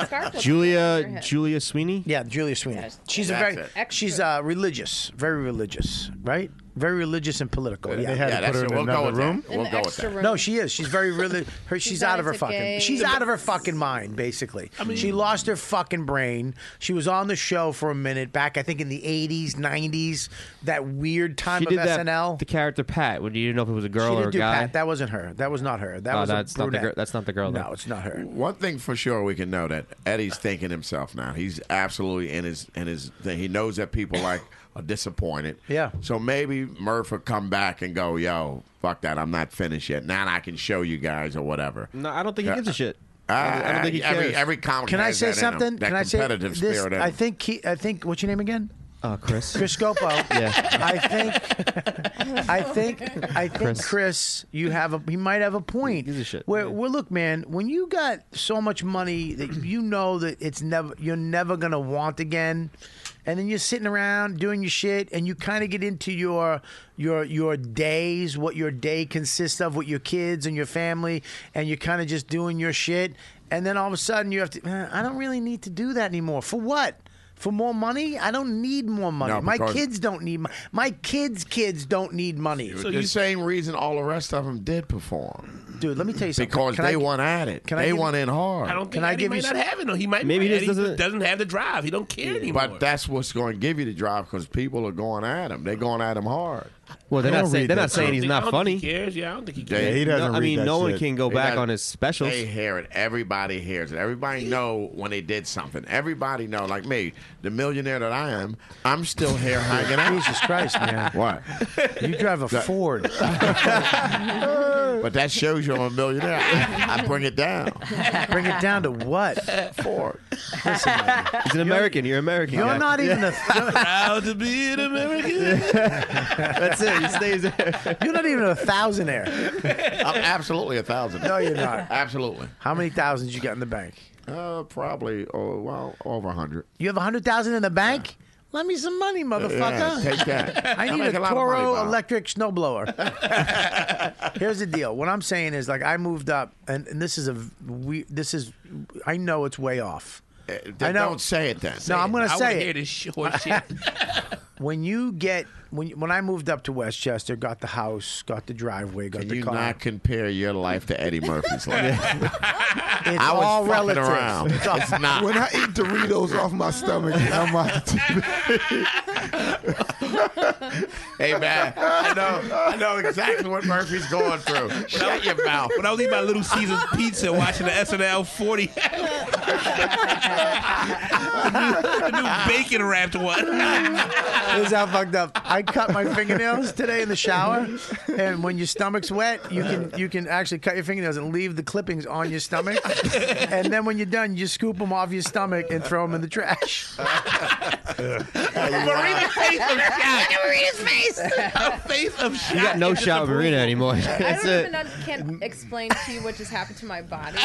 [SPEAKER 2] Deepu.
[SPEAKER 6] Julia Julia Sweeney.
[SPEAKER 2] Yeah, Julia Sweeney. She's a
[SPEAKER 6] That's
[SPEAKER 2] very.
[SPEAKER 6] it.
[SPEAKER 2] She's uh, religious. Very religious. Right. Very religious and political. Yeah,
[SPEAKER 10] they had to Yeah, put that's her in it. We'll go another with that. room?
[SPEAKER 16] In We'll the go with extra that. room.
[SPEAKER 2] No, she is. She's very really. Her, she's out of her
[SPEAKER 16] into
[SPEAKER 2] fucking.
[SPEAKER 16] gays.
[SPEAKER 2] She's out of her fucking mind. Basically, she lost her fucking brain. She was on the show for a minute back. I think in the eighties, nineties, that weird time
[SPEAKER 6] She
[SPEAKER 2] of
[SPEAKER 6] did that,
[SPEAKER 2] SNL.
[SPEAKER 6] The character Pat. When you didn't know if it was a
[SPEAKER 2] She
[SPEAKER 6] girl or
[SPEAKER 2] didn't
[SPEAKER 6] a
[SPEAKER 2] do
[SPEAKER 6] guy.
[SPEAKER 2] Pat. That wasn't her. That was not her. That
[SPEAKER 6] Oh,
[SPEAKER 2] was
[SPEAKER 6] that's
[SPEAKER 2] a
[SPEAKER 6] not the
[SPEAKER 2] brunette.
[SPEAKER 6] girl. That's not the girl.
[SPEAKER 2] No,
[SPEAKER 6] though.
[SPEAKER 2] it's not her.
[SPEAKER 5] One thing for sure we can know that Eddie's thinking himself now. He's absolutely in his in his thing. He knows that people like are disappointed. Yeah. So maybe Murph will come back and go, "Yo, fuck that! I'm not finished yet. Now I can show you guys or whatever."
[SPEAKER 6] No, I don't think he
[SPEAKER 5] Yeah.
[SPEAKER 6] gives a shit.
[SPEAKER 5] Uh,
[SPEAKER 6] I don't think he
[SPEAKER 5] every
[SPEAKER 6] cares.
[SPEAKER 5] every comic.
[SPEAKER 2] Can I
[SPEAKER 5] has
[SPEAKER 2] say
[SPEAKER 5] that in 'em,
[SPEAKER 2] something?
[SPEAKER 5] that
[SPEAKER 2] Can I say
[SPEAKER 5] competitive
[SPEAKER 2] this?
[SPEAKER 5] spirit? in 'em.
[SPEAKER 2] I think. He, I think. What's your name again?
[SPEAKER 6] Oh, Chris.
[SPEAKER 2] Chris Scopo.
[SPEAKER 6] Yeah.
[SPEAKER 2] I think. I think. I think Chris. you have a. He might have a point. He's a shit. Where, where, look, man, when you got so much money that you know that it's never, you're never gonna want again, and then you're sitting around doing your shit, and you kind of get into your your your days, what your day consists of, with your kids and your family, and you're kind of just doing your shit, and then all of a sudden you have to. "Eh, I don't really need to do that anymore. For what? For more money? I don't need more money.
[SPEAKER 5] No,
[SPEAKER 2] my
[SPEAKER 5] because-
[SPEAKER 2] kids don't need mo- my kids' kids don't need money.
[SPEAKER 5] the same reason all the rest of them did perform,
[SPEAKER 2] dude. Let me tell you something.
[SPEAKER 5] Because
[SPEAKER 2] Can
[SPEAKER 5] they
[SPEAKER 2] I-
[SPEAKER 5] want at it.
[SPEAKER 2] can I
[SPEAKER 5] they
[SPEAKER 2] give-
[SPEAKER 5] want in hard.
[SPEAKER 8] I don't think Eddie might not have it. No, he might.
[SPEAKER 5] Maybe he
[SPEAKER 8] Eddie
[SPEAKER 5] just doesn't-
[SPEAKER 8] doesn't, have the drive. He don't care anymore.
[SPEAKER 5] But that's what's going to give you the drive because people are going at him. They're going at him hard.
[SPEAKER 6] Well, they're
[SPEAKER 5] I
[SPEAKER 6] not
[SPEAKER 5] don't
[SPEAKER 6] saying-
[SPEAKER 5] read
[SPEAKER 6] they're
[SPEAKER 5] that
[SPEAKER 6] not saying
[SPEAKER 5] shit.
[SPEAKER 6] he's not
[SPEAKER 8] I don't think
[SPEAKER 6] funny.
[SPEAKER 8] he cares. Yeah, I don't think he
[SPEAKER 5] They-
[SPEAKER 8] cares.
[SPEAKER 6] No, I mean, no one can go
[SPEAKER 5] They
[SPEAKER 6] back
[SPEAKER 5] got-
[SPEAKER 6] on his specials.
[SPEAKER 5] They hear it. Everybody hears it. Everybody know when they did something. Everybody know, like me, the millionaire that I am, I'm still here hanging out.
[SPEAKER 2] Jesus Christ, man!
[SPEAKER 5] What?
[SPEAKER 2] You drive a Ford.
[SPEAKER 5] but that shows you I'm a millionaire. I bring it down.
[SPEAKER 2] Bring it down to what?
[SPEAKER 5] Ford.
[SPEAKER 2] Listen, man,
[SPEAKER 6] He's an American. You're American.
[SPEAKER 2] you're
[SPEAKER 6] guy.
[SPEAKER 2] not even a.
[SPEAKER 8] Proud to be an American.
[SPEAKER 6] That's it. He stays there.
[SPEAKER 2] You're not even a thousandaire.
[SPEAKER 5] I'm absolutely a thousand.
[SPEAKER 2] No, you're not.
[SPEAKER 5] Absolutely.
[SPEAKER 2] How many thousands you got in the bank?
[SPEAKER 5] Uh, probably, oh, well, over a hundred.
[SPEAKER 2] You have a hundred thousand in the bank. Lend me some money,
[SPEAKER 5] Yeah,
[SPEAKER 2] motherfucker.
[SPEAKER 5] take that.
[SPEAKER 2] I
[SPEAKER 5] I
[SPEAKER 2] need
[SPEAKER 5] make
[SPEAKER 2] a,
[SPEAKER 5] a lot of money,
[SPEAKER 2] Toro
[SPEAKER 5] Bob.
[SPEAKER 2] electric snowblower. Here's the deal. What I'm saying is, like, I moved up, and, and this is a we. This is, I know it's way off. I know.
[SPEAKER 5] Uh, don't say it then.
[SPEAKER 2] No, I'm going to
[SPEAKER 8] I wanna
[SPEAKER 2] say
[SPEAKER 8] hear
[SPEAKER 2] it.
[SPEAKER 8] this short shit.
[SPEAKER 2] When you get when when I moved up to Westchester, got the house, got the driveway, got
[SPEAKER 5] Can
[SPEAKER 2] the
[SPEAKER 5] you
[SPEAKER 2] car.
[SPEAKER 5] not compare your life to Eddie Murphy's life?
[SPEAKER 2] it's
[SPEAKER 5] I was
[SPEAKER 2] all
[SPEAKER 5] fucking
[SPEAKER 2] relative.
[SPEAKER 5] around.
[SPEAKER 2] It's, all-
[SPEAKER 5] It's not.
[SPEAKER 10] When I eat Doritos off my stomach, I'm out.
[SPEAKER 5] hey man, I know, I know exactly what Murphy's going through. Shut your mouth.
[SPEAKER 8] When I was eating my Little Caesars pizza, watching the SNL 40, the, new, the new bacon wrapped one.
[SPEAKER 2] this is how fucked up. I cut my fingernails today in the shower, and when your stomach's wet, you can you can actually cut your fingernails and leave the clippings on your stomach, and then when you're done, you just scoop them off your stomach and throw them in the trash.
[SPEAKER 8] Marina's face of shock. Marina's face. Her face of shock.
[SPEAKER 6] You got no
[SPEAKER 8] and
[SPEAKER 6] shot with Marina anymore.
[SPEAKER 15] I don't
[SPEAKER 6] That's
[SPEAKER 15] even
[SPEAKER 6] it.
[SPEAKER 15] un- can't explain to you what just happened to my body.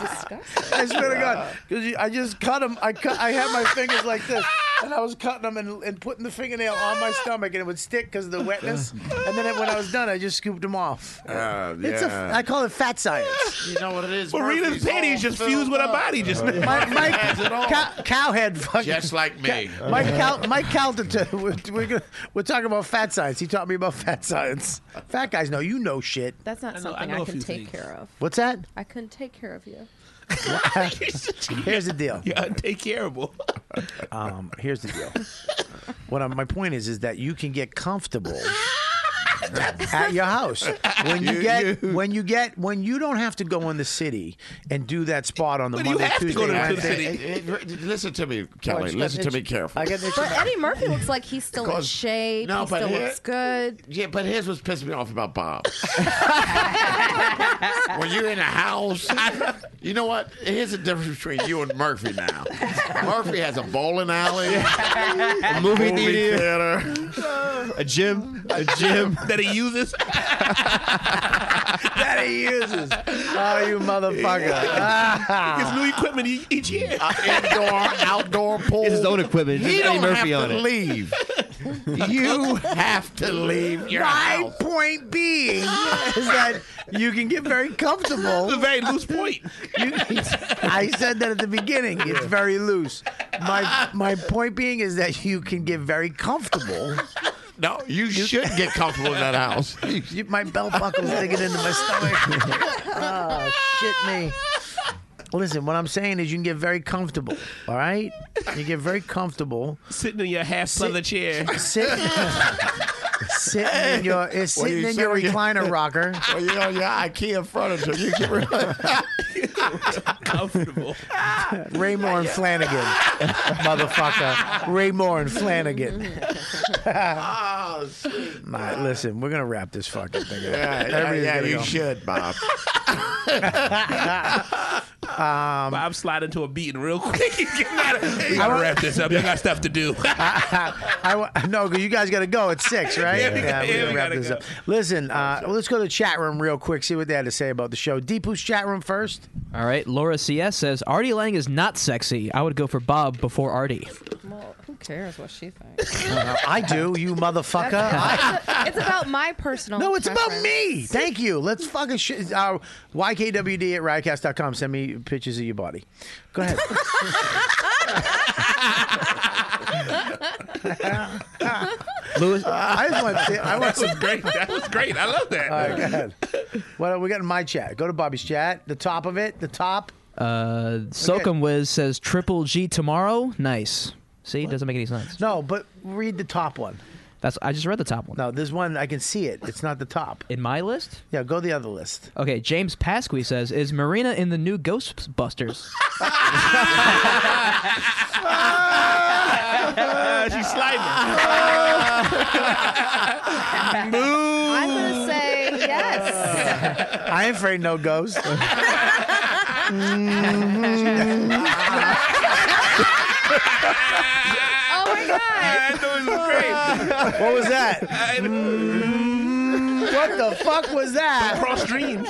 [SPEAKER 15] Disgusting.
[SPEAKER 2] I swear to God, because I just cut them. I cut. I had my fingers like this, and I was cutting them and, and putting the fingernail on my stomach, and it would stick because of the wetness. And then when I was done, I just scooped them off.
[SPEAKER 5] Uh,
[SPEAKER 2] It's a, I call it fat science.
[SPEAKER 5] You know what it is?
[SPEAKER 8] Marina's panties just fused with her body just now.
[SPEAKER 2] My, my
[SPEAKER 5] Has it all.
[SPEAKER 2] cow, cowhead fucking.
[SPEAKER 5] Just like me.
[SPEAKER 2] Mike Cal- Mike Calderton. We're, we're, gonna- we're talking about fat science. He taught me about fat science. Fat guys know you know shit.
[SPEAKER 15] That's not something
[SPEAKER 2] know
[SPEAKER 15] I,
[SPEAKER 2] a
[SPEAKER 15] can
[SPEAKER 2] few
[SPEAKER 15] take care of.
[SPEAKER 2] What's that?
[SPEAKER 15] I couldn't take care of you.
[SPEAKER 2] Here's the deal.
[SPEAKER 8] You're untakearable.
[SPEAKER 2] Um, here's the deal. What I'm, my point is is that you can get comfortable at your house when you,
[SPEAKER 5] You-
[SPEAKER 2] get when you get when you don't have to go in the city and do that spot on the
[SPEAKER 5] But you
[SPEAKER 2] Monday,
[SPEAKER 5] have to
[SPEAKER 2] Tuesday,
[SPEAKER 5] go to the
[SPEAKER 2] Wednesday.
[SPEAKER 5] city. listen to me, Kelly.
[SPEAKER 2] Watch,
[SPEAKER 5] listen to
[SPEAKER 2] it's-
[SPEAKER 5] me carefully.
[SPEAKER 2] I get this-
[SPEAKER 15] But Eddie Murphy looks like he's still in
[SPEAKER 5] Because-
[SPEAKER 15] shape.
[SPEAKER 5] No,
[SPEAKER 15] he
[SPEAKER 5] but
[SPEAKER 15] still
[SPEAKER 5] here-
[SPEAKER 15] looks good.
[SPEAKER 5] Yeah, but here's what's pissing me off about Bob. when you're in a house, you know what? Here's the difference between you and Murphy now. Murphy has a bowling alley, a
[SPEAKER 6] movie
[SPEAKER 5] theater.
[SPEAKER 6] theater. A gym. A gym.
[SPEAKER 8] that he uses.
[SPEAKER 2] that he uses. Oh, you motherfucker!
[SPEAKER 8] It's new equipment e- each year.
[SPEAKER 5] Uh, indoor, outdoor pool.
[SPEAKER 6] His own equipment.
[SPEAKER 5] You
[SPEAKER 6] Just Eddie
[SPEAKER 5] don't
[SPEAKER 6] Murphy
[SPEAKER 5] have
[SPEAKER 6] on
[SPEAKER 5] to
[SPEAKER 6] it.
[SPEAKER 5] leave. you have to leave your
[SPEAKER 2] My
[SPEAKER 5] house.
[SPEAKER 2] point being is that you can get very comfortable. It's a
[SPEAKER 8] very loose point.
[SPEAKER 2] I said that at the beginning. It's very loose. My my point being is that you can get very comfortable.
[SPEAKER 5] No, you, should get comfortable in that house.
[SPEAKER 2] You- my belt buckle's digging into my stomach. oh shit me. Listen, what I'm saying is you can get very comfortable. All right, you get very comfortable.
[SPEAKER 8] Sitting in your half leather chair.
[SPEAKER 2] Sit. Sitting in your is
[SPEAKER 5] Well, you
[SPEAKER 2] sitting in
[SPEAKER 5] sit
[SPEAKER 2] your
[SPEAKER 5] on your-
[SPEAKER 2] recliner rocker.
[SPEAKER 5] Well, you know, your IKEA furniture. You can really
[SPEAKER 8] comfortable.
[SPEAKER 2] Ray Moore and Flanagan, motherfucker. Ray Moore and Flanagan.
[SPEAKER 5] Oh, shit.
[SPEAKER 2] All right, listen, we're gonna wrap this fucking thing up.
[SPEAKER 5] Yeah, yeah,
[SPEAKER 2] Everybody's
[SPEAKER 5] yeah
[SPEAKER 2] gonna
[SPEAKER 5] you
[SPEAKER 2] go.
[SPEAKER 5] should, Bob.
[SPEAKER 8] Um, Bob slide into a beating real quick. He's getting out of- we
[SPEAKER 2] I
[SPEAKER 8] gotta
[SPEAKER 2] want-
[SPEAKER 8] wrap this up. You got stuff to do.
[SPEAKER 2] I wa- no, 'cause you guys got to go at six, right?
[SPEAKER 8] Yeah, we got-
[SPEAKER 2] we're
[SPEAKER 8] yeah,
[SPEAKER 2] gonna
[SPEAKER 8] we
[SPEAKER 2] wrap
[SPEAKER 8] gotta
[SPEAKER 2] this
[SPEAKER 8] go.
[SPEAKER 2] up. Listen, uh, let's go to the chat room real quick. See what they had to say about the show. Deepu's chat room first.
[SPEAKER 9] All right, Laura CS says Artie Lang is not sexy. I would go for Bob before Artie.
[SPEAKER 15] Well, who cares what she thinks?
[SPEAKER 2] Uh, I do, you motherfucker. I-
[SPEAKER 15] it's about my personal.
[SPEAKER 2] no, it's about
[SPEAKER 15] preference.
[SPEAKER 2] me. Thank you. Let's fucking shit. Uh, YKWd at riotcast.com. Send me pictures of your body. Go ahead.
[SPEAKER 6] Lewis,
[SPEAKER 2] I just want to. I want
[SPEAKER 8] that was
[SPEAKER 2] some.
[SPEAKER 8] great. That was great. I love that.
[SPEAKER 2] All right, go ahead. Well, we got in my chat. Go to Bobby's chat. The top of it. The top.
[SPEAKER 9] Uh, Soakum Wiz says Triple G tomorrow. Nice. See, doesn't make any sense.
[SPEAKER 2] No, Oh, but read the top one.
[SPEAKER 9] That's I just read the top one.
[SPEAKER 2] No, there's one I can see it. It's not the top.
[SPEAKER 9] In my list?
[SPEAKER 2] Yeah, go the other list.
[SPEAKER 9] Okay, James Pasqui says, "Is Marina in the new Ghostbusters?"
[SPEAKER 8] she's sliding.
[SPEAKER 15] I'm gonna say yes.
[SPEAKER 2] I ain't afraid no ghost.
[SPEAKER 15] Oh my god.
[SPEAKER 8] I know it was great.
[SPEAKER 2] What was that? Mm, What the fuck was that?
[SPEAKER 8] Cross dreams.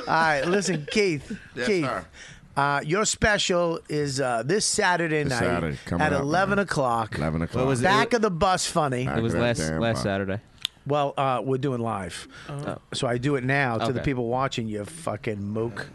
[SPEAKER 2] All right, listen, Keith.
[SPEAKER 5] Yes,
[SPEAKER 2] Keith.
[SPEAKER 5] sir.
[SPEAKER 2] Uh, your special is uh, this Saturday
[SPEAKER 5] This
[SPEAKER 2] night
[SPEAKER 5] Saturday, coming
[SPEAKER 2] at
[SPEAKER 5] up,
[SPEAKER 2] 11 o'clock.
[SPEAKER 5] 11 o'clock.
[SPEAKER 6] was it?
[SPEAKER 2] Back of the bus funny.
[SPEAKER 6] It was last last Saturday. Oh.
[SPEAKER 2] Well, uh, we're doing live, so I do it now to the
[SPEAKER 6] Okay.
[SPEAKER 2] people watching. You fucking mook.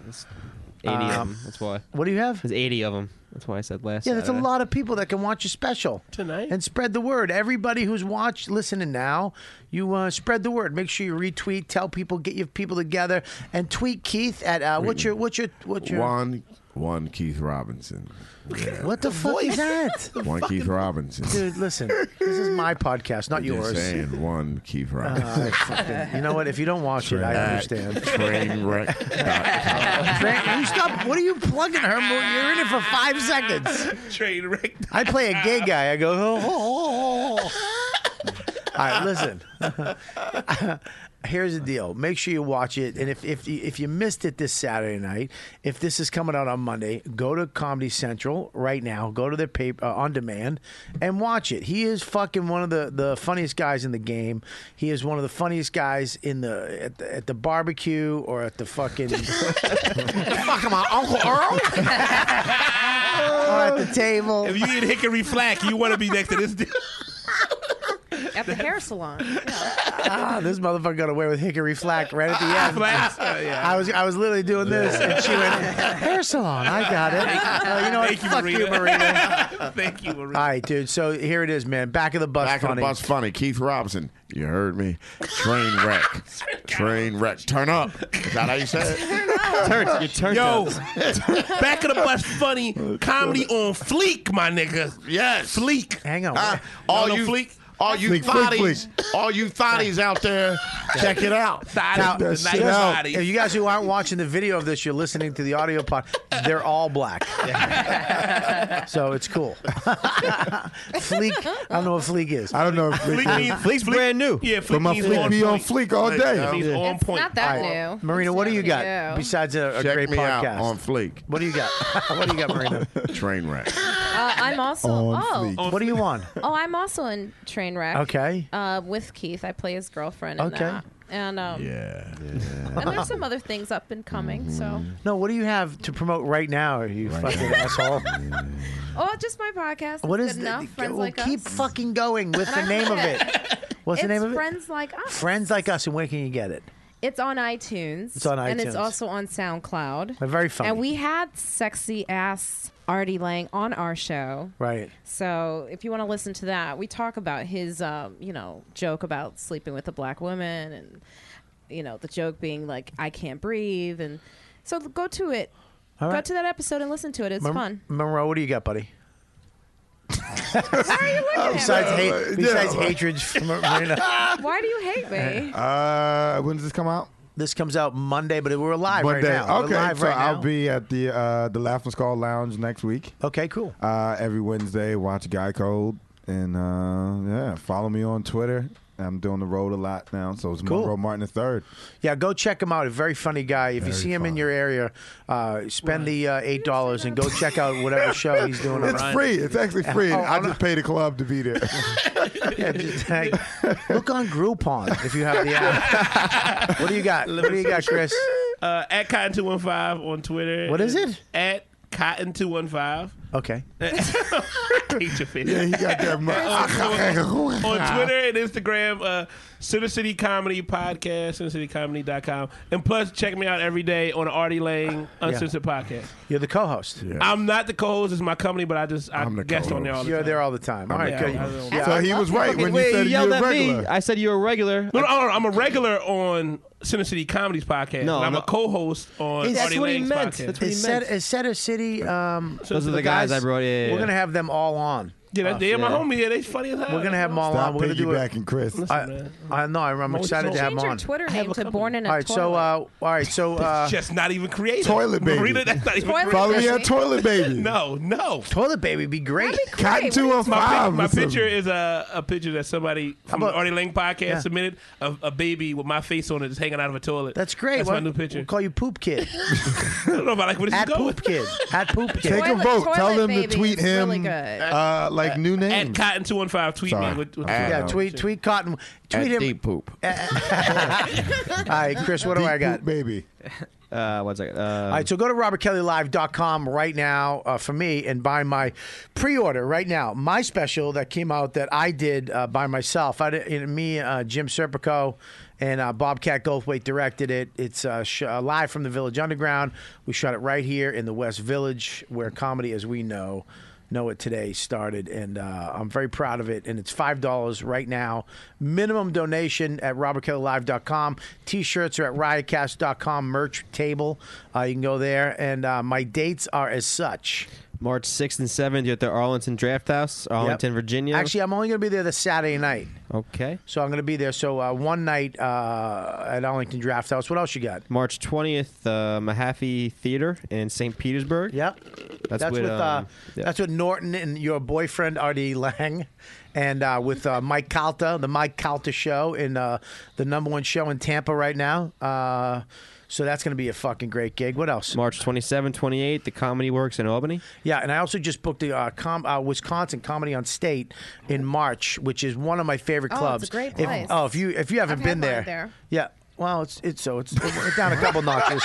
[SPEAKER 6] Eighty of
[SPEAKER 2] Um,
[SPEAKER 6] 'em, That's why.
[SPEAKER 2] What do you have?
[SPEAKER 6] There's eighty of them. That's why I said last.
[SPEAKER 2] Yeah, there's a
[SPEAKER 6] Saturday.
[SPEAKER 2] lot of people that can watch your special tonight and spread the word. Everybody who's watched, listening now, you uh, spread the word. Make sure you retweet, tell people, get your people together, and tweet Keith at uh, what's your what's your what's your
[SPEAKER 5] One, one Keith Robinson. Yeah.
[SPEAKER 2] What the, fuck is that?
[SPEAKER 5] One Keith Robinson.
[SPEAKER 2] Dude, listen, this is my podcast,
[SPEAKER 5] Just
[SPEAKER 2] not yours.
[SPEAKER 5] saying, one Keith
[SPEAKER 2] Uh,
[SPEAKER 5] Robinson.
[SPEAKER 2] I fucking- you know what? If you don't watch it, I understand.
[SPEAKER 5] Train wreck.
[SPEAKER 2] Fran, you stop. What are you plugging her? more? You're in it for five seconds.
[SPEAKER 8] Train wreck.
[SPEAKER 2] I play a gay guy. I go. Oh, oh, oh, oh." All right, listen. Here's the deal. Make sure you watch it, and if if you- if you missed it this Saturday night, if this is coming out on Monday, go to Comedy Central right now. Go to their paper uh, on demand and watch it. He is fucking one of the, the funniest guys in the game. He is one of the funniest guys in the at the, at the barbecue or at the fucking fuck my Uncle Earl. at the table.
[SPEAKER 8] If you eat hickory flack, you want to be next to this dude.
[SPEAKER 15] At the hair salon.
[SPEAKER 2] ah, this motherfucker got away with hickory flack right at the end.
[SPEAKER 8] Flack, uh, yeah.
[SPEAKER 2] I was I was literally doing this, and she went hair salon. I got it. Uh, you know what?
[SPEAKER 8] Thank you,
[SPEAKER 2] Fuck you, Marina.
[SPEAKER 8] Marina. Thank you, Marina.
[SPEAKER 2] All right, dude. So here it is, man. Back of the bus.
[SPEAKER 5] Back of
[SPEAKER 2] funny.
[SPEAKER 5] the bus, funny. Keith Robinson. You heard me. Train wreck. Train wreck. Turn up. Is that how you say it?
[SPEAKER 8] Turn- you
[SPEAKER 5] turn
[SPEAKER 8] Yo, back of the bus, funny comedy on fleek, my nigga.
[SPEAKER 5] Yes, Ah,
[SPEAKER 8] fleek.
[SPEAKER 2] Hang on,
[SPEAKER 5] all
[SPEAKER 8] Y'all know
[SPEAKER 5] you
[SPEAKER 8] fleek.
[SPEAKER 5] all you
[SPEAKER 8] Fleek, fleek,
[SPEAKER 5] thotties, all you thotties out there, check it out.
[SPEAKER 2] Now,
[SPEAKER 5] Thotties, the night
[SPEAKER 2] now,
[SPEAKER 5] thotties.
[SPEAKER 2] if you guys who aren't watching the video of this, you're listening to the audio pod. They're all black, so it's cool. fleek, I don't know what fleek is. I
[SPEAKER 10] don't know. If
[SPEAKER 2] fleek,
[SPEAKER 8] Fleek means- Fleek's brand
[SPEAKER 2] new.
[SPEAKER 8] Yeah,
[SPEAKER 10] But my fleek be on fleek all day.
[SPEAKER 8] He's on It's point. not that new.
[SPEAKER 2] Marina, what do you got
[SPEAKER 15] new.
[SPEAKER 2] besides a, a
[SPEAKER 5] Check
[SPEAKER 2] great
[SPEAKER 5] me out
[SPEAKER 2] podcast
[SPEAKER 5] on Fleek.
[SPEAKER 2] What do you got? what do you got, Marina?
[SPEAKER 5] Train wreck.
[SPEAKER 15] Uh, I'm also. oh.
[SPEAKER 2] what are you on?
[SPEAKER 15] Oh, I'm also in Trainwreck.
[SPEAKER 2] Okay.
[SPEAKER 15] Uh, with Keith, I play his girlfriend. In
[SPEAKER 2] Okay.
[SPEAKER 15] That. And um,
[SPEAKER 5] Yeah.
[SPEAKER 15] and there's some other things up and coming. So,
[SPEAKER 2] No, what do you have to promote right now? You fucking asshole.
[SPEAKER 15] oh, just my podcast.
[SPEAKER 2] What
[SPEAKER 15] It's
[SPEAKER 2] is
[SPEAKER 15] good
[SPEAKER 2] the-
[SPEAKER 15] enough? Friends
[SPEAKER 2] well,
[SPEAKER 15] like
[SPEAKER 2] keep
[SPEAKER 15] us.
[SPEAKER 2] fucking going with
[SPEAKER 15] And
[SPEAKER 2] the
[SPEAKER 15] I
[SPEAKER 2] name of
[SPEAKER 15] love
[SPEAKER 2] it. What's the
[SPEAKER 15] It's
[SPEAKER 2] name of it?
[SPEAKER 15] Friends like us.
[SPEAKER 2] Friends like us, and where can you get it?
[SPEAKER 15] It's on iTunes.
[SPEAKER 2] It's on
[SPEAKER 15] And
[SPEAKER 2] iTunes.
[SPEAKER 15] it's also on SoundCloud.
[SPEAKER 2] They're very funny.
[SPEAKER 15] And we had sexy ass Artie Lang on our show.
[SPEAKER 2] Right.
[SPEAKER 15] So if you want to listen to that, we talk about his, um, you know, joke about sleeping with a black woman, and you know, the joke being like, "I can't breathe," and so go to it,
[SPEAKER 2] All
[SPEAKER 15] go
[SPEAKER 2] right.
[SPEAKER 15] to that episode and listen to it. It's
[SPEAKER 2] Mon-
[SPEAKER 15] fun.
[SPEAKER 2] Monroe, what do you got, buddy?
[SPEAKER 10] Oh,
[SPEAKER 2] besides hate, besides hatred for Marina.
[SPEAKER 15] Why do you hate me?
[SPEAKER 10] Uh, when does this come out?
[SPEAKER 2] This comes out Monday, but we're live
[SPEAKER 10] Monday.
[SPEAKER 2] right now.
[SPEAKER 10] Okay,
[SPEAKER 2] we're live
[SPEAKER 10] so
[SPEAKER 2] right now.
[SPEAKER 10] I'll be at the uh, the Laughing Skull Lounge next week.
[SPEAKER 2] Okay, cool.
[SPEAKER 10] Uh, every Wednesday, watch Guy Code, and uh, yeah, follow me on Twitter. I'm doing the road a lot now, so it's
[SPEAKER 2] Cool.
[SPEAKER 10] Monroe Martin the third.
[SPEAKER 2] Yeah, go check him out. A very funny guy. If you see him in your area, uh, spend the uh, eight dollars and go check out whatever show he's doing. on
[SPEAKER 10] It's
[SPEAKER 2] Friday.
[SPEAKER 10] free. It's actually free.
[SPEAKER 2] Oh,
[SPEAKER 10] I
[SPEAKER 2] I'm
[SPEAKER 10] just paid a club to be there.
[SPEAKER 2] Yeah, just, hey, look on Groupon if you have the app. What do you got? What do you got, Chris?
[SPEAKER 8] Uh, at Cotton Two One Five on Twitter.
[SPEAKER 2] What is it?
[SPEAKER 8] At Cotton Two One Five.
[SPEAKER 2] Okay.
[SPEAKER 8] Hate your face.
[SPEAKER 10] Yeah, he got that mu-
[SPEAKER 8] on, on Twitter and Instagram, uh, Center City Comedy Podcast, CenterCityComedy.com. And plus, check me out every day on the Artie Lang Uncensored Podcast.
[SPEAKER 2] You're the co-host.
[SPEAKER 8] I'm not the co-host; it's my company, but I just I
[SPEAKER 2] I'm the
[SPEAKER 8] guest on there all the
[SPEAKER 2] You're
[SPEAKER 8] time.
[SPEAKER 2] there all the time. All
[SPEAKER 8] I'm
[SPEAKER 2] right,
[SPEAKER 8] the
[SPEAKER 2] good.
[SPEAKER 8] co-host.
[SPEAKER 2] Yeah.
[SPEAKER 10] So he was right when you
[SPEAKER 6] Wait,
[SPEAKER 10] said
[SPEAKER 6] you
[SPEAKER 10] you
[SPEAKER 6] yelled
[SPEAKER 10] were
[SPEAKER 6] at me.
[SPEAKER 10] regular.
[SPEAKER 6] I said you were a regular.
[SPEAKER 8] No, no, no, I'm a regular on Center City Comedies podcast.
[SPEAKER 6] No,
[SPEAKER 8] and I'm
[SPEAKER 6] no.
[SPEAKER 8] a co-host on.
[SPEAKER 2] Is-
[SPEAKER 8] Artie
[SPEAKER 2] that's what he
[SPEAKER 8] Lang's
[SPEAKER 2] meant.
[SPEAKER 8] Podcast.
[SPEAKER 2] Is Set- is Center City. Um,
[SPEAKER 8] Those are the guys I brought, yeah, yeah,
[SPEAKER 2] We're
[SPEAKER 8] yeah.
[SPEAKER 2] gonna have them all on.
[SPEAKER 8] Yeah, that, they're my homie. Yeah, they funny as hell.
[SPEAKER 2] We're gonna have them all
[SPEAKER 10] Stop
[SPEAKER 2] on. We're gonna do it.
[SPEAKER 10] piggybacking, Chris.
[SPEAKER 2] I, I know. I'm, I'm
[SPEAKER 8] Well,
[SPEAKER 2] excited to
[SPEAKER 8] just
[SPEAKER 2] have them
[SPEAKER 15] Change your
[SPEAKER 2] on.
[SPEAKER 15] Twitter name to Born in a
[SPEAKER 2] All right,
[SPEAKER 15] Toilet.
[SPEAKER 2] so uh, all right, so uh,
[SPEAKER 8] It's just not even creative.
[SPEAKER 10] Toilet Baby.
[SPEAKER 8] Marina, that's not even
[SPEAKER 15] Toilet
[SPEAKER 8] creative.
[SPEAKER 10] Follow me
[SPEAKER 15] Baby.
[SPEAKER 10] on Toilet Baby.
[SPEAKER 8] No, no.
[SPEAKER 2] toilet baby be great.
[SPEAKER 10] Cotton two oh
[SPEAKER 8] My, pic-
[SPEAKER 10] five.
[SPEAKER 8] my picture is a, a picture that somebody from
[SPEAKER 2] about-
[SPEAKER 8] the Artie Lang podcast
[SPEAKER 2] Yeah.
[SPEAKER 8] submitted of a baby with my face on it just hanging out of a toilet.
[SPEAKER 2] That's great.
[SPEAKER 8] That's
[SPEAKER 2] Why-
[SPEAKER 8] my new picture.
[SPEAKER 2] We'll call you Poop Kid.
[SPEAKER 8] I don't know if I like where this
[SPEAKER 2] At
[SPEAKER 8] is going.
[SPEAKER 2] Poop Kid. At Poop Kid.
[SPEAKER 10] Take a
[SPEAKER 15] Toilet-
[SPEAKER 10] vote. Tell
[SPEAKER 15] Toilet
[SPEAKER 10] them to
[SPEAKER 15] Baby
[SPEAKER 10] tweet
[SPEAKER 15] is really
[SPEAKER 10] him
[SPEAKER 15] good.
[SPEAKER 10] uh, like new
[SPEAKER 8] At
[SPEAKER 10] names.
[SPEAKER 8] Cotton two one five, tweet
[SPEAKER 10] Sorry.
[SPEAKER 8] me. With, with
[SPEAKER 5] At-
[SPEAKER 2] Yeah, tweet, tweet Cotton. Tweet him.
[SPEAKER 5] Deep poop.
[SPEAKER 2] All right, Chris, what do I got?
[SPEAKER 10] Baby.
[SPEAKER 6] Uh, one second. Uh,
[SPEAKER 2] All right, so go to robertkellylive.com right now uh, for me and buy my pre-order right now. My special that came out that I did uh, by myself. I did, and me, uh, Jim Serpico, and uh, Bobcat Goldthwait directed it. It's uh, sh- uh, live from the Village Underground. We shot it right here in the West Village, where comedy, as we know, know it today started and uh, i'm very proud of it and it's $5 right now minimum donation at robertkellylive.com t-shirts are at riotcast.com merch table uh, you can go there and uh, my dates are as such
[SPEAKER 6] March 6th and 7th, you're at the Arlington Draft House, Arlington,
[SPEAKER 2] Yep.
[SPEAKER 6] Virginia.
[SPEAKER 2] Actually, I'm only going to be there the Saturday night.
[SPEAKER 6] Okay.
[SPEAKER 2] So I'm going to be there. So uh, one night uh, at Arlington Draft House. What else you got?
[SPEAKER 6] March 20th, uh, Mahaffey Theater in St. Petersburg.
[SPEAKER 2] Yep.
[SPEAKER 6] That's, with,
[SPEAKER 2] uh,
[SPEAKER 6] um, yeah.
[SPEAKER 2] that's with Norton and your boyfriend R.D. Lang, and uh, with uh, Mike Calta, the Mike Calta show, in uh, the number one show in Tampa right now. Uh, so that's going to be a fucking great gig. What else?
[SPEAKER 6] March 27, 28, the Comedy Works in Albany.
[SPEAKER 2] Yeah, and I also just booked the uh, com- uh, Wisconsin Comedy on State in March, which is one of my favorite
[SPEAKER 15] Oh, it's
[SPEAKER 2] clubs.
[SPEAKER 15] a great
[SPEAKER 2] If-
[SPEAKER 15] place.
[SPEAKER 2] oh, if you if you haven't
[SPEAKER 15] I've had
[SPEAKER 2] been
[SPEAKER 15] mine
[SPEAKER 2] there,
[SPEAKER 15] there.
[SPEAKER 2] yeah. Well, it's it's so it's, it's down a couple notches.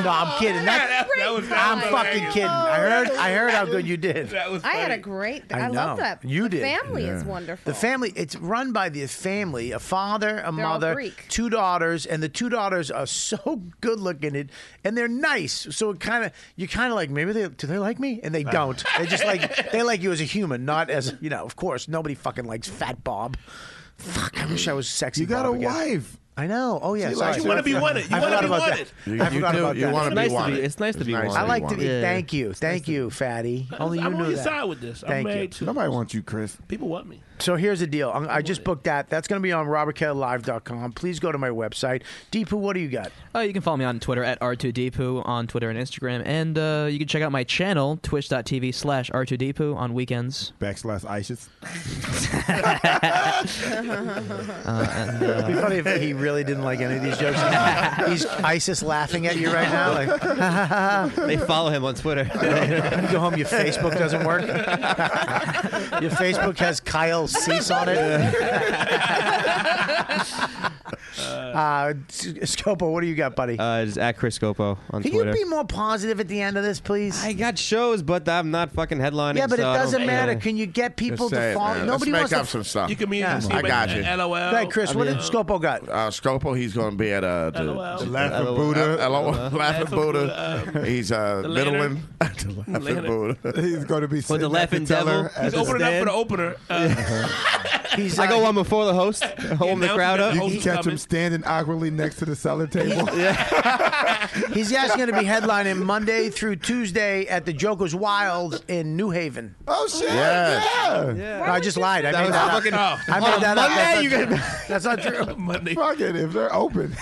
[SPEAKER 2] no, I'm kidding. That,
[SPEAKER 15] That- that was- that
[SPEAKER 2] I'm
[SPEAKER 15] was
[SPEAKER 2] fucking
[SPEAKER 15] amazing.
[SPEAKER 2] kidding. I heard I heard how good you did. That
[SPEAKER 15] Oh, I had a great. I,
[SPEAKER 2] I, know.
[SPEAKER 15] love that.
[SPEAKER 2] You
[SPEAKER 15] the
[SPEAKER 2] did.
[SPEAKER 15] Family is wonderful.
[SPEAKER 2] The family, it's run by the family, a father, a
[SPEAKER 15] They're all
[SPEAKER 2] mother,
[SPEAKER 15] Greek.
[SPEAKER 2] two daughters, and the two daughters are so good looking and, and they're nice. So it kind of, you're kind of like, maybe they, do they like me? And
[SPEAKER 8] Uh.
[SPEAKER 2] they don't. they just like, they like you as a human, not as, you know, of course, nobody fucking likes fat Bob. Fuck, I wish I was sexy. You got a wife. I know. Oh yeah,
[SPEAKER 8] She likes
[SPEAKER 2] sorry.
[SPEAKER 8] you. You wanna be wanted. You
[SPEAKER 2] I
[SPEAKER 8] wanna
[SPEAKER 2] forgot
[SPEAKER 8] be
[SPEAKER 2] about that.
[SPEAKER 8] wanted. You-
[SPEAKER 2] I
[SPEAKER 8] you
[SPEAKER 2] forgot
[SPEAKER 8] do.
[SPEAKER 2] about
[SPEAKER 8] You
[SPEAKER 2] that.
[SPEAKER 8] wanna It's be nice to be- wanted.
[SPEAKER 6] it's nice to be
[SPEAKER 2] I
[SPEAKER 6] wanted.
[SPEAKER 2] like to be.
[SPEAKER 6] Yeah.
[SPEAKER 2] Thank you, thank you, fatty. Only you
[SPEAKER 8] I'm on
[SPEAKER 2] knew
[SPEAKER 8] your
[SPEAKER 2] that.
[SPEAKER 8] side with this. I'm
[SPEAKER 2] Thank you.
[SPEAKER 8] married to-
[SPEAKER 10] Nobody wants you, Chris.
[SPEAKER 8] People want me.
[SPEAKER 2] So here's the deal. I'm- I just booked that. That's going to be on robertkellylive.com. Please go to my website. Deepu, what do you got?
[SPEAKER 9] Uh, you can follow me on Twitter at R2Deepu on Twitter and Instagram. And uh, you can check out my channel, twitch.tv slash R2Deepu on weekends.
[SPEAKER 10] Backslash ISIS.
[SPEAKER 2] It'd be funny if he really didn't like any of these jokes. He's ISIS laughing at you right now. Like,
[SPEAKER 6] they follow him on Twitter.
[SPEAKER 2] you go home, your Facebook doesn't work. your Facebook has Kyle Cease on it. uh, Scopo, what do you got, buddy?
[SPEAKER 6] Uh, it's at Chris Scopo on
[SPEAKER 2] Can
[SPEAKER 6] Twitter.
[SPEAKER 2] you be more positive at the end of this, please?
[SPEAKER 6] I got shows, but I'm not fucking headlining.
[SPEAKER 2] Yeah, but it
[SPEAKER 6] so I don't-
[SPEAKER 2] doesn't matter.
[SPEAKER 6] yeah.
[SPEAKER 2] Can you get people
[SPEAKER 5] Just say
[SPEAKER 2] to
[SPEAKER 5] it,
[SPEAKER 2] follow?
[SPEAKER 5] man.
[SPEAKER 2] Nobody
[SPEAKER 5] Let's
[SPEAKER 2] wants
[SPEAKER 5] make
[SPEAKER 2] to
[SPEAKER 5] up some stuff.
[SPEAKER 2] You can be
[SPEAKER 5] yeah.
[SPEAKER 2] in the
[SPEAKER 5] I got you.
[SPEAKER 2] LOL. Go ahead, Chris, what did Scopo got?
[SPEAKER 5] Uh, Scopo, he's going to be at uh, the,
[SPEAKER 2] LOL.
[SPEAKER 5] the
[SPEAKER 2] Laughing
[SPEAKER 5] uh,
[SPEAKER 2] Buddha.
[SPEAKER 5] uh, LOL,
[SPEAKER 2] Laughing
[SPEAKER 5] Laughing Buddha. He's uh,
[SPEAKER 8] The
[SPEAKER 5] middling.
[SPEAKER 8] lantern.
[SPEAKER 5] the Laughing
[SPEAKER 8] Lantern.
[SPEAKER 5] Buddha.
[SPEAKER 10] He's going to be
[SPEAKER 8] With the laughing devil. He's opening up for the opener. Uh,
[SPEAKER 2] He's,
[SPEAKER 6] I go on before the host, hold the crowd up.
[SPEAKER 10] You can catch him standing awkwardly next to the seller table.
[SPEAKER 2] He's actually going to be headlining Monday through Tuesday at the Joker's Wild in New Haven.
[SPEAKER 10] Oh shit!
[SPEAKER 2] Yeah.
[SPEAKER 10] Yeah.
[SPEAKER 2] No, I just lied. I
[SPEAKER 10] That
[SPEAKER 2] made
[SPEAKER 10] was
[SPEAKER 2] that
[SPEAKER 10] fucking-
[SPEAKER 2] up. I
[SPEAKER 10] on
[SPEAKER 8] Oh,
[SPEAKER 2] made
[SPEAKER 10] a
[SPEAKER 2] that up.
[SPEAKER 10] Monday,
[SPEAKER 2] That's not true. That's not true.
[SPEAKER 8] Monday.
[SPEAKER 10] Fuck it. If they're open,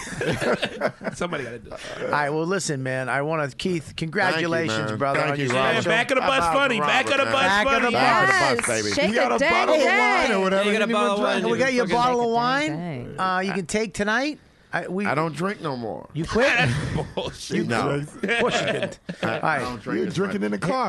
[SPEAKER 8] somebody got to do it.
[SPEAKER 2] All right. Well, listen, man. I want to, Keith. Congratulations,
[SPEAKER 8] man.
[SPEAKER 2] brother.
[SPEAKER 8] Thank
[SPEAKER 2] on
[SPEAKER 8] you,
[SPEAKER 2] your
[SPEAKER 8] Robert.
[SPEAKER 2] special
[SPEAKER 8] Back of the bus
[SPEAKER 2] about
[SPEAKER 8] funny. Back of the
[SPEAKER 2] Robert,
[SPEAKER 8] bus
[SPEAKER 2] man.
[SPEAKER 8] funny.
[SPEAKER 2] Back of the
[SPEAKER 8] Yes,
[SPEAKER 2] bus, baby.
[SPEAKER 8] shake You got a the bottle of dang wine or dang. whatever.
[SPEAKER 2] You got a
[SPEAKER 8] Anyone
[SPEAKER 2] bottle of
[SPEAKER 8] drink?
[SPEAKER 2] wine. We got your
[SPEAKER 8] Fucking
[SPEAKER 2] bottle of
[SPEAKER 8] shake
[SPEAKER 2] wine. Uh, you can take tonight. I, we,
[SPEAKER 5] I don't drink no more.
[SPEAKER 2] You quit?
[SPEAKER 5] You know.
[SPEAKER 2] Of course you didn't.
[SPEAKER 5] I,
[SPEAKER 2] All right.
[SPEAKER 5] I don't drink as much. I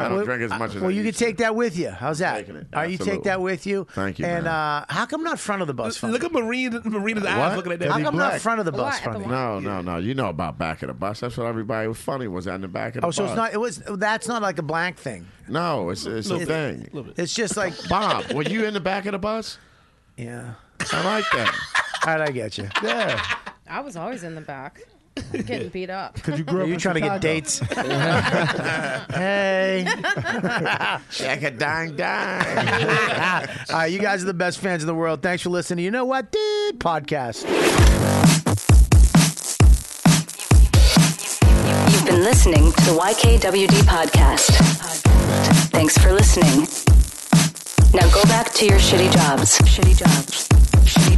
[SPEAKER 5] don't drink as much as I
[SPEAKER 2] Well, you can
[SPEAKER 5] used
[SPEAKER 2] take that with you. How's that? All right, you take
[SPEAKER 5] Absolutely.
[SPEAKER 2] that with you.
[SPEAKER 5] Thank you,
[SPEAKER 2] And uh, how come not front of the bus? Look
[SPEAKER 8] at Marina. Marina's
[SPEAKER 5] to.
[SPEAKER 8] eyes looking at that.
[SPEAKER 5] How come
[SPEAKER 2] not front of the bus funny?
[SPEAKER 5] No, no, no. You know about back of the bus. That's what everybody was funny was on the back of the
[SPEAKER 2] Oh,
[SPEAKER 5] bus.
[SPEAKER 2] so it's not. It was. That's not like a black thing.
[SPEAKER 5] No, it's it's a
[SPEAKER 2] Little bit.
[SPEAKER 5] thing.
[SPEAKER 2] It's just like
[SPEAKER 5] Bob. Were you in the back of the bus?
[SPEAKER 2] Yeah.
[SPEAKER 5] I like that.
[SPEAKER 2] All right, I get you.
[SPEAKER 5] Yeah.
[SPEAKER 15] I was always in the back, getting beat up.
[SPEAKER 2] Because you grew up. You trying to get dates? hey. Check
[SPEAKER 5] a dang dang.
[SPEAKER 2] All right, you guys are the best fans in the world. Thanks for listening. You know what, dude? Podcast.
[SPEAKER 16] You've been listening to the YKWD podcast. Thanks for listening. Now go back to your shitty jobs. Shitty jobs. Shitty,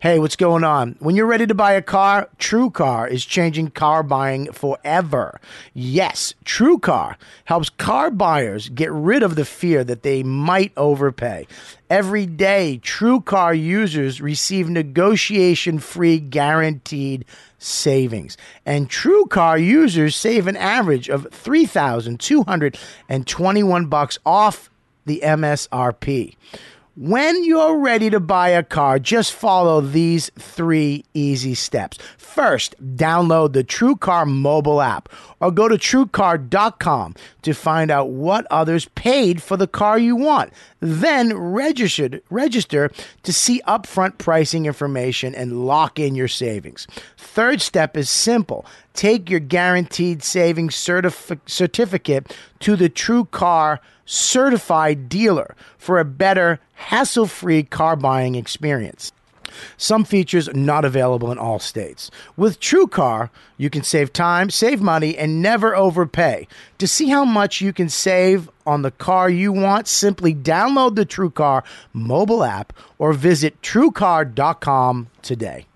[SPEAKER 2] Hey, what's going on? When you're ready to buy a car, True Car is changing car buying forever. Yes, True Car helps car buyers get rid of the fear that they might overpay. Every day, True Car users receive negotiation free guaranteed savings. And True Car users save an average of 3221 bucks off the MSRP. When you're ready to buy a car, just follow these three easy steps. First, download the TrueCar mobile app or go to truecar.com to find out what others paid for the car you want. Then register, register to see upfront pricing information and lock in your savings. Third step is simple. Take your guaranteed savings certif- certificate to the TrueCar certified dealer for a better hassle free car buying experience. Some features not available in all states. With TrueCar, you can save time, save money, and never overpay. To see how much you can save on the car you want, simply download the TrueCar mobile app or visit truecar.com today.